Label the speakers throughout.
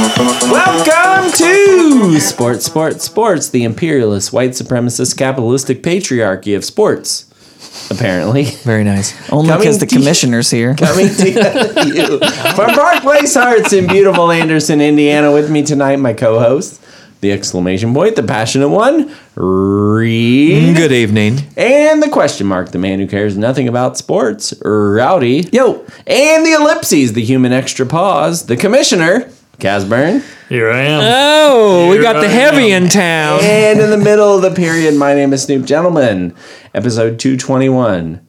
Speaker 1: Welcome to Sports, Sports, Sports, the imperialist, white supremacist, capitalistic patriarchy of sports, apparently.
Speaker 2: Very nice. Only
Speaker 1: Coming
Speaker 2: because the
Speaker 1: to-
Speaker 2: commissioner's here.
Speaker 1: Coming to you from Park Place Hearts in beautiful Anderson, Indiana. With me tonight, my co host, the exclamation point, the passionate one, Reed.
Speaker 3: Good evening.
Speaker 1: And the question mark, the man who cares nothing about sports, Rowdy.
Speaker 2: Yo.
Speaker 1: And the ellipses, the human extra pause, the commissioner, Casburn.
Speaker 4: Here I am.
Speaker 3: Oh, we
Speaker 4: Here
Speaker 3: got the
Speaker 4: I
Speaker 3: heavy
Speaker 4: am.
Speaker 3: in town.
Speaker 1: And in the middle of the period, my name is Snoop Gentleman, episode 221.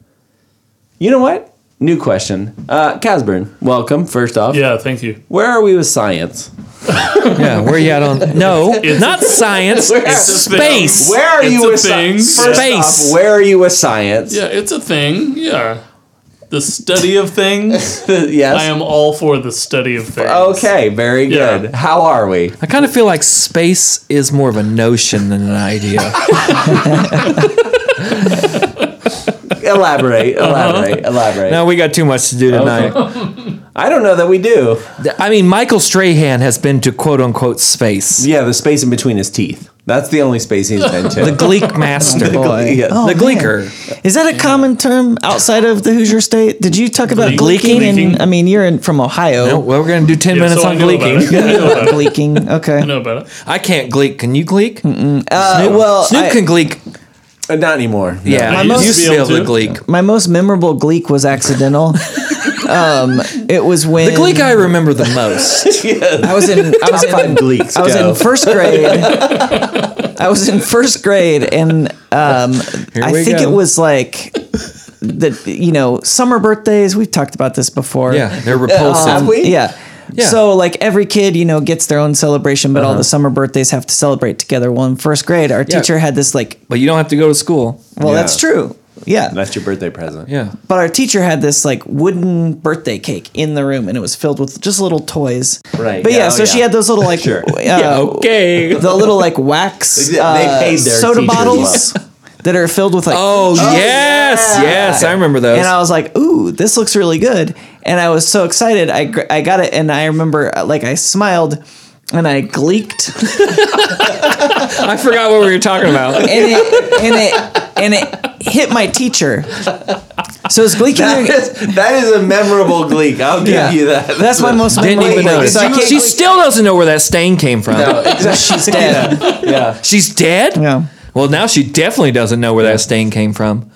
Speaker 1: You know what? New question. Uh, Casburn, welcome, first off.
Speaker 4: Yeah, thank you.
Speaker 1: Where are we with science?
Speaker 3: Yeah, where you at on? No, not science.
Speaker 1: Where-
Speaker 3: Space.
Speaker 1: Where are
Speaker 4: It's
Speaker 1: you
Speaker 4: a
Speaker 1: with
Speaker 4: thing.
Speaker 1: science? First
Speaker 3: Space.
Speaker 1: off, where are you with science?
Speaker 4: Yeah, it's a thing. Yeah. The study of things.
Speaker 1: yes.
Speaker 4: I am all for the study of things.
Speaker 1: okay, very
Speaker 4: Yeah.
Speaker 1: good. How are we?
Speaker 3: I kind of feel like space is more of a notion than an idea.
Speaker 1: Elaborate,
Speaker 4: Uh-huh.
Speaker 1: elaborate, elaborate.
Speaker 3: no, we got too much to do
Speaker 4: Oh.
Speaker 3: tonight.
Speaker 1: I don't know that we do.
Speaker 3: I mean, Michael Strahan has been to quote unquote space.
Speaker 1: Yeah, the space in between his teeth. That's the only space he's been to.
Speaker 3: The Gleek master.
Speaker 1: Gleek, yes.
Speaker 3: the
Speaker 2: Oh, man.
Speaker 3: Gleeker.
Speaker 2: Is that a common term outside of the Hoosier State? Did you talk about
Speaker 4: Gleeking?
Speaker 2: gleeking?
Speaker 4: Gleeking.
Speaker 2: And I mean, you're in, from Ohio.
Speaker 3: Oh, well, we're going to do 10
Speaker 4: Yeah,
Speaker 3: minutes
Speaker 4: so I
Speaker 3: on
Speaker 4: know about
Speaker 3: Gleeking.
Speaker 4: it. I know about it.
Speaker 2: Gleeking. Okay.
Speaker 4: I know about it.
Speaker 3: I can't Gleek. Can you Gleek?
Speaker 2: Uh, well,
Speaker 3: Snoop
Speaker 2: I-
Speaker 3: can Gleek.
Speaker 1: Uh, Not anymore. No.
Speaker 3: Yeah,
Speaker 4: I
Speaker 3: you
Speaker 4: used
Speaker 3: used
Speaker 4: to
Speaker 3: to
Speaker 4: be
Speaker 3: be
Speaker 4: able
Speaker 3: able to
Speaker 4: to.
Speaker 3: Gleek.
Speaker 2: my most memorable gleek was accidental. um, it was when
Speaker 3: The Gleek I remember the most.
Speaker 2: I was in I was
Speaker 1: Top five
Speaker 2: in
Speaker 1: gleeks.
Speaker 2: I was
Speaker 1: go.
Speaker 2: in first grade. I was in first grade, and um,
Speaker 3: we
Speaker 2: I think
Speaker 3: go.
Speaker 2: it was like the you know summer birthdays. We've talked about this before.
Speaker 3: yeah, they're
Speaker 1: Have
Speaker 3: repulsive.
Speaker 1: we?
Speaker 2: Um, yeah.
Speaker 3: Yeah.
Speaker 2: So like every kid, you know, gets their own celebration, but all
Speaker 1: Uh-huh.
Speaker 2: the summer birthdays have to celebrate together. Well, in first grade, our
Speaker 3: Yeah.
Speaker 2: teacher had this like,
Speaker 3: but you don't have to go to school.
Speaker 2: well,
Speaker 1: Yeah.
Speaker 2: that's true. Yeah.
Speaker 1: That's your birthday present.
Speaker 3: Yeah.
Speaker 2: But our teacher had this like wooden birthday cake in the room, and it was filled with just little toys.
Speaker 1: Right.
Speaker 2: But yeah,
Speaker 1: Yeah, oh,
Speaker 2: so she
Speaker 1: yeah.
Speaker 2: had those little like
Speaker 1: Sure.
Speaker 2: uh,
Speaker 3: Oh. Okay.
Speaker 2: the little like wax
Speaker 1: They- they
Speaker 2: uh,
Speaker 1: paid their
Speaker 2: soda
Speaker 1: teachers
Speaker 2: bottles that are filled with like
Speaker 3: Oh, yes, yes, I remember those.
Speaker 2: and I was like, "Ooh, this looks really good," and I was so excited. I gr- I got it, and I remember uh, like I smiled. And I gleeked, and
Speaker 3: I forgot what we were talking about.
Speaker 2: it and it and it hit my teacher. So it's gleeking.
Speaker 1: That is, that is a memorable gleek. I'll give
Speaker 2: Yeah.
Speaker 1: you that.
Speaker 2: That's my most
Speaker 3: Didn't
Speaker 2: memorable.
Speaker 3: even
Speaker 2: Gleek.
Speaker 3: notice.
Speaker 2: So I can't
Speaker 3: she
Speaker 2: Gleek.
Speaker 3: still doesn't know where that stain came from.
Speaker 1: No, exactly.
Speaker 2: She's dead.
Speaker 1: yeah.
Speaker 3: She's dead.
Speaker 2: Yeah.
Speaker 3: Well, now she definitely doesn't know where that stain came from.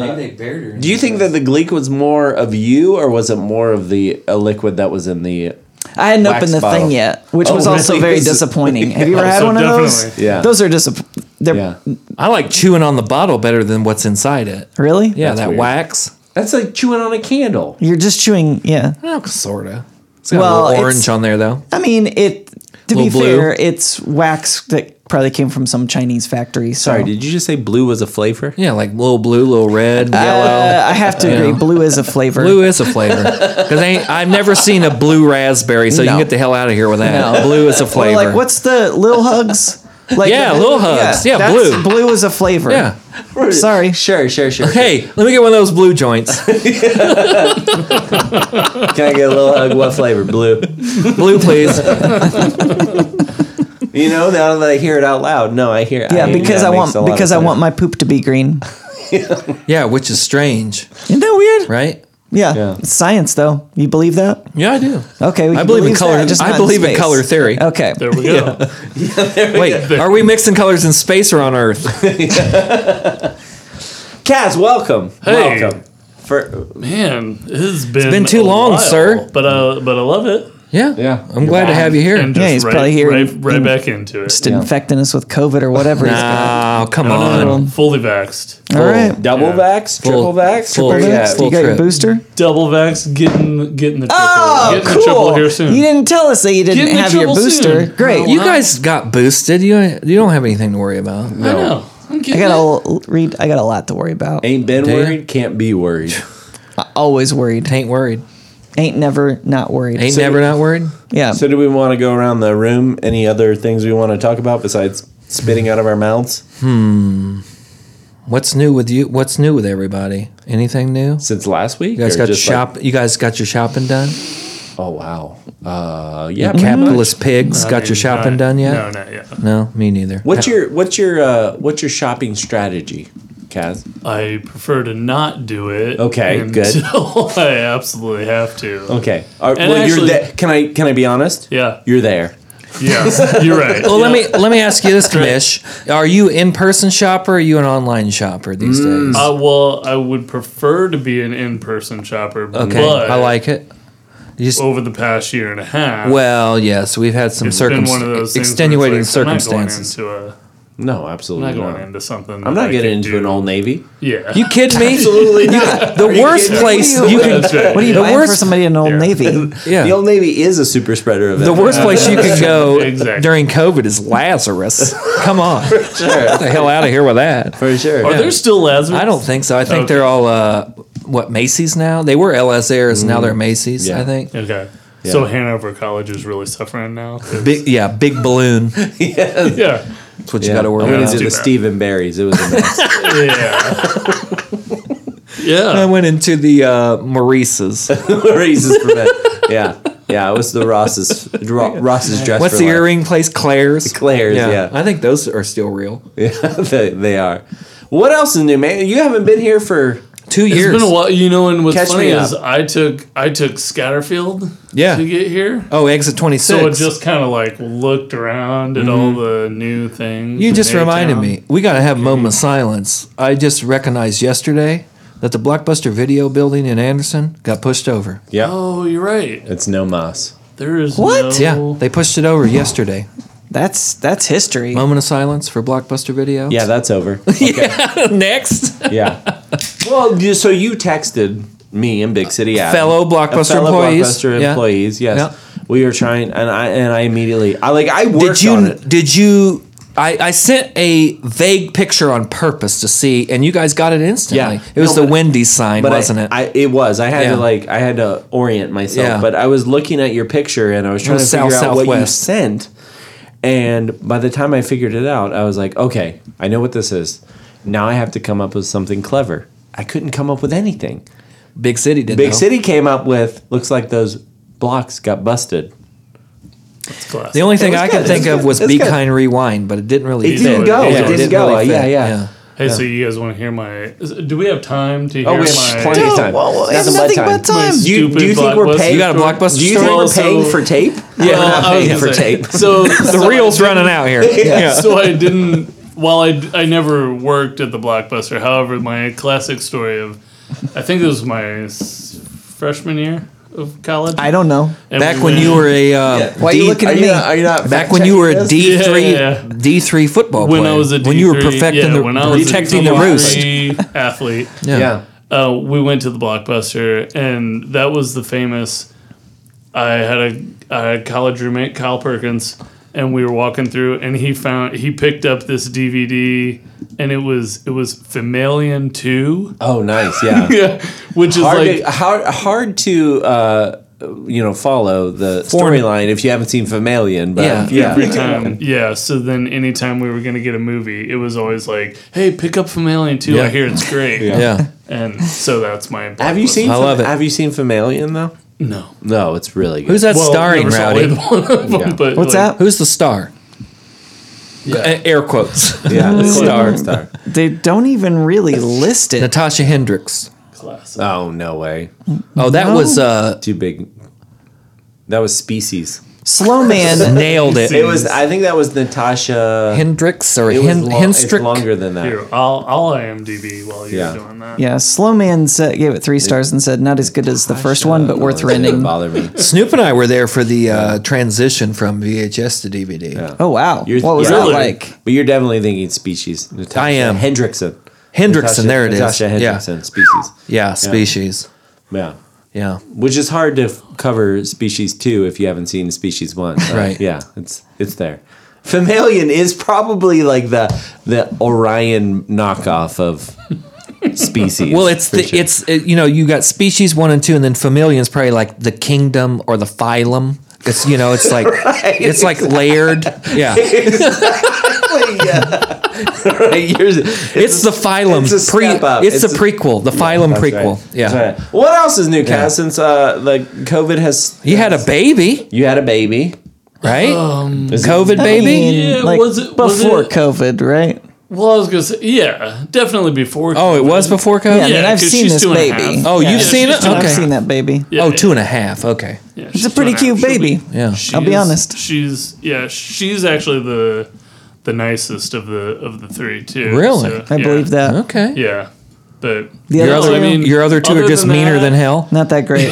Speaker 1: Do you think that the gleek was more of you, or was it more of the a liquid that was in the?
Speaker 2: I hadn't
Speaker 1: Wax
Speaker 2: opened the
Speaker 1: bottle.
Speaker 2: thing yet, which
Speaker 1: Oh,
Speaker 2: was also
Speaker 1: really?
Speaker 2: very
Speaker 1: This is-
Speaker 2: disappointing. Have you ever
Speaker 3: Oh,
Speaker 2: had
Speaker 4: So
Speaker 2: one of those?
Speaker 4: definitely.
Speaker 1: Yeah.
Speaker 2: Those are disappointing. They're
Speaker 1: Yeah,
Speaker 3: I like chewing on the bottle better than what's inside it.
Speaker 2: really.
Speaker 3: Yeah, that
Speaker 1: weird.
Speaker 3: wax.
Speaker 1: that's like chewing on a candle.
Speaker 2: You're just chewing. Yeah.
Speaker 3: Oh, sorta. It's got
Speaker 2: Well,
Speaker 3: a little
Speaker 2: it's-
Speaker 3: orange on there though.
Speaker 2: I mean, it. To be
Speaker 3: Little blue.
Speaker 2: fair, it's wax that probably came from some Chinese factory. So.
Speaker 1: Sorry, did you just say blue was a flavor?
Speaker 3: Yeah, like little blue, little red, yellow.
Speaker 2: Uh, I have to agree. Blue is a flavor.
Speaker 3: Blue is a flavor because I've never seen a blue raspberry, so you
Speaker 2: No.
Speaker 3: can get the hell out of here with that.
Speaker 2: No.
Speaker 3: Blue is a
Speaker 2: Or
Speaker 3: flavor.
Speaker 2: like what's the little hugs? Like
Speaker 3: Yeah, Lil Hugs. Yeah,
Speaker 2: that's-
Speaker 3: blue.
Speaker 2: Blue is a flavor.
Speaker 3: Yeah.
Speaker 2: Sorry.
Speaker 1: Sure, sure, sure.
Speaker 3: Hey, let me get one of those blue joints.
Speaker 1: Can I get a little hug? What flavor? Blue.
Speaker 3: Blue, please.
Speaker 1: You know, now that I hear it out loud, no, I hear.
Speaker 2: Yeah,
Speaker 1: I-
Speaker 2: because
Speaker 1: that
Speaker 2: I
Speaker 1: makes
Speaker 2: want
Speaker 1: a lot of
Speaker 2: because I
Speaker 1: sense.
Speaker 2: want my poop to be green.
Speaker 3: Yeah, which is strange,
Speaker 2: Isn't that weird?
Speaker 3: right?
Speaker 2: Yeah.
Speaker 1: Yeah.
Speaker 2: It's science though. You believe that?
Speaker 3: Yeah, I do.
Speaker 2: Okay. We
Speaker 3: I
Speaker 2: can
Speaker 3: believe in
Speaker 2: that,
Speaker 3: color.
Speaker 2: just not
Speaker 3: I
Speaker 2: in
Speaker 3: believe in
Speaker 2: space.
Speaker 3: color theory.
Speaker 2: Okay.
Speaker 4: There we go.
Speaker 3: Wait, are we mixing colors in space or on Earth?
Speaker 1: Kaz, welcome.
Speaker 4: Hey.
Speaker 1: Welcome. For
Speaker 4: Man, it has been,
Speaker 3: been too
Speaker 4: a
Speaker 3: long,
Speaker 4: while,
Speaker 3: sir.
Speaker 4: But uh, but I love it.
Speaker 3: Yeah,
Speaker 1: Yeah.
Speaker 3: I'm glad to have you here.
Speaker 4: And uh, just
Speaker 2: Yeah, he's
Speaker 4: right,
Speaker 2: probably here
Speaker 4: Right,
Speaker 2: in-
Speaker 4: right
Speaker 2: in-
Speaker 4: back into it.
Speaker 2: Just infecting us with COVID or whatever. he's got.
Speaker 3: Oh, come
Speaker 4: No, no, no,
Speaker 3: on.
Speaker 4: no, fully vaxxed.
Speaker 2: All right.
Speaker 1: double
Speaker 4: Yeah.
Speaker 1: vax, triple
Speaker 3: Full-
Speaker 1: vax,
Speaker 3: full
Speaker 1: triple
Speaker 3: vax.
Speaker 1: vax.
Speaker 2: Do
Speaker 3: full
Speaker 2: you got your
Speaker 3: trip.
Speaker 2: booster?
Speaker 4: Double vaxxed, getting getting the triple.
Speaker 2: Oh,
Speaker 4: getting the triple
Speaker 2: cool.
Speaker 4: here soon.
Speaker 2: You didn't tell us that you didn't
Speaker 4: Getting the
Speaker 2: have your
Speaker 4: triple
Speaker 2: booster.
Speaker 4: soon.
Speaker 2: Great.
Speaker 3: You guys got boosted. You you don't have anything to worry about.
Speaker 4: I know. I'm
Speaker 2: I
Speaker 4: getting
Speaker 2: got a
Speaker 4: it.
Speaker 2: l- read. I got a lot to worry about.
Speaker 1: Ain't been
Speaker 3: Data.
Speaker 1: worried, can't be worried.
Speaker 2: Always worried.
Speaker 3: Ain't worried.
Speaker 2: Ain't never not worried.
Speaker 3: Ain't never not worried.
Speaker 2: yeah.
Speaker 1: So, do we want to go around the room? Any other things we want to talk about besides spitting out of our mouths?
Speaker 3: What's new with you? What's new with everybody? Anything new?
Speaker 1: Since last week,
Speaker 3: You guys
Speaker 1: Or
Speaker 3: got
Speaker 1: just
Speaker 3: shop. you guys got your shopping done.
Speaker 1: like- Oh wow. Uh, yeah. pretty much.
Speaker 3: Capitalist pigs. Got your shopping done yet?
Speaker 4: No, not yet.
Speaker 3: No, me neither.
Speaker 1: What's your what's your uh, what's your shopping strategy, Kaz?
Speaker 4: I prefer to not do it.
Speaker 1: Okay, good.
Speaker 4: Until I absolutely have to.
Speaker 1: Okay. Are,
Speaker 4: And
Speaker 1: well,
Speaker 4: actually-
Speaker 1: you're the- can I can I be honest?
Speaker 4: Yeah.
Speaker 1: You're there.
Speaker 4: Yes, you're right.
Speaker 3: Well, let me let me ask you this, Kamish. Are you in person shopper? Or are you an online shopper these
Speaker 1: Mm.
Speaker 3: days?
Speaker 4: Uh, well, I would prefer to be an in-person shopper,
Speaker 3: Okay,
Speaker 4: but
Speaker 3: I like it. You just,
Speaker 4: over the past year and a half,
Speaker 3: well, yes, we've had some
Speaker 4: it's been one of
Speaker 3: circumstances,
Speaker 4: those things where it's
Speaker 3: extenuating
Speaker 4: like,
Speaker 3: circumstances.
Speaker 4: I'm not going into, a,
Speaker 1: No,
Speaker 4: I'm
Speaker 1: absolutely
Speaker 4: not
Speaker 1: not.
Speaker 4: going into something.
Speaker 1: I'm
Speaker 4: that
Speaker 1: not
Speaker 4: I
Speaker 1: getting
Speaker 4: could
Speaker 1: into
Speaker 4: do.
Speaker 1: an old navy.
Speaker 4: Yeah.
Speaker 3: You kidding me?
Speaker 1: Absolutely not.
Speaker 3: The worst
Speaker 1: kidding me?
Speaker 3: place you can
Speaker 4: That's right.
Speaker 2: What are you
Speaker 3: The
Speaker 2: buying for
Speaker 3: worst-
Speaker 2: somebody in an old navy?
Speaker 3: yeah.
Speaker 1: The old navy is a super spreader event.
Speaker 3: The worst place you could go
Speaker 4: Exactly.
Speaker 3: during COVID is Lazarus. Come on, get the hell out of here with that.
Speaker 1: for sure.
Speaker 4: Are there still Lazarus?
Speaker 3: I don't think so. I think
Speaker 4: Okay.
Speaker 3: they're all uh, what Macy's now. They were LSARs, now they're Macy's.
Speaker 1: Yeah.
Speaker 3: I think.
Speaker 4: Okay. So Hanover College is really suffering now. 'cause-
Speaker 3: Big, yeah, big balloon. That's
Speaker 4: yeah.
Speaker 3: what you
Speaker 1: Yeah.
Speaker 3: got to worry
Speaker 1: I went
Speaker 3: about.
Speaker 1: into
Speaker 4: Too
Speaker 1: the
Speaker 4: bad.
Speaker 1: Stephen Barry's. It was a mess.
Speaker 4: Yeah.
Speaker 3: I
Speaker 4: yeah.
Speaker 3: went into the uh, Maurice's.
Speaker 1: Ross's for men. Yeah, yeah. It was the Ross's Ro- Ross's dress.
Speaker 3: What's
Speaker 1: for
Speaker 3: the
Speaker 1: life.
Speaker 3: earring place? Claire's.
Speaker 1: Claire's. Yeah,
Speaker 3: I think those are still real.
Speaker 1: yeah. they, they are. What else is new, man? You haven't been here for.
Speaker 3: Two
Speaker 4: It's
Speaker 3: years.
Speaker 4: been a while. You know, and what's
Speaker 1: Catch
Speaker 4: funny
Speaker 1: me
Speaker 4: is
Speaker 1: up.
Speaker 4: I took I took Scatterfield
Speaker 3: Yeah.
Speaker 4: to get here.
Speaker 3: Oh, exit twenty six.
Speaker 4: So it just kind of like looked around at
Speaker 1: Mm-hmm.
Speaker 4: all the new things.
Speaker 3: You
Speaker 4: in
Speaker 3: just reminded
Speaker 4: A-Town.
Speaker 3: me. We got to have a moment of silence. I just recognized yesterday that the Blockbuster Video building in Anderson got pushed over.
Speaker 1: Yeah,
Speaker 4: Oh, you're right.
Speaker 1: it's no moss.
Speaker 4: There is
Speaker 2: What?
Speaker 3: Yeah,
Speaker 4: No,
Speaker 3: they pushed it over yesterday.
Speaker 2: That's that's history.
Speaker 3: Moment of silence for Blockbuster Video.
Speaker 1: Yeah, that's over.
Speaker 3: Next,
Speaker 1: Yeah. well, you- so you texted me in Big City Adam,
Speaker 3: Fellow Blockbuster employees.
Speaker 1: Blockbuster
Speaker 3: Yeah.
Speaker 1: employees. Yes. We were trying, and I and I immediately I like I worked
Speaker 3: did
Speaker 1: on
Speaker 3: you
Speaker 1: it.
Speaker 3: did you? I, I sent a vague picture on purpose to see, and you guys got it instantly.
Speaker 1: Yeah.
Speaker 3: It was
Speaker 1: No,
Speaker 3: the
Speaker 1: but-
Speaker 3: Wendy's sign,
Speaker 1: But I-
Speaker 3: wasn't it?
Speaker 1: I, it was. I had
Speaker 3: Yeah.
Speaker 1: to like I had to orient myself.
Speaker 3: Yeah.
Speaker 1: But I was looking at your picture and I was trying to
Speaker 3: was
Speaker 1: figure
Speaker 3: south,
Speaker 1: out what you
Speaker 3: southwest.
Speaker 1: sent. And by the time I figured it out, I was like, okay, I know what this is. Now I have to come up with something clever. I couldn't come up with anything.
Speaker 3: Big City did.
Speaker 1: Big
Speaker 3: though.
Speaker 1: City came up with looks like those blocks got busted.
Speaker 4: it's classic.
Speaker 3: The only thing
Speaker 1: was
Speaker 3: I
Speaker 1: good.
Speaker 3: could think
Speaker 1: It's
Speaker 3: of
Speaker 1: good.
Speaker 3: was
Speaker 1: It's
Speaker 3: Be
Speaker 1: good.
Speaker 3: Kind Rewind, but it didn't really.
Speaker 1: It
Speaker 3: fit.
Speaker 1: didn't go.
Speaker 4: Yeah,
Speaker 1: it
Speaker 4: it
Speaker 1: didn't
Speaker 4: didn't
Speaker 1: go.
Speaker 3: really fit.
Speaker 1: yeah, yeah.
Speaker 4: hey, so you guys want to hear my? is- do we have time to hear
Speaker 1: Oh, we
Speaker 4: my?
Speaker 1: have plenty of time.
Speaker 2: it's nothing but time.
Speaker 1: Do you,
Speaker 4: Stupid
Speaker 1: do you think we're
Speaker 4: blockbuster.
Speaker 1: paying?
Speaker 3: You got a blockbuster
Speaker 1: Do you
Speaker 3: store?
Speaker 1: think we're
Speaker 4: Also-
Speaker 1: paying for tape?
Speaker 4: Yeah,
Speaker 1: we're not
Speaker 4: I was
Speaker 1: paying
Speaker 4: gonna
Speaker 1: for
Speaker 4: say.
Speaker 1: tape.
Speaker 4: So
Speaker 3: The reel's running out here. Yeah.
Speaker 4: so I didn't. While I, I never worked at the Blockbuster, however, my classic story of, I think it was my s- freshman year of college.
Speaker 2: I don't know.
Speaker 4: And
Speaker 3: Back
Speaker 4: we
Speaker 3: when
Speaker 4: went-
Speaker 3: you were a uh,
Speaker 2: Why are you
Speaker 3: D-
Speaker 2: looking at me?
Speaker 1: you not
Speaker 3: back when you were a D three
Speaker 4: Yeah.
Speaker 3: D three football
Speaker 4: when
Speaker 3: player.
Speaker 4: I was a D3,
Speaker 3: when you were perfecting
Speaker 4: yeah,
Speaker 3: the
Speaker 4: when I was a
Speaker 3: protecting the roost.
Speaker 4: D3 athlete.
Speaker 1: Yeah.
Speaker 4: uh, we went to the Blockbuster, and that was the famous. I had a, I had a college roommate, Kyle Perkins, and we were walking through, and he found he picked up this DVD, and it was it was Familian Two,
Speaker 1: Oh, nice. Yeah.
Speaker 4: which is
Speaker 1: hard,
Speaker 4: like
Speaker 1: to, hard, hard to uh, you know follow the storyline if you haven't seen Familian. But
Speaker 3: Yeah.
Speaker 1: yeah.
Speaker 4: every time. um, Yeah. So then, anytime we were gonna get a movie, it was always like, "Hey, pick up Familian Two. I
Speaker 3: Yeah.
Speaker 4: hear it's great."
Speaker 3: Yeah,
Speaker 4: And so that's my.
Speaker 1: Have you
Speaker 4: Blockbuster.
Speaker 1: seen?
Speaker 3: I love it.
Speaker 1: Have you seen Familian though?
Speaker 4: No.
Speaker 1: No, it's really good.
Speaker 3: who's that
Speaker 4: Well,
Speaker 3: starring,
Speaker 4: never saw either
Speaker 3: Rowdy?
Speaker 4: one of them,
Speaker 1: Yeah.
Speaker 4: but,
Speaker 2: What's
Speaker 4: like,
Speaker 2: that?
Speaker 3: Oh. Who's the star? Uh, air quotes.
Speaker 1: Yeah,
Speaker 3: Star.
Speaker 1: Star.
Speaker 2: They don't even really list it.
Speaker 3: Natasha Hendricks.
Speaker 4: Classic.
Speaker 1: Oh no way!
Speaker 3: Oh, that
Speaker 2: No.
Speaker 3: was uh,
Speaker 1: Too big. That was Species.
Speaker 2: Slow man.
Speaker 3: nailed it.
Speaker 1: It was. I think that was Natasha.
Speaker 3: Hendricks or
Speaker 1: It was
Speaker 3: Hen-
Speaker 1: lo- it's
Speaker 3: Henstrick.
Speaker 1: longer than that.
Speaker 4: Here, I'll I'll IMDb while you're
Speaker 1: Yeah.
Speaker 4: doing that.
Speaker 2: Yeah, Slow Man said, gave it three stars and said, not as good as the first one, but worth
Speaker 1: It didn't
Speaker 2: renting.
Speaker 1: Bother me.
Speaker 3: Snoop and I were there for the uh, transition from VHS to DVD.
Speaker 2: Oh, wow.
Speaker 1: You're-
Speaker 2: what was
Speaker 1: yeah.
Speaker 2: that
Speaker 1: Really?
Speaker 2: like?
Speaker 1: But you're definitely thinking Species. Natasha
Speaker 3: I am.
Speaker 1: Hendrickson.
Speaker 3: Hendrickson, there it
Speaker 1: it
Speaker 3: is.
Speaker 1: is. Natasha
Speaker 3: Yeah.
Speaker 1: Hendrickson. Species.
Speaker 3: Yeah, Species.
Speaker 1: Yeah.
Speaker 3: Yeah.
Speaker 1: Which is hard to f- cover Species Two if you haven't seen Species One. but
Speaker 3: Right.
Speaker 1: Yeah. It's it's there. Familian is probably like the the Orion knockoff of Species.
Speaker 3: Well, it's
Speaker 1: for
Speaker 3: the
Speaker 1: sure.
Speaker 3: it's it, you know you got species one and two, and then Familian's probably like the kingdom or the phylum. It's you know, it's like it's like layered. Yeah,
Speaker 1: yeah. right, yours- it's,
Speaker 3: it's the phylum.
Speaker 1: it's a
Speaker 3: pre,
Speaker 1: step up.
Speaker 3: It's,
Speaker 1: It's
Speaker 3: the
Speaker 1: a-
Speaker 3: prequel. The phylum
Speaker 1: That's
Speaker 3: prequel.
Speaker 1: right.
Speaker 3: Yeah,
Speaker 1: That's right. What else is new, Cass?
Speaker 3: Yeah.
Speaker 1: Since uh, like COVID has,
Speaker 3: you had a baby,
Speaker 1: you had a baby.
Speaker 3: right?
Speaker 4: Um,
Speaker 3: COVID baby.
Speaker 2: In,
Speaker 4: Yeah,
Speaker 2: like
Speaker 4: was it- was
Speaker 2: before
Speaker 4: it-
Speaker 2: COVID, right?
Speaker 4: well, I was gonna say, yeah, definitely before.
Speaker 3: Oh, it was before COVID.
Speaker 2: I mean, I've
Speaker 4: 'cause
Speaker 2: seen
Speaker 4: she's
Speaker 2: this
Speaker 4: two and a
Speaker 2: baby.
Speaker 4: half.
Speaker 3: Oh,
Speaker 2: Yeah.
Speaker 3: you've
Speaker 2: Yeah,
Speaker 3: seen
Speaker 4: she's
Speaker 3: it.
Speaker 4: two and a
Speaker 3: Okay.
Speaker 2: I've seen that baby.
Speaker 4: Yeah,
Speaker 3: oh,
Speaker 4: yeah,
Speaker 3: two and a half. Okay.
Speaker 4: yeah,
Speaker 2: It's
Speaker 4: she's
Speaker 2: a
Speaker 4: two and
Speaker 2: pretty
Speaker 4: half.
Speaker 2: cute
Speaker 4: She'll be-
Speaker 2: baby.
Speaker 3: Yeah.
Speaker 4: She
Speaker 2: I'll be
Speaker 4: is-
Speaker 2: honest.
Speaker 4: She's yeah, she's actually the the nicest of the of the three too.
Speaker 3: Really?
Speaker 2: I
Speaker 4: yeah.
Speaker 2: believe that.
Speaker 3: Okay.
Speaker 4: Yeah, but
Speaker 2: The
Speaker 3: Your
Speaker 2: other
Speaker 3: other,
Speaker 2: two,
Speaker 4: I mean,
Speaker 3: your other two
Speaker 4: other
Speaker 3: are just
Speaker 4: than
Speaker 3: meaner
Speaker 4: that-
Speaker 3: than hell.
Speaker 2: not that great.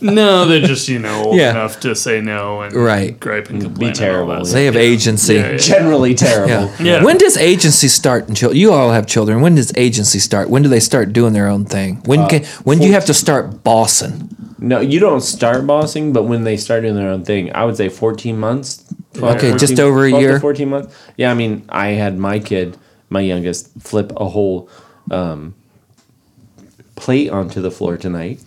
Speaker 4: no, they're just you know old
Speaker 3: Yeah.
Speaker 4: enough to say no and
Speaker 3: Right.
Speaker 4: gripe and complain. and all
Speaker 1: terrible.
Speaker 4: that.
Speaker 3: They have agency.
Speaker 4: Yeah, yeah.
Speaker 1: Generally terrible.
Speaker 3: Yeah.
Speaker 4: Yeah.
Speaker 3: When does agency start? In chil- you all have children. When does agency start? When do they start doing their own thing? When
Speaker 1: Uh,
Speaker 3: can? When do you have to start bossing?
Speaker 1: No, you don't start bossing, but when they start doing their own thing, I would say 14 months. 12,
Speaker 3: Okay, just over a
Speaker 1: 12 to
Speaker 3: year.
Speaker 1: 14 months. Yeah, I mean, I had my kid, my youngest, flip a whole um, plate onto the floor tonight.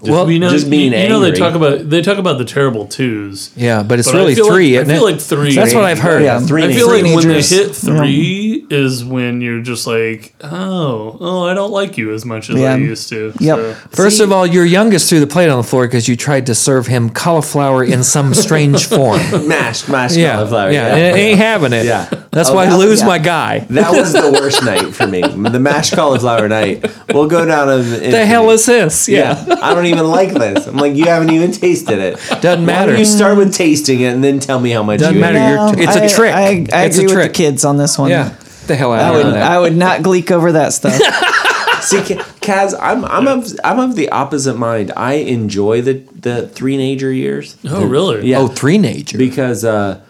Speaker 3: well,
Speaker 4: you know,
Speaker 1: just being
Speaker 4: you, you know they
Speaker 1: angry.
Speaker 4: talk about they talk about the terrible twos.
Speaker 3: yeah, but it's
Speaker 4: But I
Speaker 3: really
Speaker 4: feel like-
Speaker 3: three.
Speaker 4: I
Speaker 3: isn't
Speaker 4: feel
Speaker 3: it?
Speaker 4: like three.
Speaker 3: That's what I've heard.
Speaker 1: Yeah, three
Speaker 4: I feel like when they
Speaker 2: Teenagers.
Speaker 4: hit three is when you're just like, oh, oh, I don't like you as much as
Speaker 2: Yeah.
Speaker 4: I used to.
Speaker 2: Yep.
Speaker 4: So,
Speaker 3: First
Speaker 2: See-
Speaker 3: of all, your youngest threw the plate on the floor because you tried to serve him cauliflower in some strange form.
Speaker 1: Mashed, mashed
Speaker 3: Yeah,
Speaker 1: cauliflower.
Speaker 3: yeah, and it ain't having it.
Speaker 1: Yeah.
Speaker 3: that's
Speaker 1: Oh,
Speaker 3: why I
Speaker 1: that-
Speaker 3: lose
Speaker 2: yeah.
Speaker 3: my guy.
Speaker 1: That was the worst night for me. The mashed cauliflower night. We'll go down and.
Speaker 3: The hell is this?
Speaker 1: Yeah.
Speaker 3: Yeah,
Speaker 1: I don't even like this. I'm like, you haven't even tasted it.
Speaker 3: doesn't
Speaker 1: Why
Speaker 3: matter.
Speaker 1: don't you start with tasting it and then tell me how much
Speaker 3: Doesn't
Speaker 1: you
Speaker 3: matter.
Speaker 1: hate it?
Speaker 3: You're- it's a
Speaker 2: I-
Speaker 3: trick.
Speaker 2: I, I
Speaker 3: It's a
Speaker 2: agree with
Speaker 3: trick.
Speaker 2: the kids on this one.
Speaker 3: yeah, the hell
Speaker 2: I
Speaker 3: out
Speaker 2: would,
Speaker 3: of that.
Speaker 2: I would not gleek over that stuff.
Speaker 1: See, Ca- Kaz, I'm I'm of I'm of the opposite mind. I enjoy the the teenager years
Speaker 4: oh, really?
Speaker 1: Yeah.
Speaker 3: Oh, three nature.
Speaker 1: because uh,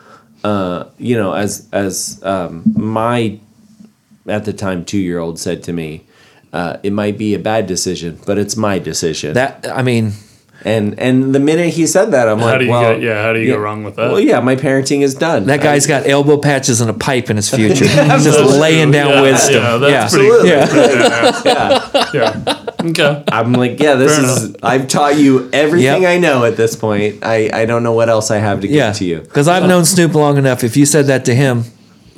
Speaker 1: uh, you know, as as um, my at the time two year old said to me, uh, it might be a bad decision, but it's my decision.
Speaker 3: that I mean,
Speaker 1: and and the minute he said that, I'm
Speaker 4: How
Speaker 1: like,
Speaker 4: do you
Speaker 1: well,
Speaker 4: go, yeah? How do you go wrong with that?
Speaker 1: Well, yeah, my parenting is done.
Speaker 3: That guy's got elbow patches and a pipe in his future. He's just
Speaker 4: That's
Speaker 3: laying
Speaker 4: true.
Speaker 3: down
Speaker 4: yeah,
Speaker 3: wisdom.
Speaker 4: Yeah, that's
Speaker 3: Yeah.
Speaker 1: Absolutely.
Speaker 4: pretty. Yeah. yeah. Okay.
Speaker 1: I'm like, yeah, this
Speaker 4: Fair
Speaker 1: is. I've taught you everything
Speaker 3: Yep.
Speaker 1: I know at this point. I I don't know what else I have to give
Speaker 3: yeah.
Speaker 1: to you.
Speaker 3: Because I've known Snoop long enough. If you said that to him,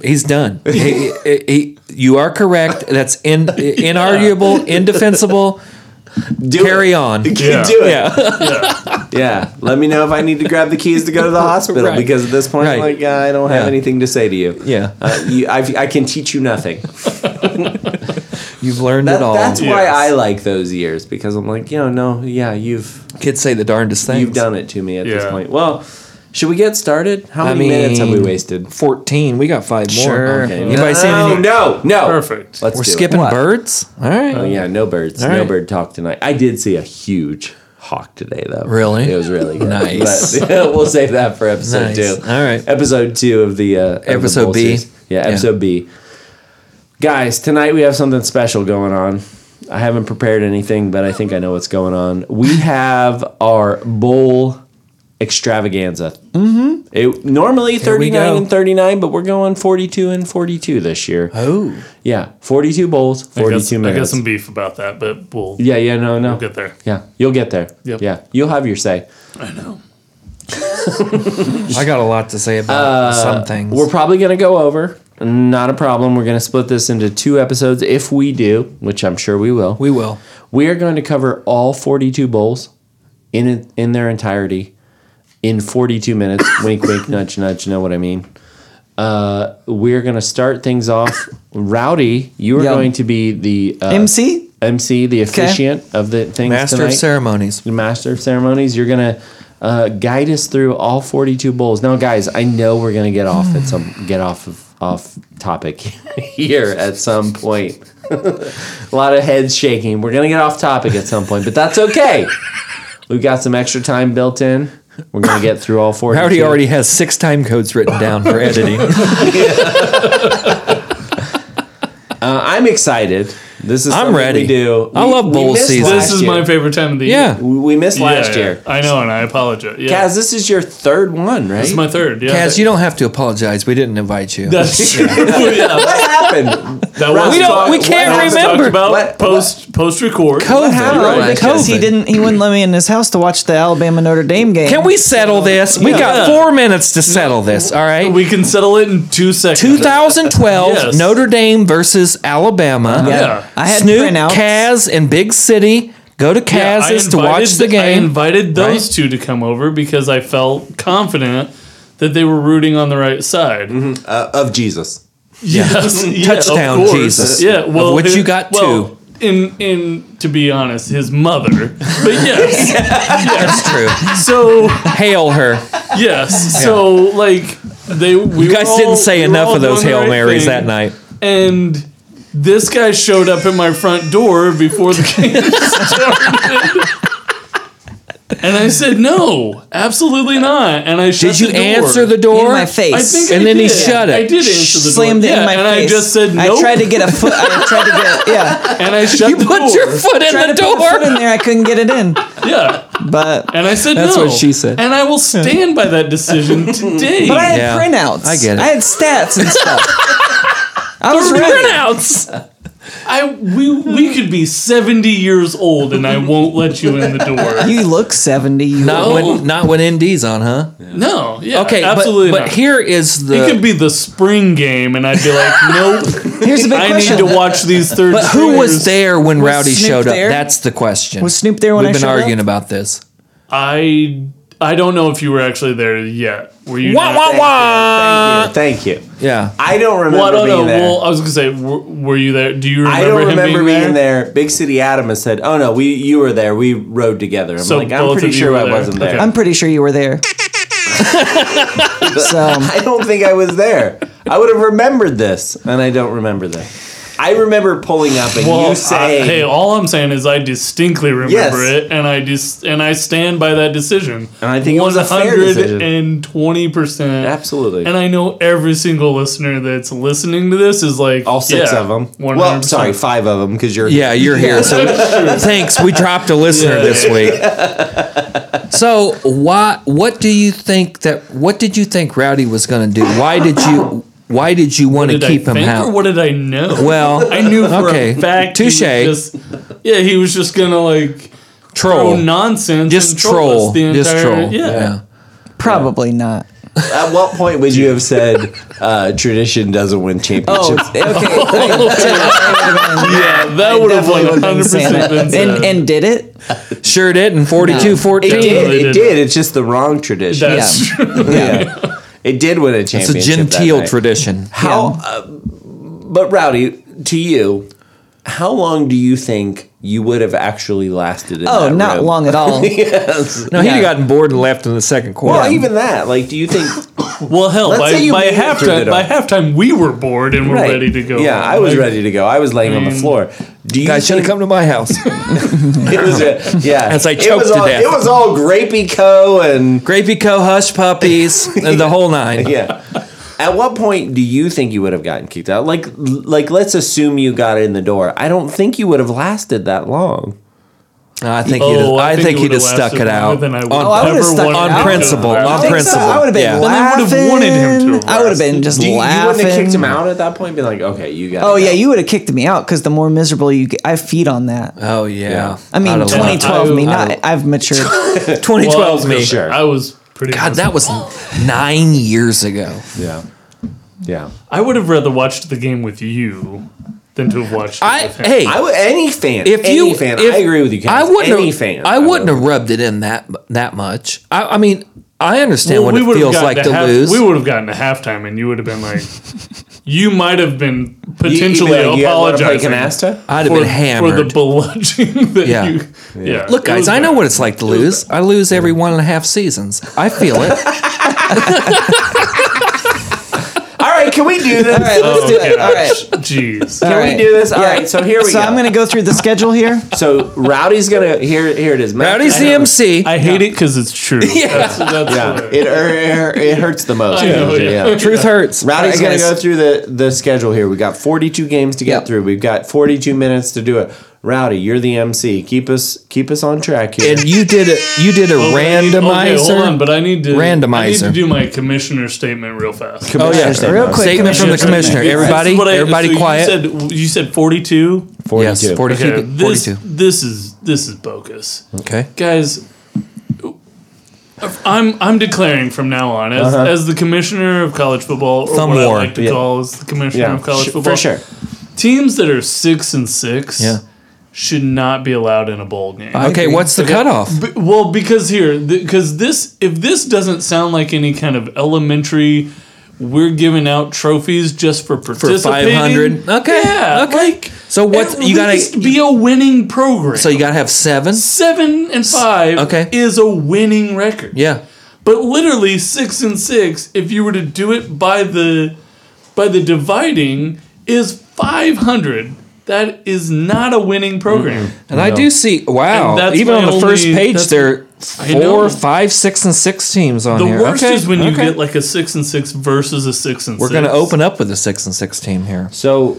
Speaker 3: he's done. He- he- he- you are correct. That's in, inarguable, indefensible.
Speaker 1: Do
Speaker 3: Carry
Speaker 1: it.
Speaker 3: on.
Speaker 4: Yeah.
Speaker 1: Do it.
Speaker 3: Yeah.
Speaker 1: Yeah, let me know if I need to grab the keys to go to the hospital
Speaker 3: Right.
Speaker 1: because at this point, I'm
Speaker 3: Right.
Speaker 1: like, yeah, I don't have
Speaker 3: Yeah.
Speaker 1: anything to say to you.
Speaker 3: Yeah.
Speaker 1: Uh, you, I've, I can teach you nothing.
Speaker 3: You've learned
Speaker 1: That,
Speaker 3: it all.
Speaker 1: that's why
Speaker 4: Yes.
Speaker 1: I like those years because I'm like, you know, no, yeah, you've
Speaker 3: Kids say the darndest things.
Speaker 1: you've done it to me at this
Speaker 4: Yeah.
Speaker 1: point. Well, should we get started? How
Speaker 3: I
Speaker 1: many minutes have we
Speaker 3: mean,
Speaker 1: wasted?
Speaker 3: 14. We got five more.
Speaker 2: Sure.
Speaker 1: Okay.
Speaker 3: Anybody seen
Speaker 1: no,
Speaker 3: any-
Speaker 1: no, no.
Speaker 4: Perfect.
Speaker 1: Let's
Speaker 3: We're
Speaker 1: do it.
Speaker 3: skipping
Speaker 2: What?
Speaker 3: birds? All right.
Speaker 1: Oh, yeah, no birds.
Speaker 3: All
Speaker 1: No
Speaker 3: right.
Speaker 1: bird talk tonight. I did see a huge hawk today, though.
Speaker 3: Really?
Speaker 1: It was really good.
Speaker 3: Nice.
Speaker 1: But we'll save that for episode
Speaker 3: Nice.
Speaker 1: two.
Speaker 3: All right.
Speaker 1: Episode two of the uh, of the
Speaker 3: Episode
Speaker 1: Bowl
Speaker 3: B.
Speaker 1: series. Yeah,
Speaker 3: Yeah.
Speaker 1: episode B. Guys, tonight we have something special going on. I haven't prepared anything, but I think I know what's going on. We have our bowl extravaganza. Mm-hmm. It normally thirty nine
Speaker 3: go.
Speaker 1: and thirty nine, but we're going forty two and forty two this year.
Speaker 3: Oh.
Speaker 1: Yeah, forty two bowls,
Speaker 4: I
Speaker 1: forty
Speaker 4: got,
Speaker 1: two
Speaker 4: some- I
Speaker 1: minutes.
Speaker 4: got some beef about that, but we'll
Speaker 1: Yeah, yeah, no, no.
Speaker 4: get there.
Speaker 1: Yeah, you'll get there.
Speaker 4: Yep.
Speaker 1: Yeah, you'll have your say.
Speaker 4: I know.
Speaker 3: I got a lot to say about some things.
Speaker 1: Uh, We're probably going to go over. Not a problem. We're going to split this into two episodes if we do, which I'm sure we will.
Speaker 3: we will.
Speaker 1: We are going to cover all 42 bowls in in their entirety in 42 minutes. wink, wink, nudge, nudge. Know what I mean? Uh, we're going to start things off. Rowdy, you are
Speaker 2: Yeah.
Speaker 1: going to be the uh,
Speaker 2: MC?
Speaker 1: MC, the officiant of the things
Speaker 3: Master of
Speaker 1: tonight.
Speaker 3: ceremonies.
Speaker 1: the master of ceremonies. You're gonna uh, guide us through all 42 bowls. Now, guys, I know we're gonna get off at some get off of off topic here at some point. A lot of heads shaking. We're gonna get off topic at some point, but that's okay. We've got some extra time built in. We're gonna get through all 42.
Speaker 3: Howdy already has six time codes written down for editing.
Speaker 1: Uh, I'm excited. This is
Speaker 3: I'm
Speaker 1: something
Speaker 3: ready.
Speaker 1: We do.
Speaker 3: I
Speaker 1: We-
Speaker 3: love
Speaker 1: we
Speaker 3: bowl
Speaker 1: missed
Speaker 3: season.
Speaker 1: last
Speaker 4: This is
Speaker 1: year.
Speaker 4: my favorite time of the
Speaker 3: Yeah.
Speaker 4: year.
Speaker 1: We we missed
Speaker 4: Yeah,
Speaker 1: last
Speaker 4: yeah.
Speaker 1: year.
Speaker 4: I know, and I apologize. Yeah.
Speaker 1: Kaz, this is your third one, right?
Speaker 4: It's my third. Yeah.
Speaker 3: Kaz, you don't have to apologize. We didn't invite you.
Speaker 4: That's true. yeah.
Speaker 1: what happened?
Speaker 4: That was
Speaker 1: We don't-
Speaker 4: talked-
Speaker 1: we
Speaker 4: that
Speaker 3: can't
Speaker 4: was
Speaker 3: remember.
Speaker 4: talked about
Speaker 1: What-
Speaker 4: post post record.
Speaker 3: COVID,
Speaker 2: No,
Speaker 1: Right,
Speaker 2: because he
Speaker 3: COVID.
Speaker 2: didn't. He wouldn't let me in his house to watch the Alabama Notre Dame game.
Speaker 3: Can we settle this? We
Speaker 4: Yeah.
Speaker 3: got four minutes to settle this. All right.
Speaker 4: We can settle it in two seconds.
Speaker 3: 2012
Speaker 4: Yes.
Speaker 3: Notre Dame versus Alabama.
Speaker 4: Yeah.
Speaker 2: I had
Speaker 3: Snoop,
Speaker 2: printouts.
Speaker 3: Kaz, and Big City go to
Speaker 4: Yeah, I
Speaker 3: Kaz's to
Speaker 4: invited
Speaker 3: watch the
Speaker 4: th- I
Speaker 3: game.
Speaker 4: invited those
Speaker 3: right?
Speaker 4: two to come over because I felt confident that they were rooting on the right side.
Speaker 1: Uh, of Jesus.
Speaker 4: Yes, Mm, yeah,
Speaker 3: Touchdown,
Speaker 4: of course.
Speaker 3: Jesus.
Speaker 4: Yeah, well,
Speaker 3: which
Speaker 4: his-
Speaker 3: you got
Speaker 4: well, In in to be honest, his mother. But yes,
Speaker 3: That's true.
Speaker 4: so
Speaker 3: Hail her.
Speaker 4: yes, so like they we
Speaker 3: You guys
Speaker 4: were all-
Speaker 3: didn't say
Speaker 4: we were
Speaker 3: enough
Speaker 4: all
Speaker 3: of those
Speaker 4: doing the
Speaker 3: Hail
Speaker 4: right
Speaker 3: Marys
Speaker 4: thing,
Speaker 3: that night.
Speaker 4: and. This guy showed up at my front door before the game started. And I said, no, absolutely not. And I shut
Speaker 3: Uh, Did you
Speaker 4: the door.
Speaker 3: answer the
Speaker 2: in
Speaker 3: door?
Speaker 2: my face?
Speaker 4: I think
Speaker 3: And
Speaker 4: I
Speaker 3: then he
Speaker 4: did.
Speaker 3: shut it.
Speaker 4: I did answer the
Speaker 2: Slammed
Speaker 4: door.
Speaker 2: it
Speaker 4: yeah,
Speaker 2: in my
Speaker 4: and
Speaker 2: face.
Speaker 4: I just said no.
Speaker 2: I tried to get a foot. I tried to get. Yeah.
Speaker 4: and I shut
Speaker 3: You
Speaker 4: the
Speaker 3: put
Speaker 4: door.
Speaker 3: your foot in
Speaker 2: Tried
Speaker 3: the
Speaker 2: to put a foot in
Speaker 3: door.
Speaker 2: there. I couldn't get it in.
Speaker 4: yeah,
Speaker 2: But
Speaker 4: and I said
Speaker 3: That's
Speaker 4: no.
Speaker 3: what she said.
Speaker 4: And I will stand by that decision today.
Speaker 2: but I had
Speaker 3: Yeah.
Speaker 2: printouts.
Speaker 3: I get it.
Speaker 2: I had stats and stuff. I was ready.
Speaker 3: Printouts.
Speaker 4: I- we we could be seventy years old, and I won't let you in the door.
Speaker 2: You look seventy. You
Speaker 3: Not
Speaker 2: look-
Speaker 3: when, not when ND's on, huh?
Speaker 4: No, yeah,
Speaker 3: Okay,
Speaker 4: absolutely.
Speaker 3: But,
Speaker 4: not.
Speaker 3: but here is the.
Speaker 4: it could be the spring game, and I'd be like, nope.
Speaker 2: Here's the big
Speaker 4: I need
Speaker 2: question.
Speaker 4: to watch these third.
Speaker 3: But who was
Speaker 4: stringers.
Speaker 3: there when Rowdy
Speaker 2: Snoop
Speaker 3: showed up?
Speaker 2: there?
Speaker 3: That's the question.
Speaker 2: Was Snoop there when
Speaker 3: We've
Speaker 2: I
Speaker 3: been
Speaker 2: showed up?
Speaker 3: arguing about this.
Speaker 4: I I don't know if you were actually there yet. Were you?
Speaker 3: Wah
Speaker 4: not?
Speaker 3: wah wah!
Speaker 1: Thank you. Thank you.
Speaker 3: Yeah.
Speaker 1: I don't remember
Speaker 4: Uh, Well, I don't
Speaker 1: being
Speaker 4: know.
Speaker 1: there.
Speaker 4: Well, I was gonna say, were, were you there? Do you remember
Speaker 1: I don't
Speaker 4: him
Speaker 1: remember
Speaker 4: being, there?
Speaker 1: Big City Adam has said, "Oh no, we you were there. We rode together." I'm
Speaker 4: So
Speaker 1: like,
Speaker 4: both
Speaker 1: I'm
Speaker 4: of
Speaker 1: pretty
Speaker 4: you
Speaker 1: sure
Speaker 4: were
Speaker 1: I
Speaker 4: there.
Speaker 1: wasn't there.
Speaker 4: Okay.
Speaker 2: I'm pretty sure you were there. so
Speaker 1: I don't think I was there. I would have remembered this, and I don't remember this. I remember pulling up and
Speaker 4: Well,
Speaker 1: you saying,
Speaker 4: I- hey, all I'm saying is I distinctly remember
Speaker 1: Yes.
Speaker 4: it, and I just and I stand by that decision.
Speaker 1: And I think it was a fair decision.
Speaker 4: and twenty percent,
Speaker 1: "Absolutely."
Speaker 4: And I know every single listener that's listening to this is like
Speaker 1: all six
Speaker 4: yeah,
Speaker 1: of them.
Speaker 4: 100%.
Speaker 1: Well, sorry, five of them because you're
Speaker 3: Yeah, you're here. So thanks. We dropped a listener this week. So why? What do you think that? What did you think Rowdy was going to do? Why did you? Why did you want to
Speaker 4: Did
Speaker 3: keep
Speaker 4: I
Speaker 3: him
Speaker 4: think or
Speaker 3: out?
Speaker 4: what did I know?
Speaker 3: Well,
Speaker 4: I knew for
Speaker 3: okay.
Speaker 4: a fact. he was
Speaker 3: Touche.
Speaker 4: just- Yeah, he was just gonna like throw
Speaker 3: troll.
Speaker 4: nonsense,
Speaker 3: Just
Speaker 4: and troll,
Speaker 3: troll.
Speaker 4: Us the entire,
Speaker 3: Just troll.
Speaker 4: Yeah.
Speaker 3: Yeah.
Speaker 2: probably not.
Speaker 1: At what point would you have said uh, tradition doesn't win
Speaker 2: Oh,
Speaker 1: championships?
Speaker 2: okay.
Speaker 4: Yeah, that would have
Speaker 2: Definitely would've
Speaker 4: one
Speaker 2: been
Speaker 4: hundred
Speaker 2: Santa.
Speaker 4: percent been
Speaker 2: and
Speaker 4: said.
Speaker 2: and did it?
Speaker 3: Sure didn't. 42 14.
Speaker 1: it
Speaker 4: Yeah,
Speaker 1: did.
Speaker 4: they
Speaker 1: It
Speaker 4: did.
Speaker 1: did. It's just the wrong tradition.
Speaker 4: That's
Speaker 2: Yeah.
Speaker 4: true.
Speaker 1: Yeah. It did win a
Speaker 3: It's a
Speaker 1: championship.
Speaker 3: genteel
Speaker 1: that night.
Speaker 3: tradition.
Speaker 1: How? Uh, but Rowdy, to you, how long do you think you would have actually lasted? In
Speaker 2: Oh,
Speaker 1: that
Speaker 2: not
Speaker 1: room?
Speaker 2: long at all.
Speaker 1: yes.
Speaker 3: No, he'd
Speaker 2: Yeah.
Speaker 3: have gotten bored and left in the second quarter.
Speaker 1: Well, even that. Like, do you think?
Speaker 4: Well, hell,
Speaker 1: Let's say
Speaker 4: by,
Speaker 1: you
Speaker 4: by
Speaker 1: made it through the
Speaker 4: halftime,
Speaker 1: door.
Speaker 4: by halftime, we were bored and we're
Speaker 1: Right.
Speaker 4: ready to go.
Speaker 1: Yeah, I was
Speaker 4: Like,
Speaker 1: ready to go. I was laying on the floor. Do you
Speaker 3: guys should have
Speaker 1: think-
Speaker 3: come to my house.
Speaker 1: It was a, yeah.
Speaker 3: As I
Speaker 1: it
Speaker 3: choked
Speaker 1: was
Speaker 3: to
Speaker 1: all,
Speaker 3: death.
Speaker 1: It was all grapey co and
Speaker 3: Grapey Co, Hush Puppies, and the whole nine.
Speaker 1: yeah. At what point do you think you would have gotten kicked out? Like, like let's assume you got in the door. I don't think you would have lasted that long.
Speaker 3: No, I think he'd
Speaker 4: Oh,
Speaker 3: have, I think
Speaker 4: it
Speaker 3: he'd have
Speaker 4: would've
Speaker 3: stuck
Speaker 4: lasted
Speaker 3: it
Speaker 4: longer
Speaker 3: out
Speaker 4: than I
Speaker 3: on,
Speaker 4: would
Speaker 2: Oh, I would've
Speaker 4: ever
Speaker 2: stuck
Speaker 4: want
Speaker 2: it
Speaker 4: to
Speaker 2: out.
Speaker 4: do
Speaker 3: principle,
Speaker 4: that.
Speaker 3: on
Speaker 2: I think so.
Speaker 3: principle.
Speaker 2: I would have been
Speaker 3: yeah.
Speaker 4: Well, then we
Speaker 2: laughing.
Speaker 4: would've wanted him to have
Speaker 2: I would have been just
Speaker 1: Do you, you wouldn't
Speaker 2: laughing.
Speaker 1: have kicked him out at that point? Be like, okay, you got.
Speaker 2: Oh
Speaker 1: it
Speaker 2: yeah,
Speaker 1: out.
Speaker 2: you would have kicked me out because the more miserable you, get, I feed on that.
Speaker 3: Oh yeah.
Speaker 1: Yeah.
Speaker 2: I mean,
Speaker 3: I'd have loved it.
Speaker 2: 2012 me.
Speaker 4: I-
Speaker 2: Not, I've matured.
Speaker 3: 2012
Speaker 4: Well, I was
Speaker 3: me.
Speaker 4: gonna-
Speaker 1: Sure.
Speaker 4: I was pretty.
Speaker 3: God, that was nine years ago.
Speaker 1: Yeah. Yeah.
Speaker 4: I would have rather watched the game with you than to have watched.
Speaker 3: I
Speaker 4: it with him.
Speaker 3: hey,
Speaker 1: I would any fan.
Speaker 3: if
Speaker 1: any
Speaker 3: you
Speaker 1: fan,
Speaker 3: if-
Speaker 1: I agree with you. Kaz.
Speaker 3: I wouldn't
Speaker 1: any
Speaker 3: have,
Speaker 1: fan.
Speaker 3: I
Speaker 1: would.
Speaker 3: wouldn't have rubbed it in that that much. I, I mean, I understand
Speaker 4: Well, we
Speaker 3: what
Speaker 4: would
Speaker 3: it
Speaker 4: have
Speaker 3: feels
Speaker 4: gotten
Speaker 3: like to
Speaker 4: half-
Speaker 3: lose.
Speaker 4: We would have gotten to halftime, and you would have been like, you might have been
Speaker 1: You- you'd be
Speaker 4: potentially
Speaker 1: like, you guys wanna play
Speaker 4: apologizing
Speaker 1: Canasta?
Speaker 3: I'd have
Speaker 4: for,
Speaker 3: been hammered.
Speaker 4: for the bludgeoning that
Speaker 3: Yeah.
Speaker 4: you. Yeah.
Speaker 3: Look,
Speaker 4: it
Speaker 3: guys,
Speaker 4: was
Speaker 3: I know
Speaker 4: bad.
Speaker 3: what it's like to lose. I lose every one and a half seasons. I feel it.
Speaker 1: All right, can we do this?
Speaker 2: All right, let's do it.
Speaker 4: Oh, gosh.
Speaker 2: All right.
Speaker 4: Jeez.
Speaker 1: Can
Speaker 2: All
Speaker 1: we
Speaker 2: right.
Speaker 1: do this? All
Speaker 2: Yeah.
Speaker 1: right, so here we go.
Speaker 2: So I'm gonna go through the schedule here.
Speaker 1: so Rowdy's gonna here. Here it is. Matt-
Speaker 3: Rowdy's the MC.
Speaker 4: I hate it because it's true. yeah. That's, that's
Speaker 1: Yeah,
Speaker 4: what-
Speaker 1: it, er, it hurts the most.
Speaker 4: know,
Speaker 1: yeah.
Speaker 4: yeah.
Speaker 3: Truth hurts.
Speaker 1: Rowdy's
Speaker 2: Alright,
Speaker 1: gonna
Speaker 2: guys.
Speaker 1: go through the the schedule here. We got 42 games to get
Speaker 2: Yep.
Speaker 1: through. We've got 42 minutes to do it. Rowdy, you're the MC. Keep us keep us on track here.
Speaker 3: and you did a you did a randomizer.
Speaker 4: Okay, hold on, but I need to I need
Speaker 3: Randomizer.
Speaker 4: to do my commissioner statement real fast.
Speaker 3: oh yeah,
Speaker 1: Commissioner
Speaker 2: Real quick,
Speaker 3: statement from the
Speaker 2: Commissioner.
Speaker 3: commissioner.
Speaker 4: This
Speaker 3: Everybody,
Speaker 4: is what I- so
Speaker 3: everybody, quiet.
Speaker 4: You said, you said 42.
Speaker 1: 42.
Speaker 3: yes, 42.
Speaker 4: Okay, this
Speaker 3: 42.
Speaker 4: this is this is bogus,
Speaker 3: Okay.
Speaker 4: guys. I'm I'm declaring from now on as, as the commissioner of college football, or
Speaker 3: Thumb
Speaker 4: what
Speaker 3: Uh-huh. war,
Speaker 4: I like to
Speaker 1: yeah.
Speaker 4: call as the commissioner
Speaker 1: Yeah,
Speaker 4: of college
Speaker 1: sh-
Speaker 4: football.
Speaker 1: for sure.
Speaker 4: teams that are six and six
Speaker 3: Yeah.
Speaker 4: should not be allowed in a bowl game.
Speaker 3: Okay, what's the cutoff?
Speaker 4: B- well, because here, because this, if this doesn't sound like any kind of elementary, we're giving out trophies just for
Speaker 3: For
Speaker 4: participating.
Speaker 3: 500. Okay.
Speaker 4: yeah,
Speaker 3: okay.
Speaker 4: Like,
Speaker 3: so what's
Speaker 4: at
Speaker 3: you got
Speaker 4: least
Speaker 3: to
Speaker 4: be a winning program.
Speaker 3: So you got to have 7?
Speaker 4: seven and five,
Speaker 3: okay.
Speaker 4: is a winning record.
Speaker 3: Yeah.
Speaker 4: But literally six and six, if you were to do it by the by the dividing, is five hundred. That is not a winning program.
Speaker 3: And I do see wow,
Speaker 4: And that's
Speaker 3: even on
Speaker 4: my
Speaker 3: the first
Speaker 4: only-
Speaker 3: page
Speaker 4: that's-
Speaker 3: there
Speaker 4: I know.
Speaker 3: four, five, six and 6 teams on
Speaker 4: The
Speaker 3: here.
Speaker 4: worst
Speaker 3: okay.
Speaker 4: is when you
Speaker 3: okay.
Speaker 4: get like a six and six versus a six and
Speaker 3: We're
Speaker 4: six.
Speaker 3: going to open up with a 6 and 6 team here.
Speaker 1: So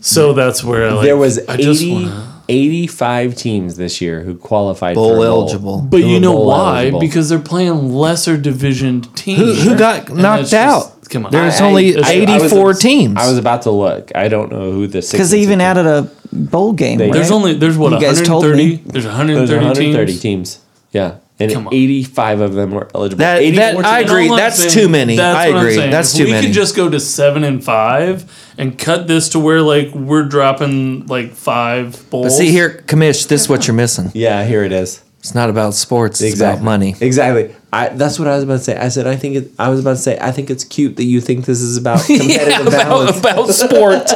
Speaker 4: So that's where like,
Speaker 1: there was
Speaker 4: I just
Speaker 1: 80,
Speaker 4: wanna-
Speaker 1: 85 teams this year who qualified for a
Speaker 2: Bowl eligible.
Speaker 4: But
Speaker 1: Who
Speaker 4: you
Speaker 1: are
Speaker 4: know
Speaker 1: bowl
Speaker 4: why?
Speaker 1: eligible.
Speaker 4: Because they're playing lesser division teams.
Speaker 3: Who, who got
Speaker 4: And that's
Speaker 3: knocked
Speaker 4: just-
Speaker 3: out?
Speaker 4: come on.
Speaker 3: There's
Speaker 4: I-
Speaker 3: only
Speaker 4: I- I was-
Speaker 3: 84 teams.
Speaker 1: I was about to look. I don't know who the
Speaker 2: Because they even added a bowl game.
Speaker 1: They-
Speaker 2: right?
Speaker 4: There's only there's what
Speaker 2: You guys told
Speaker 4: 130.
Speaker 2: me.
Speaker 4: There's
Speaker 1: there's
Speaker 4: 130,
Speaker 1: 130 teams.
Speaker 4: teams.
Speaker 1: Yeah, and
Speaker 4: Come on.
Speaker 1: 85 of them were eligible.
Speaker 3: That-
Speaker 1: 84
Speaker 3: that- I
Speaker 1: teams.
Speaker 4: And
Speaker 3: agree.
Speaker 4: all I'm
Speaker 3: That's too many. I
Speaker 4: what I'm
Speaker 3: agree.
Speaker 4: saying.
Speaker 3: That's
Speaker 4: If
Speaker 3: too
Speaker 4: we
Speaker 3: many.
Speaker 4: could just go to seven and five and cut this to where like we're dropping like five bowls.
Speaker 3: But see here, Kamish, this is what you're missing.
Speaker 1: yeah, here it is.
Speaker 3: It's not about sports. It's about money.
Speaker 1: Exactly. I, that's what I was about to say. I said I think it, I was about to say I think it's cute that you think this is about competitive balance.
Speaker 3: about sport.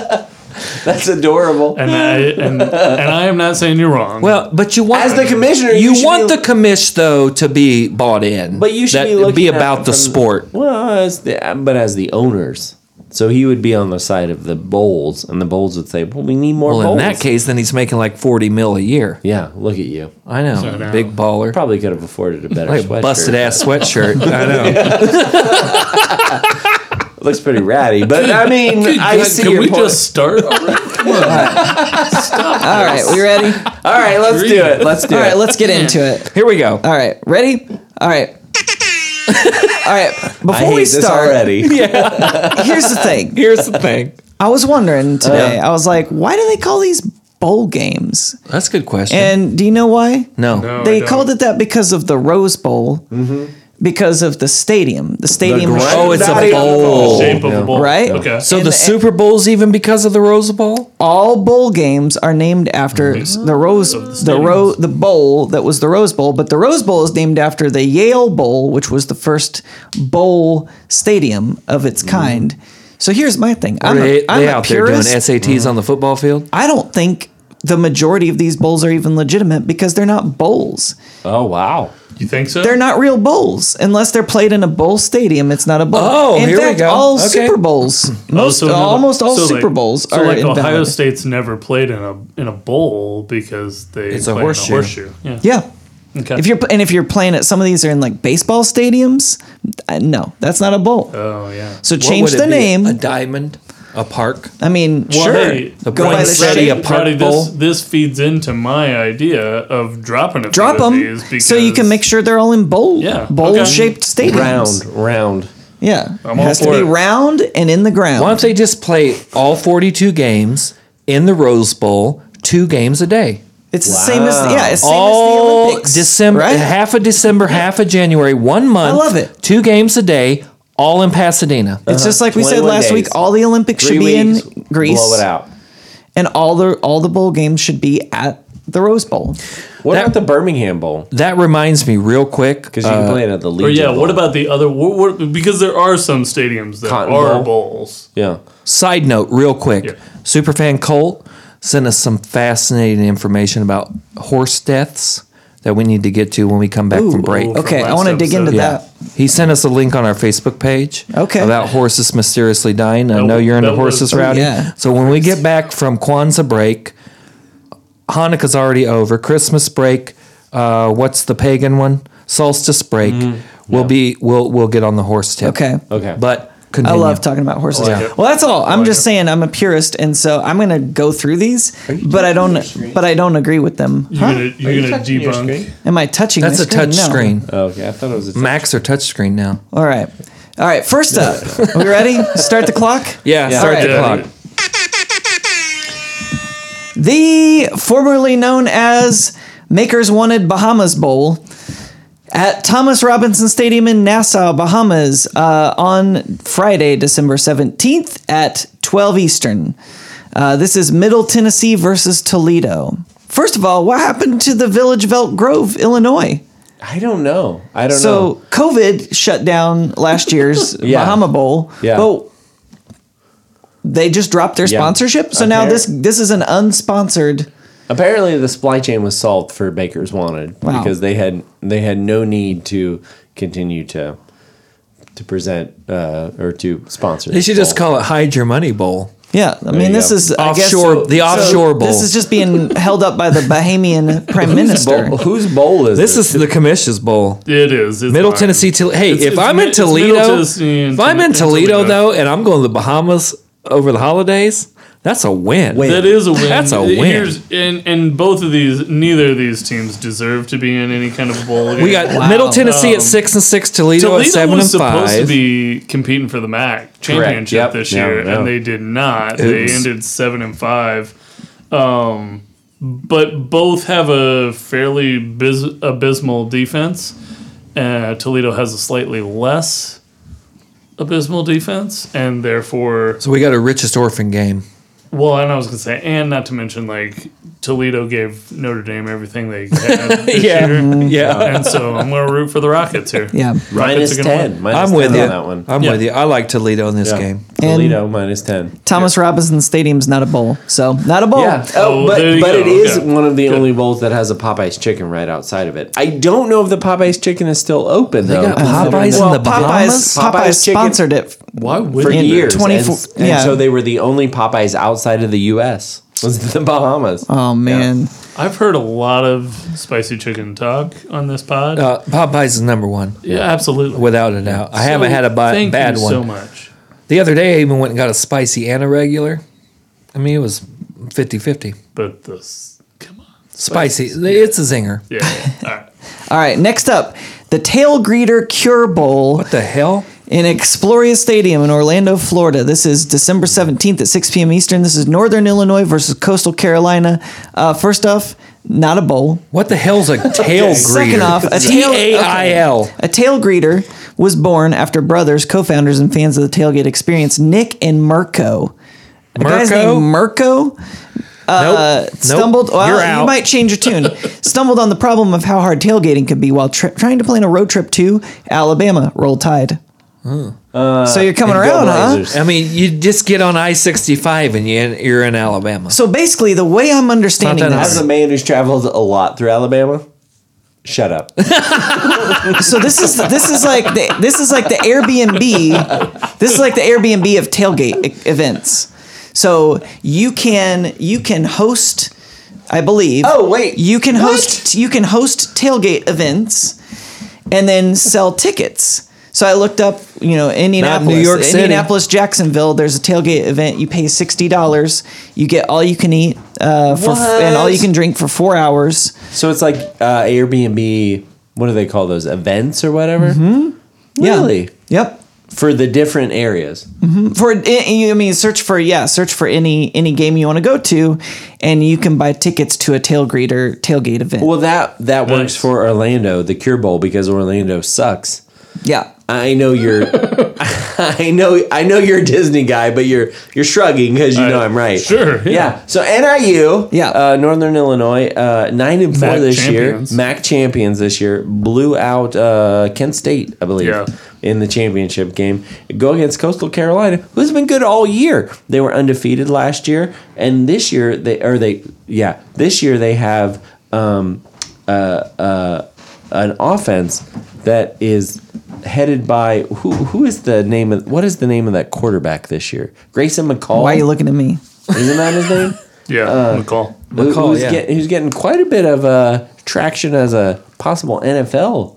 Speaker 1: That's adorable.
Speaker 4: And I and, and I am not saying you're wrong.
Speaker 3: Well, but you want
Speaker 1: As the commissioner,
Speaker 3: you,
Speaker 1: you should
Speaker 3: want
Speaker 1: be-
Speaker 3: the commish though to be bought in.
Speaker 1: But you should
Speaker 3: That-
Speaker 1: be looking
Speaker 3: be
Speaker 1: at it
Speaker 3: about the
Speaker 1: from-
Speaker 3: sport.
Speaker 1: Well, as the, but as the owners, so he would be on the side of the bowls, and the bowls would say, "Well, we need more
Speaker 3: Well, in
Speaker 1: bowls."
Speaker 3: that case, then he's making like forty mil a year.
Speaker 1: yeah, look at you.
Speaker 3: I know,
Speaker 4: now-
Speaker 3: big baller,
Speaker 1: Probably could have afforded a better
Speaker 3: like
Speaker 1: sweatshirt.
Speaker 3: busted ass sweatshirt. I know.
Speaker 1: Looks pretty ratty, but I mean, I
Speaker 4: Like,
Speaker 1: see
Speaker 4: can
Speaker 1: your
Speaker 4: we
Speaker 1: point.
Speaker 4: just start already?
Speaker 2: All right, we ready?
Speaker 1: All right, let's do it. Let's do
Speaker 2: All right,
Speaker 1: it.
Speaker 2: let's get into it.
Speaker 3: Here we go.
Speaker 2: All right, ready? All right. All right. Before
Speaker 1: I hate
Speaker 2: we
Speaker 1: this
Speaker 2: start,
Speaker 1: already.
Speaker 2: here's the thing.
Speaker 3: Here's the thing.
Speaker 2: I was
Speaker 3: Oh,
Speaker 2: wondering today. I was like, why do they call these bowl games?
Speaker 3: That's a good question.
Speaker 2: And do you know why?
Speaker 3: no.
Speaker 4: No, I
Speaker 2: they
Speaker 4: don't.
Speaker 2: called it that because of the Rose Bowl, because of the stadium. The stadium. was-
Speaker 1: ground.
Speaker 3: Mm-hmm. Oh, it's
Speaker 1: Daddy
Speaker 3: a
Speaker 1: on the
Speaker 3: bowl.
Speaker 1: ball.
Speaker 4: shape of a bowl.
Speaker 2: Right?
Speaker 4: Okay.
Speaker 3: So
Speaker 2: And-
Speaker 3: the
Speaker 2: and-
Speaker 3: Super Bowl's even because of the Rose Bowl.
Speaker 2: all bowl games are named after the
Speaker 3: Oh,
Speaker 2: Rose, the Ro, the bowl that was the Rose Bowl, but the Rose Bowl is named after the Yale Bowl, which was the first bowl stadium of its kind. So here's my thing. I'm
Speaker 3: Mm-hmm. they
Speaker 2: a,
Speaker 3: they
Speaker 2: I'm a
Speaker 3: out there doing
Speaker 2: purist.
Speaker 3: SATs on the football field.
Speaker 2: I don't think the majority of these bowls are even legitimate because they're not bowls.
Speaker 1: Oh wow.
Speaker 4: You think so?
Speaker 2: They're not real bowls unless they're played in a bowl stadium. It's not a bowl.
Speaker 3: Oh,
Speaker 2: in
Speaker 3: here we
Speaker 2: fact,
Speaker 3: go.
Speaker 2: All
Speaker 3: Okay.
Speaker 2: Super Bowls, most
Speaker 4: Also Oh, another-
Speaker 2: almost all
Speaker 4: so, like-
Speaker 2: Super Bowls
Speaker 4: so
Speaker 2: are
Speaker 4: like
Speaker 2: invalid.
Speaker 4: Ohio State's never played in a in a bowl because they
Speaker 3: It's a
Speaker 4: play
Speaker 3: horseshoe.
Speaker 4: In a horseshoe. Yeah.
Speaker 2: yeah.
Speaker 4: Okay.
Speaker 2: If you're and if you're playing at some of these are in like baseball stadiums, uh, no, that's not a bowl.
Speaker 4: oh yeah.
Speaker 2: so
Speaker 3: What
Speaker 2: change
Speaker 3: would it
Speaker 2: the
Speaker 3: be?
Speaker 2: name.
Speaker 3: A diamond, a park.
Speaker 2: I mean,
Speaker 4: Well,
Speaker 2: sure,
Speaker 4: hey,
Speaker 2: go by
Speaker 3: Brent
Speaker 2: the
Speaker 3: Freddy
Speaker 2: shape.
Speaker 3: a park
Speaker 4: Roddy,
Speaker 3: bowl.
Speaker 4: this, this feeds into my idea of dropping a few
Speaker 2: Drop
Speaker 4: of
Speaker 2: them
Speaker 4: these because
Speaker 2: so you can make sure they're all in bowl
Speaker 4: Yeah,
Speaker 2: bowl
Speaker 4: okay.
Speaker 2: shaped stadiums.
Speaker 1: Round, round.
Speaker 2: yeah.
Speaker 4: I'm
Speaker 2: it
Speaker 4: all
Speaker 2: has to
Speaker 4: for
Speaker 2: be
Speaker 4: it.
Speaker 2: round and in the ground.
Speaker 3: Why don't they just play all 42 games in the Rose Bowl, two games a day?
Speaker 2: It's the same as yeah, it's the same as the
Speaker 3: all
Speaker 2: Olympics.
Speaker 3: December,
Speaker 2: right?
Speaker 3: half of December, half of January, one month.
Speaker 2: love it.
Speaker 3: Two games a day, all in Pasadena.
Speaker 2: it's just like we said
Speaker 1: 21
Speaker 2: last
Speaker 1: days.
Speaker 2: week. All the Olympics
Speaker 1: Three
Speaker 2: should be
Speaker 1: weeks.
Speaker 2: in Greece,
Speaker 1: Blow it out.
Speaker 2: and all the all the bowl games should be at the Rose Bowl.
Speaker 1: What
Speaker 3: That-
Speaker 1: about the Birmingham Bowl?
Speaker 3: That reminds me, real quick. uh,
Speaker 1: Because you can play it at the
Speaker 4: Or
Speaker 1: Legion.
Speaker 4: yeah,
Speaker 1: Bowl.
Speaker 4: what about the other? What, what, because there are some stadiums that
Speaker 1: Cotton
Speaker 4: are
Speaker 1: Bowl.
Speaker 4: bowls.
Speaker 1: Yeah.
Speaker 3: Side note, real quick.
Speaker 4: Yeah.
Speaker 3: Superfan Colt sent us some fascinating information about horse deaths that we need to get to when we come back
Speaker 2: Ooh,
Speaker 3: from break.
Speaker 4: from
Speaker 2: okay, I
Speaker 4: last
Speaker 2: want to dig
Speaker 4: episode.
Speaker 2: into
Speaker 4: Yeah.
Speaker 2: that.
Speaker 3: He sent us a link on our Facebook page.
Speaker 2: Okay.
Speaker 3: About horses mysteriously dying. I
Speaker 4: That
Speaker 3: know
Speaker 4: wa-
Speaker 3: you're into
Speaker 4: that was-
Speaker 3: horses,
Speaker 4: Oh,
Speaker 3: Rowdy.
Speaker 2: yeah.
Speaker 3: So when we get back from Kwanzaa break, Hanukkah's already over. Christmas break. Uh, what's the pagan one? Solstice break. We'll be we'll we'll get on the horse tip.
Speaker 2: Okay.
Speaker 1: Okay.
Speaker 3: But continue.
Speaker 2: I love talking about horses.
Speaker 3: like it.
Speaker 2: Well, that's all. I'm just saying I'm a purist, and so I'm gonna go through these, but I don't, but I don't agree with them.
Speaker 4: You're
Speaker 2: Huh?
Speaker 4: gonna you're
Speaker 5: you
Speaker 4: gonna
Speaker 5: touching your
Speaker 4: debunk.
Speaker 5: screen?
Speaker 2: Am I touching?
Speaker 3: That's
Speaker 2: the
Speaker 3: a touch
Speaker 2: No.
Speaker 3: screen.
Speaker 1: Okay, I thought it was a
Speaker 3: Macs are touch screen now.
Speaker 2: All right, all right. First up, are we ready? Start the clock.
Speaker 3: Yeah. Start
Speaker 2: Alright.
Speaker 3: the clock.
Speaker 2: The formerly known as Makers Wanted Bahamas Bowl at Thomas Robinson Stadium in Nassau, Bahamas, uh, on Friday, December 17th at 12 Eastern. Uh, this is Middle Tennessee versus Toledo. First of all, what happened to the Village Veldt Grove, Illinois?
Speaker 1: I don't know. I don't
Speaker 2: So
Speaker 1: know.
Speaker 2: COVID shut down last year's
Speaker 1: Yeah.
Speaker 2: Bahama Bowl.
Speaker 1: Yeah.
Speaker 2: But they just dropped their
Speaker 1: Yeah.
Speaker 2: sponsorship. So now
Speaker 1: Okay.
Speaker 2: this this is an unsponsored
Speaker 1: Apparently, the supply chain was solved for Baker's Wanted
Speaker 2: Wow.
Speaker 1: because they had they had no need to continue to to present uh, or to sponsor.
Speaker 3: They should just call it hide your money bowl.
Speaker 2: Yeah, I mean,
Speaker 1: you
Speaker 2: this
Speaker 1: go.
Speaker 2: is I guess
Speaker 3: Offshore- the offshore bowl.
Speaker 2: This is just being held up by the Bahamian prime minister.
Speaker 1: Bowl, whose bowl is
Speaker 3: This is the commission's bowl.
Speaker 4: It is. It's
Speaker 3: Middle
Speaker 4: mine.
Speaker 3: Tennessee. Tol- hey,
Speaker 4: It's-
Speaker 3: if
Speaker 4: it's
Speaker 3: I'm
Speaker 4: mi-
Speaker 3: in
Speaker 4: it's Middle
Speaker 3: Toledo,
Speaker 4: Tennessee and
Speaker 3: if I'm in
Speaker 4: Tol- and
Speaker 3: Toledo
Speaker 4: Toledo.
Speaker 3: though, and I'm going to the Bahamas over the holidays, that's a win.
Speaker 1: Win.
Speaker 4: That is a win.
Speaker 3: That's a win.
Speaker 4: and and both of these, neither of these teams deserve to be in any kind of bowl.
Speaker 3: We
Speaker 4: game.
Speaker 3: got Middle Tennessee
Speaker 4: Um,
Speaker 3: at six and six, Toledo,
Speaker 4: Toledo
Speaker 3: at seven
Speaker 4: was
Speaker 3: and
Speaker 4: supposed
Speaker 3: five.
Speaker 4: to be competing for the MAC championship
Speaker 1: Yep.
Speaker 4: this
Speaker 1: Yeah,
Speaker 4: year,
Speaker 1: yeah.
Speaker 4: and they did not.
Speaker 3: Oops.
Speaker 4: They ended seven and five. Um, but both have a fairly biz- abysmal defense. Uh, Toledo has a slightly less abysmal defense, and therefore
Speaker 3: so we got a richest orphan game.
Speaker 4: well, and I was gonna say, and not to mention, like Toledo gave Notre Dame everything they had this
Speaker 3: Yeah.
Speaker 4: year,
Speaker 3: Yeah,
Speaker 4: and so I'm gonna root for the Rockets here.
Speaker 2: Yeah,
Speaker 1: minus
Speaker 4: Rockets are gonna win.
Speaker 1: ten. Minus
Speaker 3: I'm with
Speaker 1: 10
Speaker 3: you.
Speaker 1: on that one.
Speaker 3: I'm with you. I like Toledo in this
Speaker 1: Yeah.
Speaker 3: game.
Speaker 1: Toledo minus ten.
Speaker 2: Thomas Robinson Stadium's not a bowl, so not a bowl.
Speaker 1: Yeah. Oh,
Speaker 4: Oh,
Speaker 1: but
Speaker 4: there you
Speaker 1: but
Speaker 4: go.
Speaker 1: it is
Speaker 4: Okay.
Speaker 1: one of the only bowls that has a Popeyes chicken right outside of it. I don't know if the Popeyes chicken is still open though.
Speaker 3: got
Speaker 1: considering
Speaker 3: Popeyes
Speaker 1: that-
Speaker 3: in the Bahamas?
Speaker 2: Popeyes, Popeyes,
Speaker 1: Popeyes chicken-
Speaker 2: sponsored it.
Speaker 4: Why would
Speaker 1: for
Speaker 4: they?
Speaker 1: years.
Speaker 2: 24
Speaker 1: and, and
Speaker 2: yeah.
Speaker 1: so they were the only Popeyes outside of the U.S. was the Bahamas.
Speaker 2: Oh man,
Speaker 4: I've heard a lot of spicy chicken talk on this pod.
Speaker 3: Uh, Popeyes is number one,
Speaker 4: yeah, absolutely.
Speaker 3: without a doubt. I
Speaker 4: So,
Speaker 3: haven't had a bi-
Speaker 4: thank
Speaker 3: bad
Speaker 4: you
Speaker 3: one.
Speaker 4: So much.
Speaker 3: The other day, I even went and got a spicy and a regular. I mean, it was 50-50.
Speaker 4: But this, come on.
Speaker 3: Spicy. It's a zinger.
Speaker 4: Yeah. yeah. All right.
Speaker 2: all right. Next up, the Tail Greeter Cure Bowl
Speaker 3: What the hell?
Speaker 2: in Exploria Stadium in Orlando, Florida. This is December 17th at 6 p.m. Eastern. This is Northern Illinois versus Coastal Carolina. Uh, first off, not a bowl.
Speaker 3: What the hell's a tail greeter?
Speaker 2: Second off, a
Speaker 3: T
Speaker 2: tail-
Speaker 3: A I L.
Speaker 2: A tail greeter was born after brothers, co-founders, and fans of the tailgate experience, Nick and Mirko. A guy's
Speaker 3: Mirko?
Speaker 2: named Mirko uh,
Speaker 3: nope.
Speaker 2: stumbled.
Speaker 3: Nope.
Speaker 2: Well,
Speaker 3: You're
Speaker 2: you
Speaker 3: out.
Speaker 2: might change your tune. stumbled on the problem of how hard tailgating could be while tri- trying to plan a road trip to Alabama. Roll Tide.
Speaker 3: Hmm.
Speaker 2: so
Speaker 3: Uh,
Speaker 2: you're coming
Speaker 1: and go
Speaker 2: around, huh?
Speaker 1: Blazers.
Speaker 3: I mean, you just get on I sixty five and you you're in Alabama.
Speaker 2: So basically, the way I'm understanding
Speaker 3: that
Speaker 2: this,
Speaker 1: As a man who's traveled a lot through Alabama, shut up.
Speaker 2: so this is this is like the, this is like the Airbnb. This is like the Airbnb of tailgate e- events. So you can you can host, I believe.
Speaker 1: Oh, wait.
Speaker 2: you can host you can host tailgate events, and then sell tickets. So I looked up, you know, Indianapolis,
Speaker 3: York City.
Speaker 2: Indianapolis, Jacksonville. There's a tailgate event. You pay sixty dollars. You get all you can eat uh, for, and all
Speaker 1: What?
Speaker 2: you can drink for four hours.
Speaker 1: so it's like uh, Airbnb. What do they call those events or whatever?
Speaker 2: Mm-hmm. Yeah.
Speaker 1: Really
Speaker 2: Yep.
Speaker 1: for the different areas.
Speaker 2: for I I mean search for yeah search for any any game you want to go to and you can buy tickets to a tail greeter tailgate event
Speaker 1: Well, that that works
Speaker 4: Nice.
Speaker 1: for Orlando, the Cure Bowl, because Orlando sucks.
Speaker 2: yeah
Speaker 1: I know you're. I know. I know you're a Disney guy, but you're you're shrugging because you know I'm right.
Speaker 4: Uh, Sure,
Speaker 1: Yeah.
Speaker 4: yeah.
Speaker 1: So NIU.
Speaker 2: Yeah.
Speaker 1: Uh, Northern Illinois. Uh, nine and four
Speaker 4: MAC
Speaker 1: this
Speaker 4: champions.
Speaker 1: year. MAC champions this year. Blew out uh, Kent State, I believe.
Speaker 4: Yeah.
Speaker 1: In the championship game, go against Coastal Carolina, who's been good all year. They were undefeated last year, and this year they or they yeah this year they have um, an offense that is headed by who? Who is the name of? What is the name of that quarterback this year? Grayson McCall.
Speaker 2: Why are you looking at me?
Speaker 1: Isn't that his name?
Speaker 3: Uh,
Speaker 4: Yeah, McCall.
Speaker 1: Who-
Speaker 3: McCall,
Speaker 1: who's,
Speaker 3: yeah.
Speaker 1: get- who's getting quite a bit of uh, traction as a possible NFL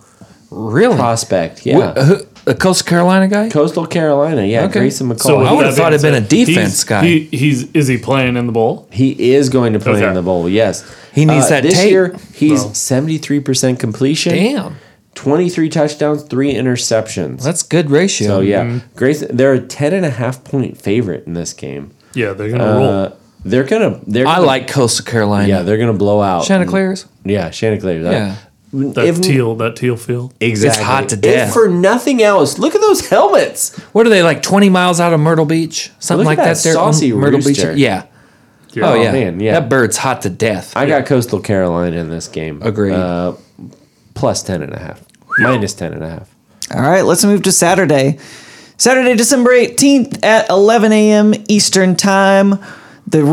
Speaker 3: Really?
Speaker 1: prospect?
Speaker 3: Wh-
Speaker 1: Yeah,
Speaker 3: who- a Coastal Carolina guy?
Speaker 1: Coastal Carolina. Yeah,
Speaker 3: uh, Okay.
Speaker 1: Grayson McCall.
Speaker 3: I
Speaker 4: with
Speaker 3: would've
Speaker 4: that
Speaker 3: thought
Speaker 4: being
Speaker 3: it'd been a
Speaker 4: said,
Speaker 3: defense
Speaker 4: he's-
Speaker 3: guy.
Speaker 4: He, he's is he playing in the bowl?
Speaker 1: He is going to play
Speaker 4: Okay.
Speaker 1: in the bowl. Yes, Uh,
Speaker 3: He needs that
Speaker 1: This
Speaker 3: tape.
Speaker 1: year, he's
Speaker 4: Well.
Speaker 1: seventy-three percent completion.
Speaker 3: Damn,
Speaker 1: twenty-three touchdowns, three interceptions.
Speaker 3: that's good ratio.
Speaker 1: so yeah,
Speaker 4: Mm-hmm.
Speaker 1: Grayson. They're a ten and a half point favorite in this game.
Speaker 4: Yeah, they're gonna
Speaker 1: Uh, they're gonna. They're.
Speaker 3: I
Speaker 1: gonna-
Speaker 3: like Coastal Carolina.
Speaker 1: Yeah, they're gonna blow out
Speaker 3: Chanticleers.
Speaker 1: Yeah, Chanticleer. that-
Speaker 3: Yeah.
Speaker 4: roll that
Speaker 1: if-
Speaker 4: teal that teal field.
Speaker 1: Exactly.
Speaker 3: It's hot to
Speaker 1: If
Speaker 3: death.
Speaker 1: for nothing else, look at those helmets.
Speaker 3: What are they like? Twenty miles out of Myrtle Beach,
Speaker 1: Look
Speaker 3: something like
Speaker 1: at
Speaker 3: that.
Speaker 1: that
Speaker 3: there,
Speaker 1: saucy
Speaker 3: on Myrtle
Speaker 1: rooster.
Speaker 3: Beach. Yeah.
Speaker 4: Yeah.
Speaker 3: Oh
Speaker 1: Oh,
Speaker 3: yeah.
Speaker 1: man, yeah.
Speaker 3: That bird's hot to death.
Speaker 1: I got Coastal Carolina in this game.
Speaker 3: Agreed.
Speaker 1: Uh, plus 10 and a half. Minus 10 and a half.
Speaker 2: All right, let's move to Saturday. Saturday, December 18th at 11 a.m. Eastern Time. The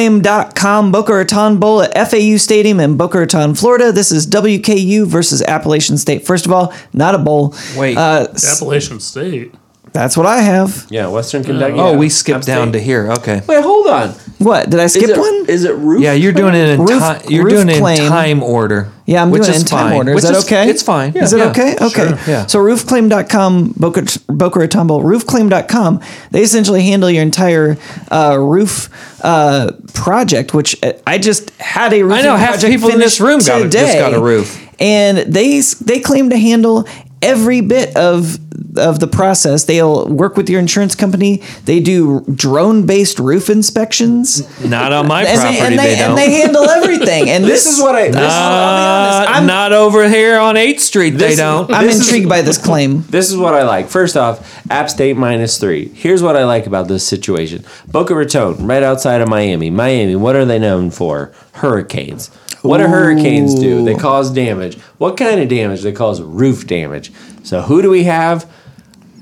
Speaker 2: roofclaim.com Boca Raton Bowl at FAU Stadium in Boca Raton, Florida. This is WKU versus Appalachian State. First of all, not a bowl.
Speaker 3: Wait.
Speaker 2: Uh, s-
Speaker 4: Appalachian State.
Speaker 2: that's what I have.
Speaker 1: Yeah, Western Kentucky.
Speaker 3: oh, we skipped down to here. Okay.
Speaker 1: Wait, hold on.
Speaker 2: What? Did I
Speaker 1: Is
Speaker 2: skip
Speaker 1: it,
Speaker 2: one?
Speaker 1: Is it roof?
Speaker 3: Yeah, you're doing it in
Speaker 2: Roof-
Speaker 3: time. You're
Speaker 2: roof
Speaker 3: doing it in
Speaker 2: claim.
Speaker 3: time order.
Speaker 2: Yeah, I'm
Speaker 3: which
Speaker 2: doing it
Speaker 3: is
Speaker 2: in time
Speaker 3: fine,
Speaker 2: order. Is
Speaker 3: which
Speaker 2: that okay?
Speaker 3: It's fine.
Speaker 2: Is it
Speaker 3: Yeah.
Speaker 2: okay? Okay.
Speaker 4: Sure.
Speaker 3: Yeah.
Speaker 2: So roofclaim.com, Boca, Boca Raton Bowl, roofclaim.com, they essentially handle your entire uh, roof uh, project, which uh, I just had a roofing
Speaker 3: I know, half the
Speaker 2: project
Speaker 3: people in this
Speaker 2: finished
Speaker 3: room got a- just
Speaker 2: today,
Speaker 3: got a roof.
Speaker 2: And they s- they claim to handle every bit of of the process. They'll work with your insurance company. They do drone-based roof inspections.
Speaker 3: Not on my
Speaker 2: And
Speaker 3: property.
Speaker 2: they, and, they,
Speaker 3: don't.
Speaker 2: and they handle everything. And
Speaker 1: This is what I. This,
Speaker 3: Uh,
Speaker 2: I'm-
Speaker 3: not over here on 8th Street. They
Speaker 1: This-
Speaker 3: don't.
Speaker 2: I'm
Speaker 1: This is-
Speaker 2: intrigued by this claim.
Speaker 1: this is what I like. First off, App State minus three. Here's what I like about this situation Boca Raton, right outside of Miami. Miami, what are they known for? Hurricanes. What do hurricanes do? They cause damage. What kind of damage? They cause roof damage. So who do we have?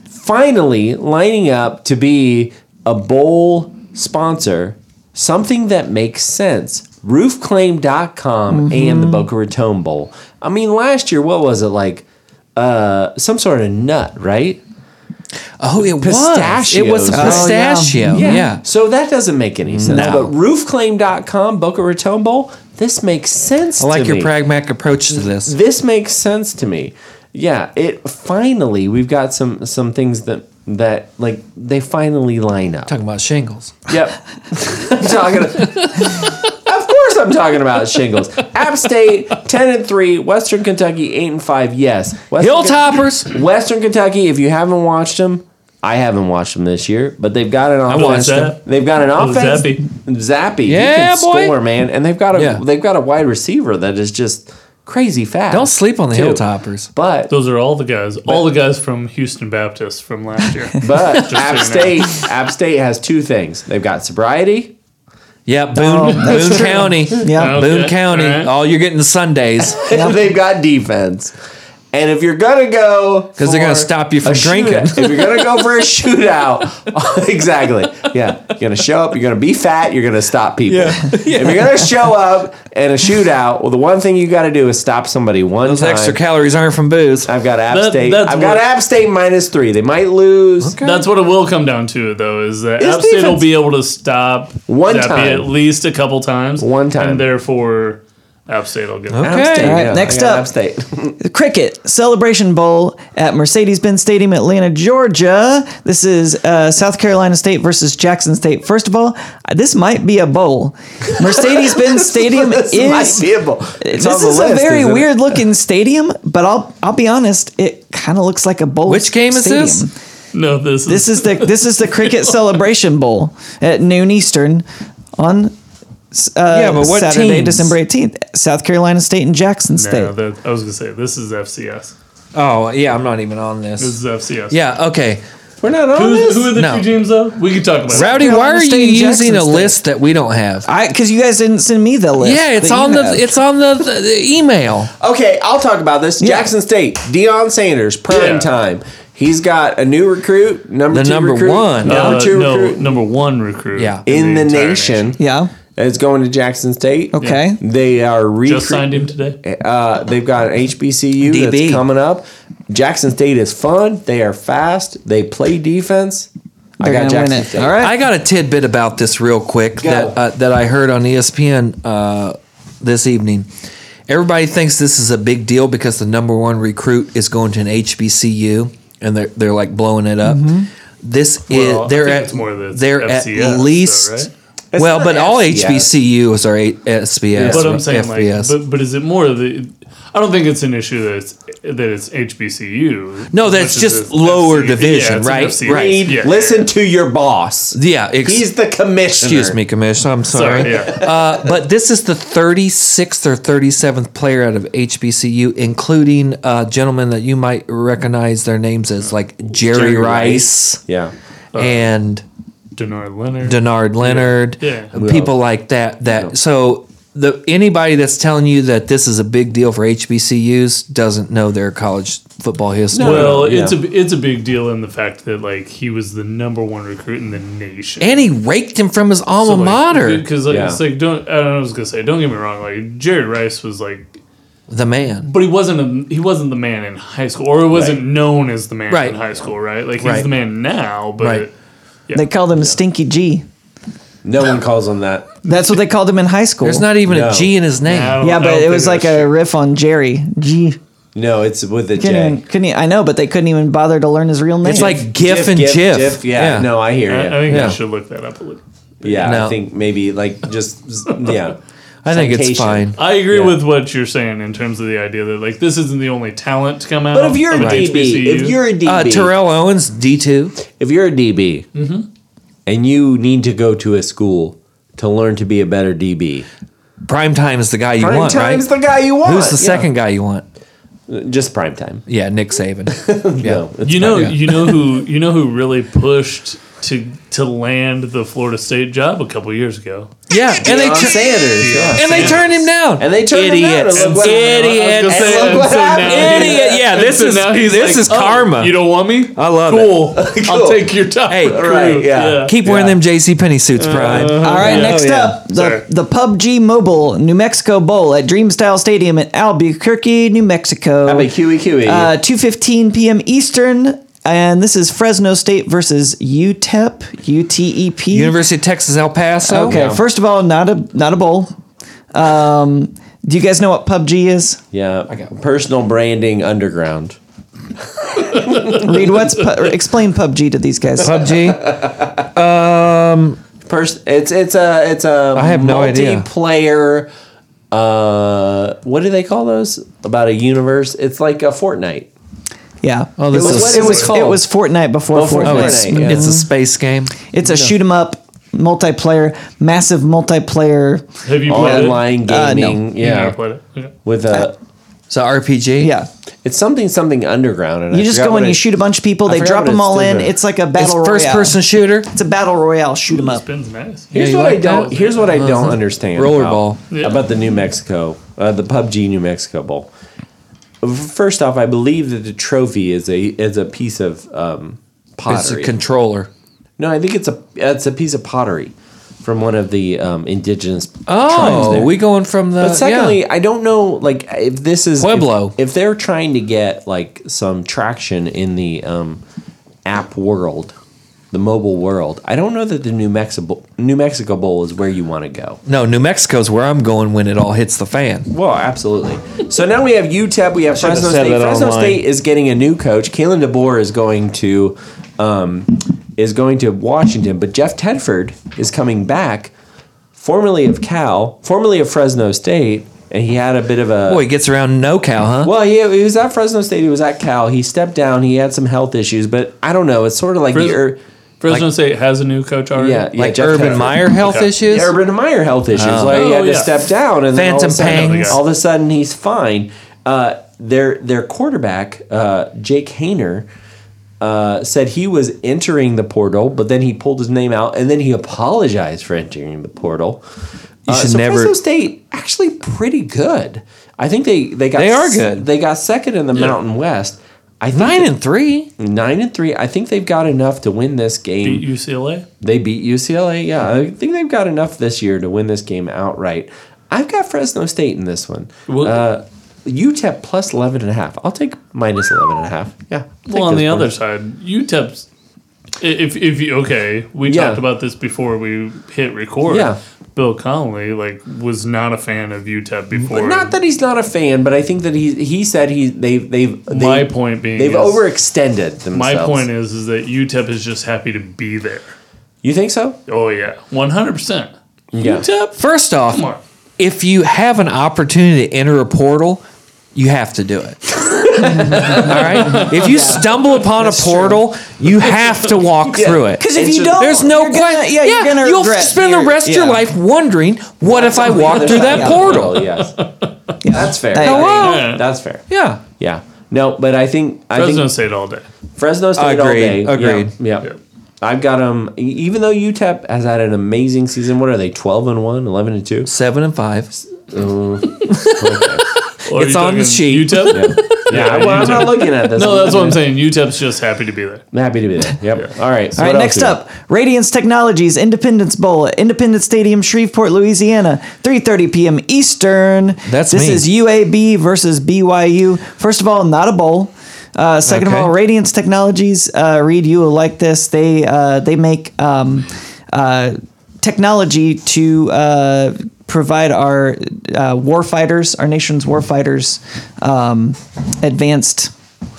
Speaker 1: finally lining up to be a bowl sponsor, something that makes sense. Roofclaim.com and the Boca Raton Bowl. I mean, last year, what was it like? Uh, some sort of nut, right?
Speaker 3: oh, it was.
Speaker 1: Pistachios.
Speaker 3: It was a
Speaker 1: Oh, yeah.
Speaker 3: pistachio. yeah.
Speaker 1: So that doesn't make any sense.
Speaker 3: No.
Speaker 1: But roofclaim.com, Boca Raton Bowl, this makes sense
Speaker 3: I like
Speaker 1: to
Speaker 3: your
Speaker 1: me.
Speaker 3: pragmatic approach to this.
Speaker 1: this makes sense to me. Yeah, it finally we've got some some things that that like they finally line up.
Speaker 3: Talking about shingles.
Speaker 1: Yep. I'm talking. of course, I'm talking about shingles. App State, ten and three. Western Kentucky, eight and five. Yes. Western
Speaker 3: Hilltoppers.
Speaker 1: Western Kentucky. If you haven't watched them, I haven't watched them this year, but they've got an offense.
Speaker 4: watched them.
Speaker 1: They've got an
Speaker 4: Oh,
Speaker 1: offense.
Speaker 4: Zappy.
Speaker 1: Zappy.
Speaker 3: Yeah,
Speaker 1: he can
Speaker 3: boy.
Speaker 1: score, man, and they've got a
Speaker 3: Yeah.
Speaker 1: they've got a wide receiver that is just crazy fast.
Speaker 3: Don't sleep on the
Speaker 1: too.
Speaker 3: Hilltoppers.
Speaker 1: But
Speaker 4: Those are all the guys. All the guys from Houston Baptist from last year.
Speaker 1: but
Speaker 4: so
Speaker 1: App
Speaker 4: you know.
Speaker 1: State App State has two things. They've got sobriety.
Speaker 3: Yeah, Boone, Boone County.
Speaker 2: Oh, Yeah.
Speaker 4: Okay,
Speaker 3: Boone County.
Speaker 4: all
Speaker 3: All,
Speaker 4: right.
Speaker 3: you're getting is Sundays
Speaker 1: and they've got defense. And if you're gonna go,
Speaker 3: because they're going to
Speaker 1: for
Speaker 3: stop you
Speaker 1: a
Speaker 3: from drinking.
Speaker 1: shootout- if you're gonna go for a shootout, exactly. Yeah, you're gonna show up. You're gonna be fat. You're gonna stop people. If you're gonna show up in a shootout, well, the one thing you got to do is stop somebody one
Speaker 3: Those
Speaker 1: time.
Speaker 3: extra calories aren't from booze.
Speaker 1: I've got App
Speaker 4: That-
Speaker 1: State.
Speaker 4: that's
Speaker 1: I've got
Speaker 4: what-
Speaker 1: App State minus three. They might lose.
Speaker 4: That's what it will come down to, though, is that
Speaker 1: It's
Speaker 4: App State will
Speaker 1: defense.
Speaker 4: be able to stop
Speaker 1: One
Speaker 4: Zappy
Speaker 1: time.
Speaker 4: at least a couple times.
Speaker 1: One time.
Speaker 4: And therefore, App State will get
Speaker 3: Okay.
Speaker 1: App State,
Speaker 2: All right,
Speaker 1: I
Speaker 2: next
Speaker 1: got
Speaker 2: up.
Speaker 1: App State.
Speaker 2: Cricket Celebration Bowl at Mercedes Benz Stadium, Atlanta, Georgia. This is uh, South Carolina State versus Jackson State. First of all, uh, this might be a bowl. Mercedes Benz Stadium
Speaker 1: This
Speaker 2: is.
Speaker 1: might be a bowl. It's
Speaker 2: This
Speaker 1: on the
Speaker 2: is a
Speaker 1: list,
Speaker 2: very
Speaker 1: isn't it?
Speaker 2: weird looking stadium, but I'll I'll be honest, it kind of looks like a bowl.
Speaker 3: Which game is
Speaker 2: stadium.
Speaker 3: this?
Speaker 4: No, this,
Speaker 2: This is the this is the Cricket Celebration Bowl at noon Eastern on uh,
Speaker 3: Yeah, but what
Speaker 2: Saturday,
Speaker 3: teams?
Speaker 2: December eighteenth, South Carolina State and Jackson State.
Speaker 4: No, that, I was going to say, this is FCS.
Speaker 3: Oh, yeah, I'm not even on
Speaker 4: This
Speaker 3: this.
Speaker 4: is FCS.
Speaker 3: Yeah, okay.
Speaker 1: We're not on
Speaker 4: Who's,
Speaker 1: this.
Speaker 4: who are the
Speaker 3: No.
Speaker 4: two teams, though? We can talk about
Speaker 3: Rowdy, why
Speaker 2: Carolina
Speaker 3: are you
Speaker 2: State and Jackson
Speaker 3: using a
Speaker 2: State.
Speaker 3: list that we don't have?
Speaker 2: I because you guys didn't send me the list.
Speaker 3: Yeah, it's
Speaker 2: that you
Speaker 3: on the
Speaker 2: have.
Speaker 3: it's on the, the, the email.
Speaker 1: Okay, I'll talk about this. Jackson State, Deion Sanders, prime
Speaker 4: Yeah.
Speaker 1: time. He's got a new recruit, number
Speaker 3: The
Speaker 1: two
Speaker 3: number
Speaker 1: recruit,
Speaker 3: one.
Speaker 1: number
Speaker 4: Uh,
Speaker 1: two
Speaker 4: no,
Speaker 1: recruit
Speaker 4: number one recruit.
Speaker 3: Yeah.
Speaker 1: in the
Speaker 4: entire
Speaker 1: nation.
Speaker 2: yeah.
Speaker 1: It's going to Jackson State.
Speaker 2: Okay.
Speaker 1: They are re-
Speaker 4: Just signed him today.
Speaker 1: Uh, they've got an HBCU
Speaker 2: DB.
Speaker 1: that's coming up. Jackson State is fun. They are fast. They play defense. I
Speaker 2: They're
Speaker 1: got
Speaker 2: gonna win
Speaker 1: Jackson
Speaker 2: it.
Speaker 1: State.
Speaker 2: All right.
Speaker 3: I got a tidbit about this real quick that uh, that I heard on ESPN uh, this evening. Everybody thinks this is a big deal because the number one recruit is going to an HBCU, and they're they're like blowing it up. This
Speaker 4: Well, I
Speaker 3: is they're
Speaker 4: think
Speaker 3: at
Speaker 4: it's more that it's
Speaker 3: they're
Speaker 4: FCS
Speaker 3: at
Speaker 4: though,
Speaker 3: least.
Speaker 4: right?
Speaker 1: It's
Speaker 3: Well,
Speaker 1: not
Speaker 3: but all
Speaker 1: FCS.
Speaker 3: HBCUs are eight- SBS.
Speaker 4: But I'm saying
Speaker 3: FBS.
Speaker 4: like, but but is it more of the? I don't think it's an issue that it's that it's HBCU.
Speaker 3: No,
Speaker 4: as
Speaker 3: that's
Speaker 4: much as
Speaker 3: just
Speaker 4: it's
Speaker 3: lower
Speaker 4: FCS.
Speaker 3: division,
Speaker 4: Yeah, it's an
Speaker 3: right?
Speaker 4: FCS.
Speaker 3: Right.
Speaker 1: Reed,
Speaker 4: Yeah.
Speaker 1: Listen to your boss.
Speaker 3: yeah, ex-
Speaker 1: He's the commissioner.
Speaker 3: excuse me, Commissioner. I'm sorry.
Speaker 4: Sorry, yeah.
Speaker 3: uh, but this is the 36th or 37th player out of HBCU, including uh, gentlemen that you might recognize their names as like Jerry,
Speaker 1: Jerry
Speaker 3: Rice,
Speaker 1: Yeah.
Speaker 3: and
Speaker 4: Denard Leonard.
Speaker 3: Denard Leonard,
Speaker 4: Yeah.
Speaker 3: people like that. That so the anybody that's telling you that this is a big deal for HBCUs doesn't know their college football history.
Speaker 4: well,
Speaker 1: Yeah.
Speaker 4: it's a it's a big deal in the fact that like he was the number one recruit in the nation.
Speaker 3: and he raked him from his alma mater,
Speaker 4: because like,
Speaker 1: Yeah.
Speaker 4: it's like don't I, don't know, I was gonna say don't get me wrong like Jerry Rice was like
Speaker 3: the man.
Speaker 4: but he wasn't a, he wasn't the man in high school or he wasn't known as the man
Speaker 3: Right.
Speaker 4: in high school right like he's
Speaker 3: Right.
Speaker 4: the man now but
Speaker 3: Right.
Speaker 2: They called him Stinky G.
Speaker 1: No one calls him that.
Speaker 2: That's what they called him in high school.
Speaker 3: There's not even
Speaker 1: No.
Speaker 3: a G in his name.
Speaker 4: I don't-
Speaker 2: yeah,
Speaker 4: I don't
Speaker 2: but it
Speaker 4: think
Speaker 2: was
Speaker 4: that's
Speaker 2: like
Speaker 4: true.
Speaker 2: a riff on Jerry G.
Speaker 1: No, it's with a
Speaker 2: Couldn't even,
Speaker 1: J.
Speaker 2: couldn't even, I know, but they couldn't even bother to learn his real name.
Speaker 3: It's like GIF, and GIF.
Speaker 1: Yeah. No, I hear you.
Speaker 4: I, I think
Speaker 3: Yeah.
Speaker 4: I should look that up a little.
Speaker 1: yeah.
Speaker 3: No.
Speaker 1: I think maybe like just yeah.
Speaker 3: I think it's
Speaker 1: Citation.
Speaker 3: fine.
Speaker 4: I agree
Speaker 1: Yeah.
Speaker 4: with what you're saying in terms of the idea that like this isn't the only talent to come out.
Speaker 1: But if you're a
Speaker 4: of an
Speaker 1: DB, if
Speaker 4: HBCU.
Speaker 1: you're a DB,
Speaker 3: Uh, Terrell Owens, D two.
Speaker 1: if you're a DB, and you need to go to a school to learn to be a better DB,
Speaker 3: Prime time is the guy you want, right?
Speaker 1: the guy you want.
Speaker 3: Who's the second guy you want?
Speaker 1: second? Just prime time.
Speaker 3: Yeah, Nick Saban.
Speaker 1: Yeah.
Speaker 4: you know, you know who you know who really pushed to to land the Florida State job a couple years ago.
Speaker 3: yeah, and they
Speaker 1: Deion
Speaker 3: tu-
Speaker 1: Sanders. Yeah.
Speaker 3: and they turned him down.
Speaker 1: And they turned him down,
Speaker 3: idiots.
Speaker 1: and look what-
Speaker 4: I was
Speaker 3: idiots.
Speaker 4: gonna say,
Speaker 1: look what
Speaker 4: and so now
Speaker 1: happened.
Speaker 4: he's-
Speaker 3: Idiot. Yeah,
Speaker 4: and
Speaker 3: this
Speaker 4: so
Speaker 3: is
Speaker 4: now he's
Speaker 3: this
Speaker 4: like,
Speaker 3: is
Speaker 4: "Oh,
Speaker 3: karma.
Speaker 4: You don't want me?
Speaker 3: I love it.
Speaker 4: cool. I'll
Speaker 1: Cool.
Speaker 4: take your top.
Speaker 3: Hey,
Speaker 4: recruit.
Speaker 1: right, yeah. Uh-huh.
Speaker 3: Keep wearing them JC Penny suits, Prime.
Speaker 2: All right,
Speaker 1: Yeah.
Speaker 2: next
Speaker 1: Oh, yeah.
Speaker 2: up,
Speaker 4: Sorry.
Speaker 2: the, the PUBG Mobile New Mexico Bowl at Dreamstyle Stadium in Albuquerque, New Mexico.
Speaker 1: I mean, QE, QE.
Speaker 2: Uh, 2.15 p.m. Eastern, and this is Fresno State versus E UTEP, U-T-E-P.
Speaker 3: University of Texas El Paso.
Speaker 2: okay, first of all, not a not a bowl. Um, do you guys know what PUBG is?
Speaker 1: yeah. Personal branding underground.
Speaker 2: Read what's pu- explain PUBG to these guys.
Speaker 3: PUBG.
Speaker 1: Pers- it's it's a it's a
Speaker 3: I have no idea.
Speaker 1: multiplayer uh what do they call those? About a universe. It's like a Fortnite.
Speaker 2: Yeah.
Speaker 3: Oh, this
Speaker 2: it was,
Speaker 3: is-
Speaker 2: it was
Speaker 1: called.
Speaker 2: it was Fortnite before
Speaker 1: Oh, Fortnite.
Speaker 2: Fortnite.
Speaker 3: Oh, it's,
Speaker 1: Yeah.
Speaker 3: it's a space game.
Speaker 2: It's a shoot 'em up multiplayer, massive multiplayer.
Speaker 4: Have you played
Speaker 1: Online
Speaker 2: Uh, no.
Speaker 1: gaming.
Speaker 4: it? You
Speaker 1: Yeah.
Speaker 4: never played it. Okay.
Speaker 1: With a
Speaker 3: It's an RPG.
Speaker 2: Yeah.
Speaker 1: it's something something underground and
Speaker 2: You
Speaker 1: I
Speaker 2: just
Speaker 1: forgot
Speaker 2: go
Speaker 1: what
Speaker 2: and
Speaker 1: I-
Speaker 2: you shoot a bunch of people. They
Speaker 1: forgot
Speaker 2: drop
Speaker 1: what
Speaker 2: them
Speaker 1: it
Speaker 2: all
Speaker 1: stood
Speaker 2: in.
Speaker 1: for.
Speaker 2: It's like a
Speaker 3: It's
Speaker 2: battle
Speaker 3: first
Speaker 2: royale.
Speaker 3: person shooter.
Speaker 2: It's a battle royale. Shoot 'em up.
Speaker 4: Spins nice.
Speaker 1: Here's
Speaker 3: Yeah, you
Speaker 1: what I
Speaker 3: like
Speaker 1: don't.
Speaker 3: that? Uh-huh.
Speaker 1: Here's what I don't understand.
Speaker 3: Rollerball.
Speaker 1: about, about the New Mexico, uh, the PUBG New Mexico Bowl. First off, I believe that the trophy is a is a piece of um,
Speaker 3: It's a
Speaker 1: pottery.
Speaker 3: controller.
Speaker 1: no, I think it's a it's a piece of pottery from one of the um, indigenous. tribes
Speaker 3: Oh,
Speaker 1: there.
Speaker 3: we going from the.
Speaker 1: But secondly,
Speaker 3: yeah.
Speaker 1: I don't know, like if this is if-
Speaker 3: Pueblo.
Speaker 1: If, they're trying to get like some traction in the um, app world, the mobile world, I don't know that the New Mexico New Mexico Bowl is where you want to go.
Speaker 3: no, New Mexico's where I'm going when it all hits the fan.
Speaker 1: Well, absolutely. so now we have UTEP, we have Fresno
Speaker 3: said
Speaker 1: State.
Speaker 3: that
Speaker 1: Fresno
Speaker 3: online.
Speaker 1: State is getting a new coach. Kalen DeBoer is going to um, is going to Washington, but Jeff Tedford is coming back, formerly of Cal, formerly of Fresno State, and he had a bit of a
Speaker 3: Boy, he gets around no cow, huh?
Speaker 1: well, yeah, he was at Fresno State. He was at Cal. He stepped down. He had some health issues, but I don't know. It's sort of like er,
Speaker 4: Fres-
Speaker 1: your
Speaker 4: Fresno State has a new coach already.
Speaker 1: yeah, yeah,
Speaker 3: like
Speaker 1: Jeff
Speaker 3: Urban
Speaker 1: Tedford.
Speaker 3: Meyer health
Speaker 4: Okay.
Speaker 3: issues.
Speaker 1: Urban Meyer health issues. Like he
Speaker 4: Oh,
Speaker 1: had to
Speaker 4: yeah.
Speaker 1: step down, and then all of a
Speaker 3: Phantom
Speaker 1: sudden,
Speaker 3: pangs.
Speaker 1: All of a sudden, he's fine. Uh, their their quarterback, uh, Jake Hayner, uh, said he was entering the portal, but then he pulled his name out, and then he apologized for entering the portal. You
Speaker 3: should
Speaker 1: so
Speaker 3: never-
Speaker 1: Fresno State actually pretty good. I think they they got
Speaker 3: They are
Speaker 1: s-
Speaker 3: good.
Speaker 1: They got second in the Mountain West. I think
Speaker 3: Nine and three.
Speaker 1: nine and three. I think they've got enough to win this game.
Speaker 4: Beat UCLA.
Speaker 1: They beat UCLA. Yeah, I think they've got enough this year to win this game outright. I've got Fresno State in this one.
Speaker 4: Well-
Speaker 1: uh, UTEP plus 11 and a half. I'll take minus 11 and a half. Yeah. I'll take
Speaker 4: Well, on
Speaker 1: those
Speaker 4: the other
Speaker 1: points.
Speaker 4: side, UTEP's. i- If if you okay, we
Speaker 1: Yeah.
Speaker 4: talked about this before we hit record.
Speaker 1: Yeah.
Speaker 4: Bill Connolly like was not a fan of UTEP before.
Speaker 1: Not that he's not a fan, but I think that he he said he they they've they,
Speaker 4: My point being
Speaker 1: they've
Speaker 4: is-
Speaker 1: overextended themselves.
Speaker 4: My point is is that UTEP is just happy to be there.
Speaker 1: you think so?
Speaker 4: Oh yeah, one hundred percent.
Speaker 1: Yeah.
Speaker 3: E
Speaker 4: UTEP.
Speaker 3: First off,
Speaker 4: Come on.
Speaker 3: if you have an opportunity to enter a portal, you have to do it. All right. If you stumble upon a portal, you have to walk through it.
Speaker 2: Because if you don't,
Speaker 3: There's no
Speaker 2: you're gonna-
Speaker 3: question.
Speaker 2: yeah, you're gonna
Speaker 3: will
Speaker 2: regret
Speaker 3: spend the
Speaker 2: your-
Speaker 3: rest of your
Speaker 2: yeah.
Speaker 3: life wondering, what if I walked through that
Speaker 2: Yeah.
Speaker 3: portal?
Speaker 1: yes.
Speaker 2: Yeah.
Speaker 1: That's fair.
Speaker 2: I agree.
Speaker 3: Hello?
Speaker 4: Yeah.
Speaker 1: That's fair.
Speaker 3: Yeah.
Speaker 1: Yeah. No, but I think I
Speaker 4: Fresno
Speaker 1: think
Speaker 4: State all day.
Speaker 1: Fresno State all
Speaker 3: Agreed,
Speaker 1: day.
Speaker 3: agreed.
Speaker 1: Yeah. yeah.
Speaker 4: Yeah.
Speaker 1: I've got them. Even though UTEP has had an amazing season, what are they? Twelve and one, 11 and two.
Speaker 3: Seven and five.
Speaker 4: Or are
Speaker 3: It's
Speaker 4: you
Speaker 3: on the
Speaker 4: talking
Speaker 3: sheet.
Speaker 4: UTEP.
Speaker 1: Yeah. yeah well, I'm not looking at this.
Speaker 4: No, that's what I'm saying. UTEP's just happy to be there.
Speaker 1: I'm happy to be there. Yep. All right. so
Speaker 2: All right,
Speaker 1: what
Speaker 2: next
Speaker 1: else
Speaker 2: up, Radiance Technologies Independence Bowl at Independence Stadium, Shreveport, Louisiana, 3:30 p.m. Eastern.
Speaker 3: That's
Speaker 2: this
Speaker 3: me.
Speaker 2: is UAB versus BYU. First of all, not a bowl. Uh, second
Speaker 3: Okay.
Speaker 2: of all, Radiance Technologies. Uh, Reed, you will like this. They uh, they make um, uh, technology to. Uh, Provide our uh, warfighters, our nation's warfighters, um, advanced,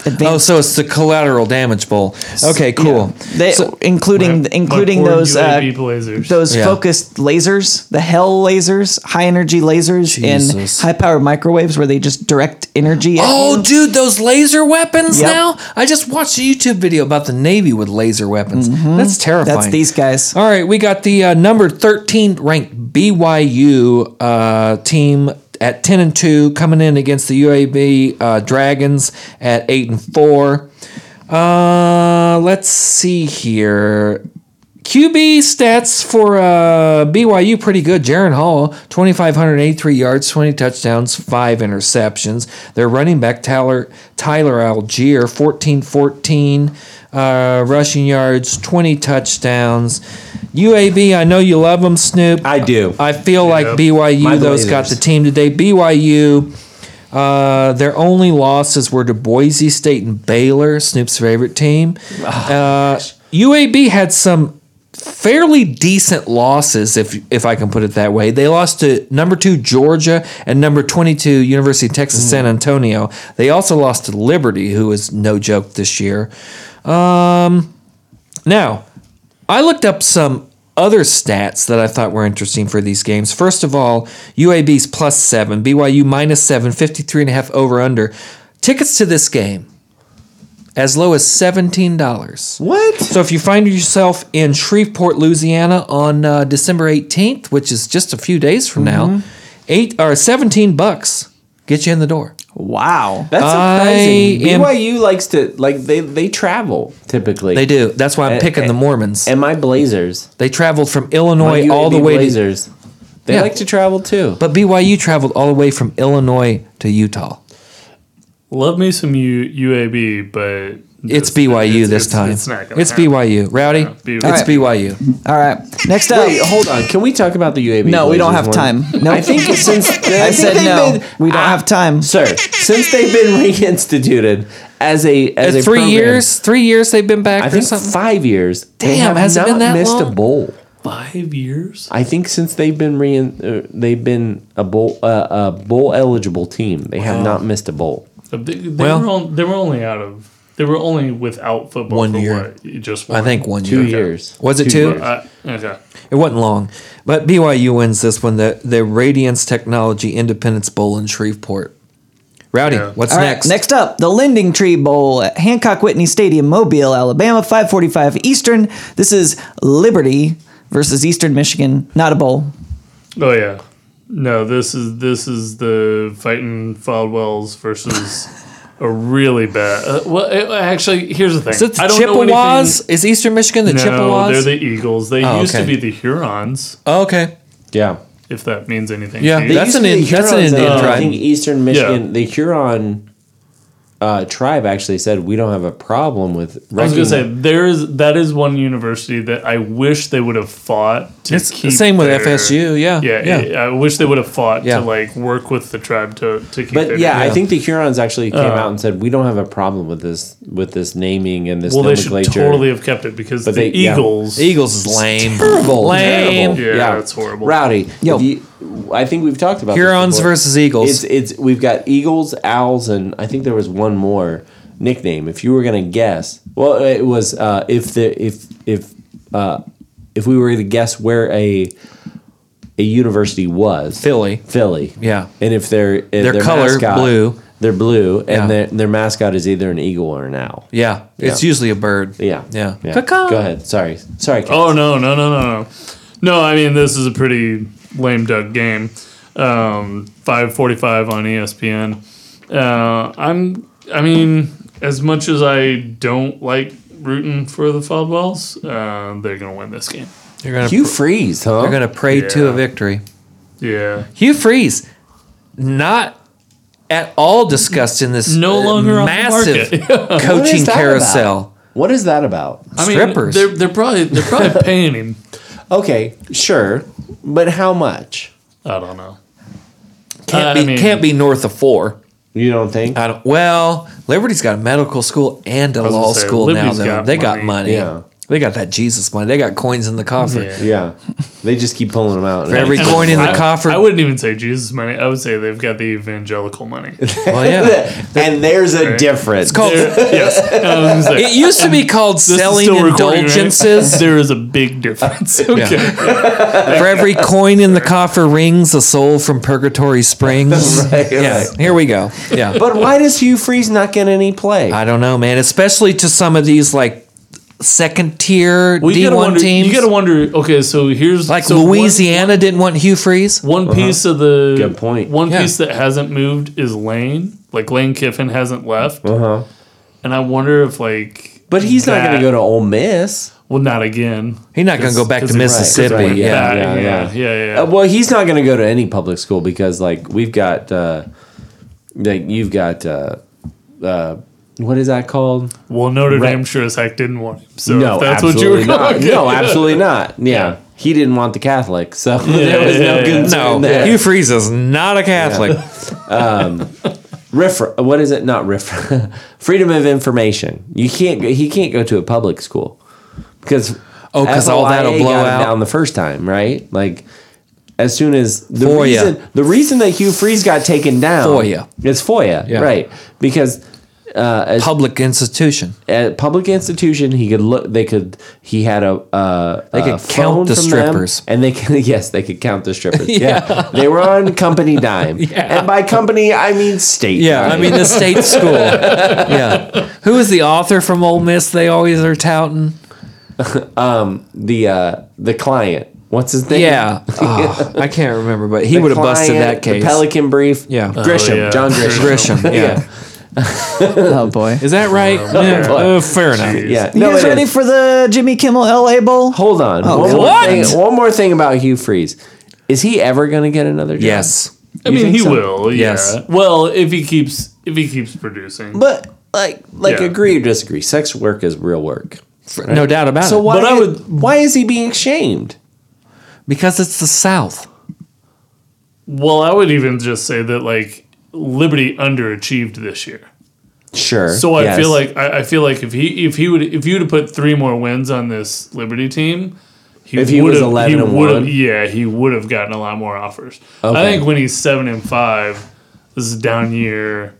Speaker 2: advanced.
Speaker 3: Oh, so it's the collateral damage bowl. Okay, cool.
Speaker 2: Yeah. They,
Speaker 3: So-
Speaker 2: including
Speaker 4: Like-
Speaker 2: including
Speaker 4: like poor
Speaker 2: those uh,
Speaker 4: UAB Blazers.
Speaker 2: those
Speaker 3: Yeah.
Speaker 2: focused lasers, the hell lasers, high energy lasers, and
Speaker 3: Jesus.
Speaker 2: high powered microwaves where they just direct energy. At
Speaker 3: Oh,
Speaker 2: you.
Speaker 3: dude, those laser weapons
Speaker 2: Yep.
Speaker 3: now? I just watched a YouTube video about the Navy with laser weapons. That's terrifying.
Speaker 2: Mm-hmm. that's these guys.
Speaker 3: All right, we got the uh, number 13 ranked BYU uh, team at 10 and 2 coming in against the UAB uh, Dragons at 8 and 4. Uh, let's see here. QB stats for uh, BYU pretty good. Jaron Hall, 2,583 yards, 20 touchdowns, 5 interceptions. Their running back, Tyler, Tyler Algier, 14 14 uh, rushing yards, 20 touchdowns. UAB, I know you love them, Snoop.
Speaker 1: I do.
Speaker 3: I feel like
Speaker 4: Yep.
Speaker 1: My
Speaker 3: BYU, those
Speaker 1: Blazers.
Speaker 3: got the team today. BYU, uh, their only losses were to Boise State and Baylor, Snoop's favorite team. Uh, UAB had some fairly decent losses, if if I can put it that way. They lost to number two Georgia and number twenty two University of Texas San Antonio. They also lost to Liberty, who is no joke this year. Um, Now, I looked up some other stats that I thought were interesting for these games. First of all, UAB's plus seven, BYU minus seven, 53 and a half over under. Tickets to this game as low as $17.
Speaker 1: What?
Speaker 3: So if you find yourself in Shreveport, Louisiana on uh, December 18th, which is just a few days from now, eight or 17 bucks get you in the door.
Speaker 2: Wow.
Speaker 1: That's
Speaker 3: I
Speaker 1: surprising.
Speaker 3: am-
Speaker 1: BYU likes to like they they travel typically.
Speaker 3: They do. That's why I'm
Speaker 1: And-
Speaker 3: picking the
Speaker 1: and-
Speaker 3: Mormons.
Speaker 1: And my Blazers,
Speaker 3: they traveled from
Speaker 1: my
Speaker 3: Illinois all the
Speaker 1: UAB
Speaker 3: way to
Speaker 1: Blazers, they
Speaker 3: Yeah.
Speaker 1: like to travel too.
Speaker 3: But BYU traveled all the way from Illinois to Utah.
Speaker 4: Love me some U- UAB, but
Speaker 3: It's
Speaker 4: just-
Speaker 3: BYU
Speaker 4: it's-
Speaker 3: this
Speaker 4: it's-
Speaker 3: time.
Speaker 4: It's
Speaker 3: It's,
Speaker 4: not gonna happen.
Speaker 3: BYU. Rowdy,
Speaker 4: Yeah, BYU.
Speaker 3: it's
Speaker 4: Alright.
Speaker 3: BYU.
Speaker 2: All right. Next up.
Speaker 1: Wait, hold on. Can we talk about the UAB?
Speaker 2: no, we don't
Speaker 1: Blazers
Speaker 2: have time.
Speaker 1: one?
Speaker 2: No,
Speaker 1: I think since
Speaker 2: I said no. we don't
Speaker 1: have time.
Speaker 2: have time.
Speaker 1: sir. Since they've been reinstituted as a as a
Speaker 3: At three
Speaker 1: program,
Speaker 3: years, three years they've been back
Speaker 1: I
Speaker 3: or
Speaker 1: think
Speaker 3: something.
Speaker 1: five years. they
Speaker 3: Damn,
Speaker 1: have
Speaker 3: has it
Speaker 1: not
Speaker 3: been that
Speaker 1: missed a
Speaker 3: long?
Speaker 1: bowl.
Speaker 4: Five years.
Speaker 1: I think since they've been re uh, they've been a bowl uh, a bowl eligible team, they have not missed a bowl.
Speaker 4: They, they
Speaker 3: Well-
Speaker 4: were on, they were only out of they were only without football
Speaker 3: One
Speaker 4: for
Speaker 3: year.
Speaker 4: What, just
Speaker 3: I
Speaker 4: one.
Speaker 3: think one
Speaker 1: Two
Speaker 3: year.
Speaker 1: years.
Speaker 3: Was it two?
Speaker 1: years.
Speaker 4: Uh, okay.
Speaker 3: It wasn't long. But BYU wins this one, the, the Radiance Technology Independence Bowl in Shreveport. Rowdy,
Speaker 4: Yeah.
Speaker 3: what's
Speaker 2: All right,
Speaker 3: next?
Speaker 2: next up, the Lending Tree Bowl at Hancock Whitney Stadium, Mobile, Alabama, 5:45 Eastern. This is Liberty versus Eastern Michigan. Not a bowl.
Speaker 4: Oh yeah. No, this is this is the fighting Fodwells versus a really bad. Uh, well, uh, actually, here's the thing.
Speaker 3: Is it the
Speaker 4: I don't know
Speaker 3: Chippewas?
Speaker 4: anything-
Speaker 3: Is Eastern Michigan the
Speaker 4: No,
Speaker 3: Chippewas?
Speaker 4: they're the Eagles. They
Speaker 3: Oh,
Speaker 4: used
Speaker 3: okay.
Speaker 4: to be the Hurons,
Speaker 3: oh, okay.
Speaker 1: Yeah,
Speaker 4: if that means anything.
Speaker 3: Yeah,
Speaker 4: to you.
Speaker 1: They
Speaker 3: That's
Speaker 1: used
Speaker 3: an
Speaker 1: to be uh,
Speaker 3: in- that's an
Speaker 1: Hurons,
Speaker 3: Indian
Speaker 1: uh, I
Speaker 3: tribe.
Speaker 1: think Eastern Michigan, the Huron uh, tribe actually said we don't have a problem with.
Speaker 4: I was gonna say there is that is one university that I wish they would have fought to
Speaker 3: It's the
Speaker 4: keep
Speaker 3: same with
Speaker 4: their-
Speaker 3: FSU. Yeah.
Speaker 4: Yeah, yeah, I wish they would have fought
Speaker 3: Yeah.
Speaker 4: to like work with the tribe to to keep. their
Speaker 1: But yeah, I
Speaker 3: Yeah. Uh.
Speaker 1: think the Hurons actually came out and said we don't have a problem with this with this naming and this
Speaker 4: well, they should
Speaker 1: nomenclature.
Speaker 4: totally have kept it because the
Speaker 1: they- yeah.
Speaker 4: Eagles.
Speaker 3: Eagles is lame.
Speaker 1: terrible,
Speaker 3: Lame.
Speaker 1: terrible.
Speaker 4: Yeah, it's horrible.
Speaker 1: Rowdy.
Speaker 2: Yo.
Speaker 1: if you- I think we've talked about this
Speaker 3: Hurons
Speaker 1: before.
Speaker 3: versus Eagles.
Speaker 1: It's it's we've got Eagles, Owls, and I think there was one more nickname. If you were gonna guess, well, it was uh, if the if if uh, if we were to guess where a a university was
Speaker 3: Philly.
Speaker 1: Philly,
Speaker 3: Yeah.
Speaker 1: and if their if
Speaker 3: Their color, blue.
Speaker 1: they're blue, and
Speaker 3: Yeah.
Speaker 1: their their mascot is either an eagle or an owl.
Speaker 3: yeah, it's
Speaker 1: Yeah.
Speaker 3: usually a bird.
Speaker 1: Yeah,
Speaker 3: yeah. Caw-caw.
Speaker 1: Go ahead. Sorry, sorry. Kat.
Speaker 4: Oh no, no, no, no, no. No, I mean this is a pretty lame duck game. Um, Five forty-five on E ESPN. Uh, I'm. I mean, as much as I don't like rooting for the Faldwells, uh, they're gonna win this game.
Speaker 3: You're gonna
Speaker 1: Hugh Freeze, huh?
Speaker 3: you're gonna pray to
Speaker 4: Yeah.
Speaker 3: a victory.
Speaker 4: Yeah.
Speaker 3: Hugh Freeze, not at all discussed in this
Speaker 4: No
Speaker 3: uh,
Speaker 4: longer on the
Speaker 3: massive
Speaker 1: What is
Speaker 3: coaching
Speaker 1: that
Speaker 3: carousel.
Speaker 1: about? What is that about?
Speaker 4: I mean,
Speaker 3: Strippers.
Speaker 4: They're, they're probably they're probably paying him.
Speaker 1: Okay, sure, but how much?
Speaker 4: I don't know.
Speaker 3: Can't
Speaker 4: I
Speaker 3: be
Speaker 4: mean-
Speaker 3: can't be north of four.
Speaker 1: You don't think?
Speaker 3: I don't, well, Liberty's got a medical school and a
Speaker 4: was gonna
Speaker 3: law
Speaker 4: say,
Speaker 3: school
Speaker 4: Liberty's
Speaker 3: now. Though
Speaker 4: got
Speaker 3: they got
Speaker 4: money.
Speaker 3: money.
Speaker 1: Yeah.
Speaker 3: They got that Jesus money. They got coins in the coffer.
Speaker 1: Yeah, they just keep pulling them out. For
Speaker 3: every coin in the
Speaker 4: I-
Speaker 3: coffer.
Speaker 4: I wouldn't even say Jesus money. I would say they've got the evangelical money.
Speaker 3: Well, yeah.
Speaker 1: and there's a difference.
Speaker 3: It's called-
Speaker 4: yes. I was gonna say,
Speaker 3: it used to be called
Speaker 4: this is
Speaker 3: selling
Speaker 4: still recording, right?
Speaker 3: indulgences.
Speaker 4: There is a big difference. Okay.
Speaker 3: For every coin in the coffer rings a soul from Purgatory Springs.
Speaker 1: Right,
Speaker 3: yeah,
Speaker 1: right.
Speaker 3: here we go. Yeah.
Speaker 1: but why does Hugh Freeze not get any play?
Speaker 3: I don't know, man. Especially to some of these like second tier
Speaker 4: Well, you
Speaker 3: D
Speaker 4: gotta
Speaker 3: one
Speaker 4: wonder,
Speaker 3: teams.
Speaker 4: You gotta wonder. Okay, so here's
Speaker 3: like
Speaker 4: so one-
Speaker 3: Louisiana didn't want Hugh Freeze.
Speaker 4: One, piece of the
Speaker 1: Good point.
Speaker 4: One
Speaker 3: Yeah.
Speaker 4: piece that hasn't moved is Lane. Like Lane Kiffin hasn't left.
Speaker 1: Uh-huh.
Speaker 4: And I wonder if like,
Speaker 1: but he's not going
Speaker 4: That-
Speaker 1: to go to Ole Miss.
Speaker 4: well, not again.
Speaker 3: He's not gonna go back to
Speaker 4: 'cause he-
Speaker 3: Mississippi.
Speaker 1: right, 'cause he went
Speaker 3: yeah.
Speaker 1: back.
Speaker 4: yeah,
Speaker 1: yeah,
Speaker 4: yeah, yeah, yeah, yeah.
Speaker 1: Uh, well, he's not going to go to any public school because, like, we've got, uh, like, you've got, uh, uh, what is that called?
Speaker 4: well, Notre
Speaker 1: Right.
Speaker 4: Dame sure as heck didn't want him. So
Speaker 1: no,
Speaker 4: if that's what you
Speaker 1: absolutely
Speaker 4: were
Speaker 1: not.
Speaker 4: going-
Speaker 1: No, absolutely not. Yeah.
Speaker 4: Yeah.
Speaker 1: he didn't want the Catholic, so there was no
Speaker 4: yeah, yeah.
Speaker 1: concern
Speaker 3: No,
Speaker 1: there.
Speaker 3: Hugh Freeze is not a Catholic.
Speaker 1: Riff, what is it? Not riff. Freedom of information. You can't. go- He can't go to a public school because
Speaker 3: Oh, 'cause all that'll
Speaker 1: FOIA
Speaker 3: blow
Speaker 1: got him
Speaker 3: out.
Speaker 1: down the first time, right? Like as soon as the
Speaker 3: FOIA.
Speaker 1: reason the reason that Hugh Freeze got taken down
Speaker 3: FOIA.
Speaker 1: is FOIA,
Speaker 3: Yeah.
Speaker 1: right? Because
Speaker 3: Public institution.
Speaker 1: at a public institution, he could look. They could. He had a. Uh, they
Speaker 3: could count the strippers.
Speaker 1: and they can. Yes, they could count the strippers. yeah. they were on company dime,
Speaker 3: Yeah.
Speaker 1: and by company I mean state.
Speaker 3: Yeah, I
Speaker 1: dime.
Speaker 3: mean the state school. yeah. Who is the author from Ole Miss they always are touting?
Speaker 1: the uh, the client. What's his name?
Speaker 3: Yeah. Oh, I can't remember, but he
Speaker 1: The
Speaker 3: would have busted
Speaker 1: client,
Speaker 3: that case.
Speaker 1: The Pelican Brief.
Speaker 3: Yeah. Oh,
Speaker 1: Grisham.
Speaker 4: yeah.
Speaker 1: John Grisham.
Speaker 3: Grisham. Yeah.
Speaker 2: Oh boy.
Speaker 3: Is that right? Yeah. Uh, fair enough.
Speaker 1: Yeah.
Speaker 2: You
Speaker 1: No,
Speaker 2: guys
Speaker 1: it
Speaker 2: ready
Speaker 1: is.
Speaker 2: for the Jimmy Kimmel LA Bowl?
Speaker 1: Hold on. One
Speaker 2: God.
Speaker 1: more
Speaker 3: Oh, What?
Speaker 1: Thing, one more thing about Hugh Freeze. Is he ever going to get another job?
Speaker 3: Yes.
Speaker 4: I
Speaker 1: You
Speaker 4: mean,
Speaker 1: think
Speaker 4: he
Speaker 1: so?
Speaker 4: will. Yeah.
Speaker 3: Yes.
Speaker 4: Well, if he keeps if he keeps producing.
Speaker 1: But like, like,
Speaker 4: Yeah.
Speaker 1: agree or disagree, sex work is real work.
Speaker 3: No doubt about
Speaker 1: So
Speaker 3: it.
Speaker 1: why?
Speaker 4: But I
Speaker 1: is-
Speaker 4: would-
Speaker 1: why is he being shamed?
Speaker 3: Because it's the South.
Speaker 4: well, I would even just say that like Liberty underachieved this year.
Speaker 1: Sure.
Speaker 4: So I
Speaker 1: yes.
Speaker 4: feel like I, I feel like if he if he would if you would have put three more wins on this Liberty team, he
Speaker 1: If he was
Speaker 4: would've-
Speaker 1: 11 and
Speaker 4: would've-
Speaker 1: one?
Speaker 4: yeah, he would have gotten a lot more offers. I
Speaker 1: Okay.
Speaker 4: think when he's seven and five, this is a down year,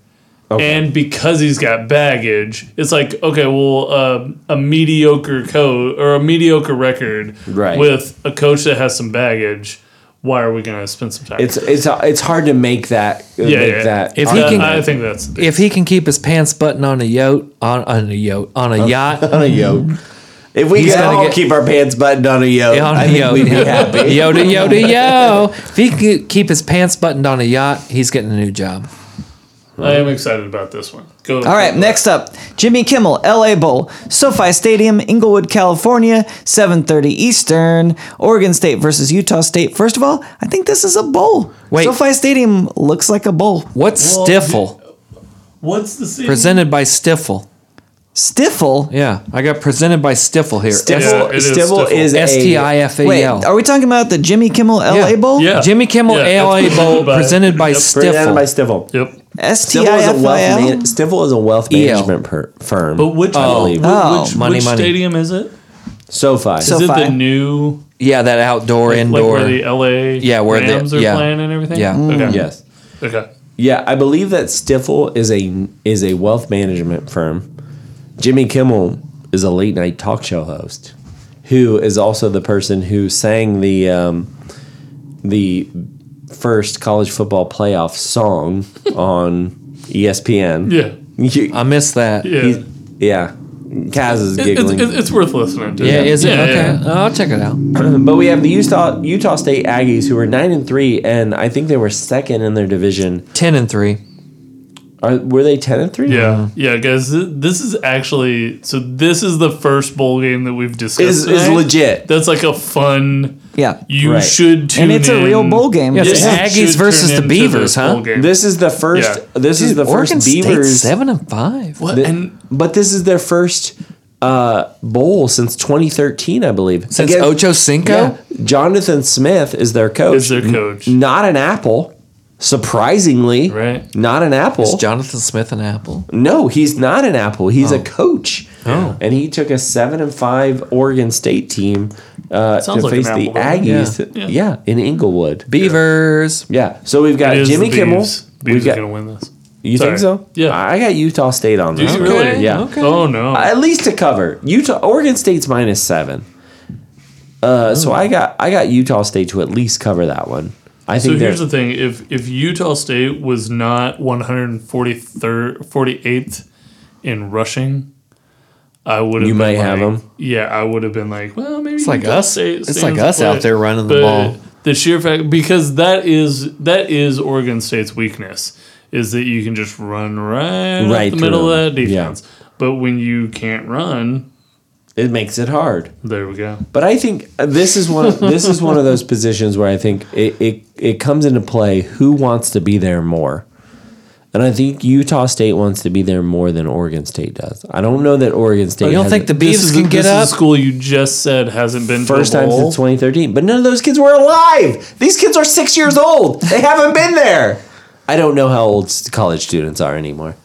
Speaker 4: and because he's got baggage, it's like okay, well, um a mediocre code or a mediocre record
Speaker 1: Right.
Speaker 4: with a coach that has some baggage. Why are we going to spend some time?
Speaker 1: it's it's it's hard to make that uh,
Speaker 4: yeah,
Speaker 1: make
Speaker 4: yeah.
Speaker 1: that.
Speaker 3: If
Speaker 4: if
Speaker 3: he
Speaker 4: he
Speaker 3: can-
Speaker 4: I think that's
Speaker 3: If he can keep his pants button on a yacht, on, on a yacht, on
Speaker 1: Oh.
Speaker 3: a yacht,
Speaker 1: on a yoke. If we
Speaker 3: He's
Speaker 1: can
Speaker 3: gonna
Speaker 1: all
Speaker 3: get-
Speaker 1: keep our pants buttoned on a yoke,
Speaker 3: on
Speaker 1: I
Speaker 3: a
Speaker 1: think
Speaker 3: yacht,
Speaker 1: we'd be
Speaker 3: yeah.
Speaker 1: happy.
Speaker 3: yoda yoda yo. If he can keep his pants buttoned on a yacht, he's getting a new job.
Speaker 4: I am excited about this one. Go.
Speaker 2: All right, next up, Jimmy Kimmel, LA Bowl, SoFi Stadium, Inglewood, California, 7:30 Eastern, Oregon State versus Utah State. First of all, I think this is a bowl.
Speaker 3: Wait.
Speaker 2: SoFi Stadium looks like a bowl.
Speaker 3: What's stiffle?
Speaker 4: What's the scene?
Speaker 3: Presented by Stiffle.
Speaker 2: Stiffle.
Speaker 3: Yeah, I got presented by Stiffle here.
Speaker 4: Yeah,
Speaker 2: Stiffle,
Speaker 4: it is
Speaker 2: Stiffle
Speaker 4: Stiffle.
Speaker 2: is a-
Speaker 3: S T I F A
Speaker 2: Wait,
Speaker 3: L.
Speaker 2: are we talking about the Jimmy Kimmel LA
Speaker 3: Yeah.
Speaker 2: Bowl?
Speaker 4: Yeah.
Speaker 3: Jimmy Kimmel
Speaker 4: Yeah, that's
Speaker 3: ALA
Speaker 4: presented
Speaker 3: Bowl
Speaker 4: by-
Speaker 3: presented by
Speaker 4: Yep.
Speaker 1: Presented
Speaker 3: Stiffle.
Speaker 1: by Stiffle.
Speaker 4: Yep.
Speaker 1: Stiffle is a wealth
Speaker 2: S-T-I-F-I-L?
Speaker 1: man- Stiffle is a wealth
Speaker 3: EL.
Speaker 1: management per- firm.
Speaker 4: But which
Speaker 1: Oh.
Speaker 4: which,
Speaker 2: Oh.
Speaker 4: which,
Speaker 3: Money,
Speaker 4: which
Speaker 3: money.
Speaker 4: stadium is it? Is
Speaker 1: SoFi.
Speaker 2: So-
Speaker 4: it the
Speaker 2: SoFi.
Speaker 4: new
Speaker 3: Yeah, that outdoor
Speaker 4: like
Speaker 3: indoor.
Speaker 4: where the LA
Speaker 3: Yeah, where the-
Speaker 4: Rams are
Speaker 3: yeah.
Speaker 4: playing and everything?
Speaker 3: Yeah.
Speaker 4: Okay.
Speaker 1: yes.
Speaker 4: Okay.
Speaker 1: Yeah, I believe that Stiffle is a is a wealth management firm. Jimmy Kimmel is a late night talk show host, who is also the person who sang the um, the first college football playoff song on E ESPN.
Speaker 4: Yeah.
Speaker 1: You-
Speaker 3: I missed that.
Speaker 4: Yeah.
Speaker 1: he's- yeah. Kaz is
Speaker 4: It- it's,
Speaker 1: giggling.
Speaker 4: it's, it's worth listening to.
Speaker 3: Yeah, is it?
Speaker 4: Yeah,
Speaker 3: okay. Oh,
Speaker 4: yeah.
Speaker 3: I'll check it out.
Speaker 1: But we have the Utah Utah State Aggies who were nine and three, and I think they were second in their division.
Speaker 3: 10 and 3.
Speaker 1: Are, were they ten and three?
Speaker 4: Yeah, yeah, guys. th- This is actually so. This is the first bowl game that we've discussed.
Speaker 1: Is is
Speaker 4: tonight.
Speaker 1: legit.
Speaker 4: That's like a fun.
Speaker 2: Yeah.
Speaker 4: You
Speaker 1: Right.
Speaker 4: should tune.
Speaker 2: And it's a real
Speaker 4: in-
Speaker 2: bowl game.
Speaker 3: Yes.
Speaker 4: Yeah,
Speaker 3: It's
Speaker 4: you
Speaker 3: Aggies
Speaker 4: should tune
Speaker 3: versus the
Speaker 4: into
Speaker 3: Beavers,
Speaker 4: this
Speaker 3: huh?
Speaker 4: bowl game.
Speaker 1: This is the first.
Speaker 4: Yeah.
Speaker 1: This is the
Speaker 3: Oregon
Speaker 1: first
Speaker 3: State
Speaker 1: Beavers.
Speaker 3: 7 and 5.
Speaker 4: What?
Speaker 1: th-
Speaker 4: and
Speaker 1: but this is their first uh, bowl since 2013, I believe.
Speaker 3: Since
Speaker 1: Again,
Speaker 3: Ocho Cinco?
Speaker 1: yeah, Jonathan Smith is their coach.
Speaker 4: Is their coach.
Speaker 1: N- not an apple. Surprisingly,
Speaker 4: Right.
Speaker 1: Not an apple.
Speaker 3: Is Jonathan Smith an apple?
Speaker 1: no, he's not an apple. He's a coach.
Speaker 3: Oh.
Speaker 1: and he took a seven and five Oregon State team uh, to
Speaker 4: Sounds like an
Speaker 1: face the
Speaker 4: apple, doesn't
Speaker 1: Aggies.
Speaker 4: Yeah.
Speaker 1: Yeah. in Inglewood.
Speaker 3: Beavers.
Speaker 1: Yeah, so we've got
Speaker 4: it is
Speaker 1: Uh, Jimmy
Speaker 4: the
Speaker 1: Kimmel.
Speaker 4: Beavs.
Speaker 1: We've
Speaker 4: Beavs
Speaker 1: got,
Speaker 4: are gonna win this.
Speaker 1: you
Speaker 4: Sorry.
Speaker 1: think so?
Speaker 4: Yeah.
Speaker 1: I got Utah State on
Speaker 4: Do
Speaker 1: this.
Speaker 4: you
Speaker 1: one.
Speaker 4: really?
Speaker 1: Yeah.
Speaker 3: Okay.
Speaker 4: Oh no.
Speaker 1: at least to cover Utah. Oregon State's minus seven. Uh, so
Speaker 4: Hmm.
Speaker 1: I got I got Utah State to at least cover that one. I
Speaker 4: so
Speaker 1: think
Speaker 4: here's
Speaker 1: they're-
Speaker 4: the thing: if if Utah State was not 143rd, 48th in rushing, I would have.
Speaker 1: You
Speaker 4: been
Speaker 1: might
Speaker 4: like,
Speaker 1: have 'em.
Speaker 4: Yeah, I would have been like, well, maybe it's
Speaker 3: like us. It's like us out there running the ball.
Speaker 4: The sheer fact, because that is that is Oregon State's weakness, is that you can just run right, right
Speaker 1: Right
Speaker 4: the middle
Speaker 1: through 'em.
Speaker 4: of that
Speaker 1: Yeah.
Speaker 4: defense. But when you can't run,
Speaker 1: it makes it hard.
Speaker 4: there we go.
Speaker 1: But I think this is one of, this is one of those positions where I think it, it it comes into play who wants to be there more. And I think Utah State wants to be there more than Oregon State does. I don't know that
Speaker 4: Oh,
Speaker 1: Oregon State
Speaker 3: You don't
Speaker 1: has
Speaker 3: think the
Speaker 1: it.
Speaker 4: This
Speaker 3: Beavs
Speaker 4: is,
Speaker 3: can
Speaker 4: this
Speaker 3: get
Speaker 4: is a
Speaker 3: up?
Speaker 4: school you just said hasn't been
Speaker 1: first
Speaker 4: to a
Speaker 1: time
Speaker 4: bowl.
Speaker 1: since 2013, but none of those kids were alive. These kids are 6 years old. They haven't been there. I don't know how old s- college students are anymore.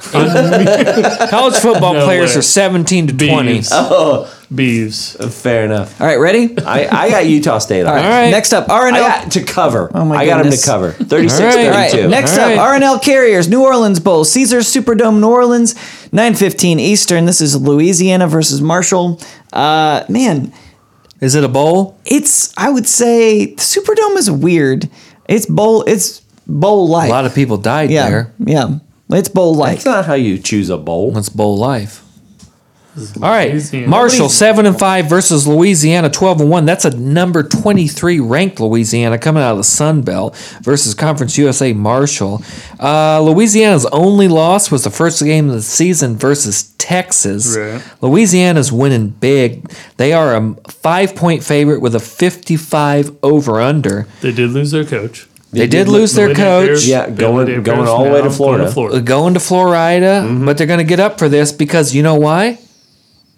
Speaker 3: College football
Speaker 4: No
Speaker 3: players
Speaker 4: way.
Speaker 3: are 17 to 20.
Speaker 4: Beavs. Oh. Beavs.
Speaker 1: Fair enough.
Speaker 2: All right, ready?
Speaker 1: I, I got Utah State on.
Speaker 2: All right.
Speaker 3: right.
Speaker 2: Next up, RNL.
Speaker 1: I got to cover. Oh
Speaker 2: my
Speaker 1: I got them to
Speaker 2: goodness.
Speaker 1: cover. 36
Speaker 3: All
Speaker 2: All
Speaker 3: right.
Speaker 2: right.
Speaker 1: 32.
Speaker 2: Next
Speaker 3: All right.
Speaker 2: up, RNL Carriers, New Orleans Bowl, Caesars Superdome, New Orleans, 9:15 Eastern. This is Louisiana versus Marshall. Uh, man,
Speaker 3: Is it a bowl?
Speaker 2: it's I would say Superdome is weird. It's bowl. It's bowl
Speaker 3: A
Speaker 2: like.
Speaker 3: lot of people died
Speaker 2: yeah,
Speaker 3: there.
Speaker 2: yeah. It's bowl like.
Speaker 1: That's not how you choose a bowl.
Speaker 3: That's bowl life. All right,
Speaker 4: Louisiana.
Speaker 3: Marshall seven and five versus Louisiana twelve and one. That's a number twenty three ranked Louisiana coming out of the Sun Belt versus Conference USA Marshall. Uh, Louisiana's only loss was the first game of the season versus Texas.
Speaker 4: Right.
Speaker 3: Louisiana's winning big. They are a five point favorite with a fifty five over under.
Speaker 4: They did lose their coach.
Speaker 3: They, did, lose their
Speaker 4: Billy
Speaker 3: coach.
Speaker 4: Napier-
Speaker 1: Yeah,
Speaker 4: Billy
Speaker 1: going-
Speaker 4: Napier's
Speaker 1: going all the way
Speaker 4: now
Speaker 1: to Florida.
Speaker 3: Uh, Going to Florida,
Speaker 4: Mm-hmm.
Speaker 3: but they're going to get up for this because you know why?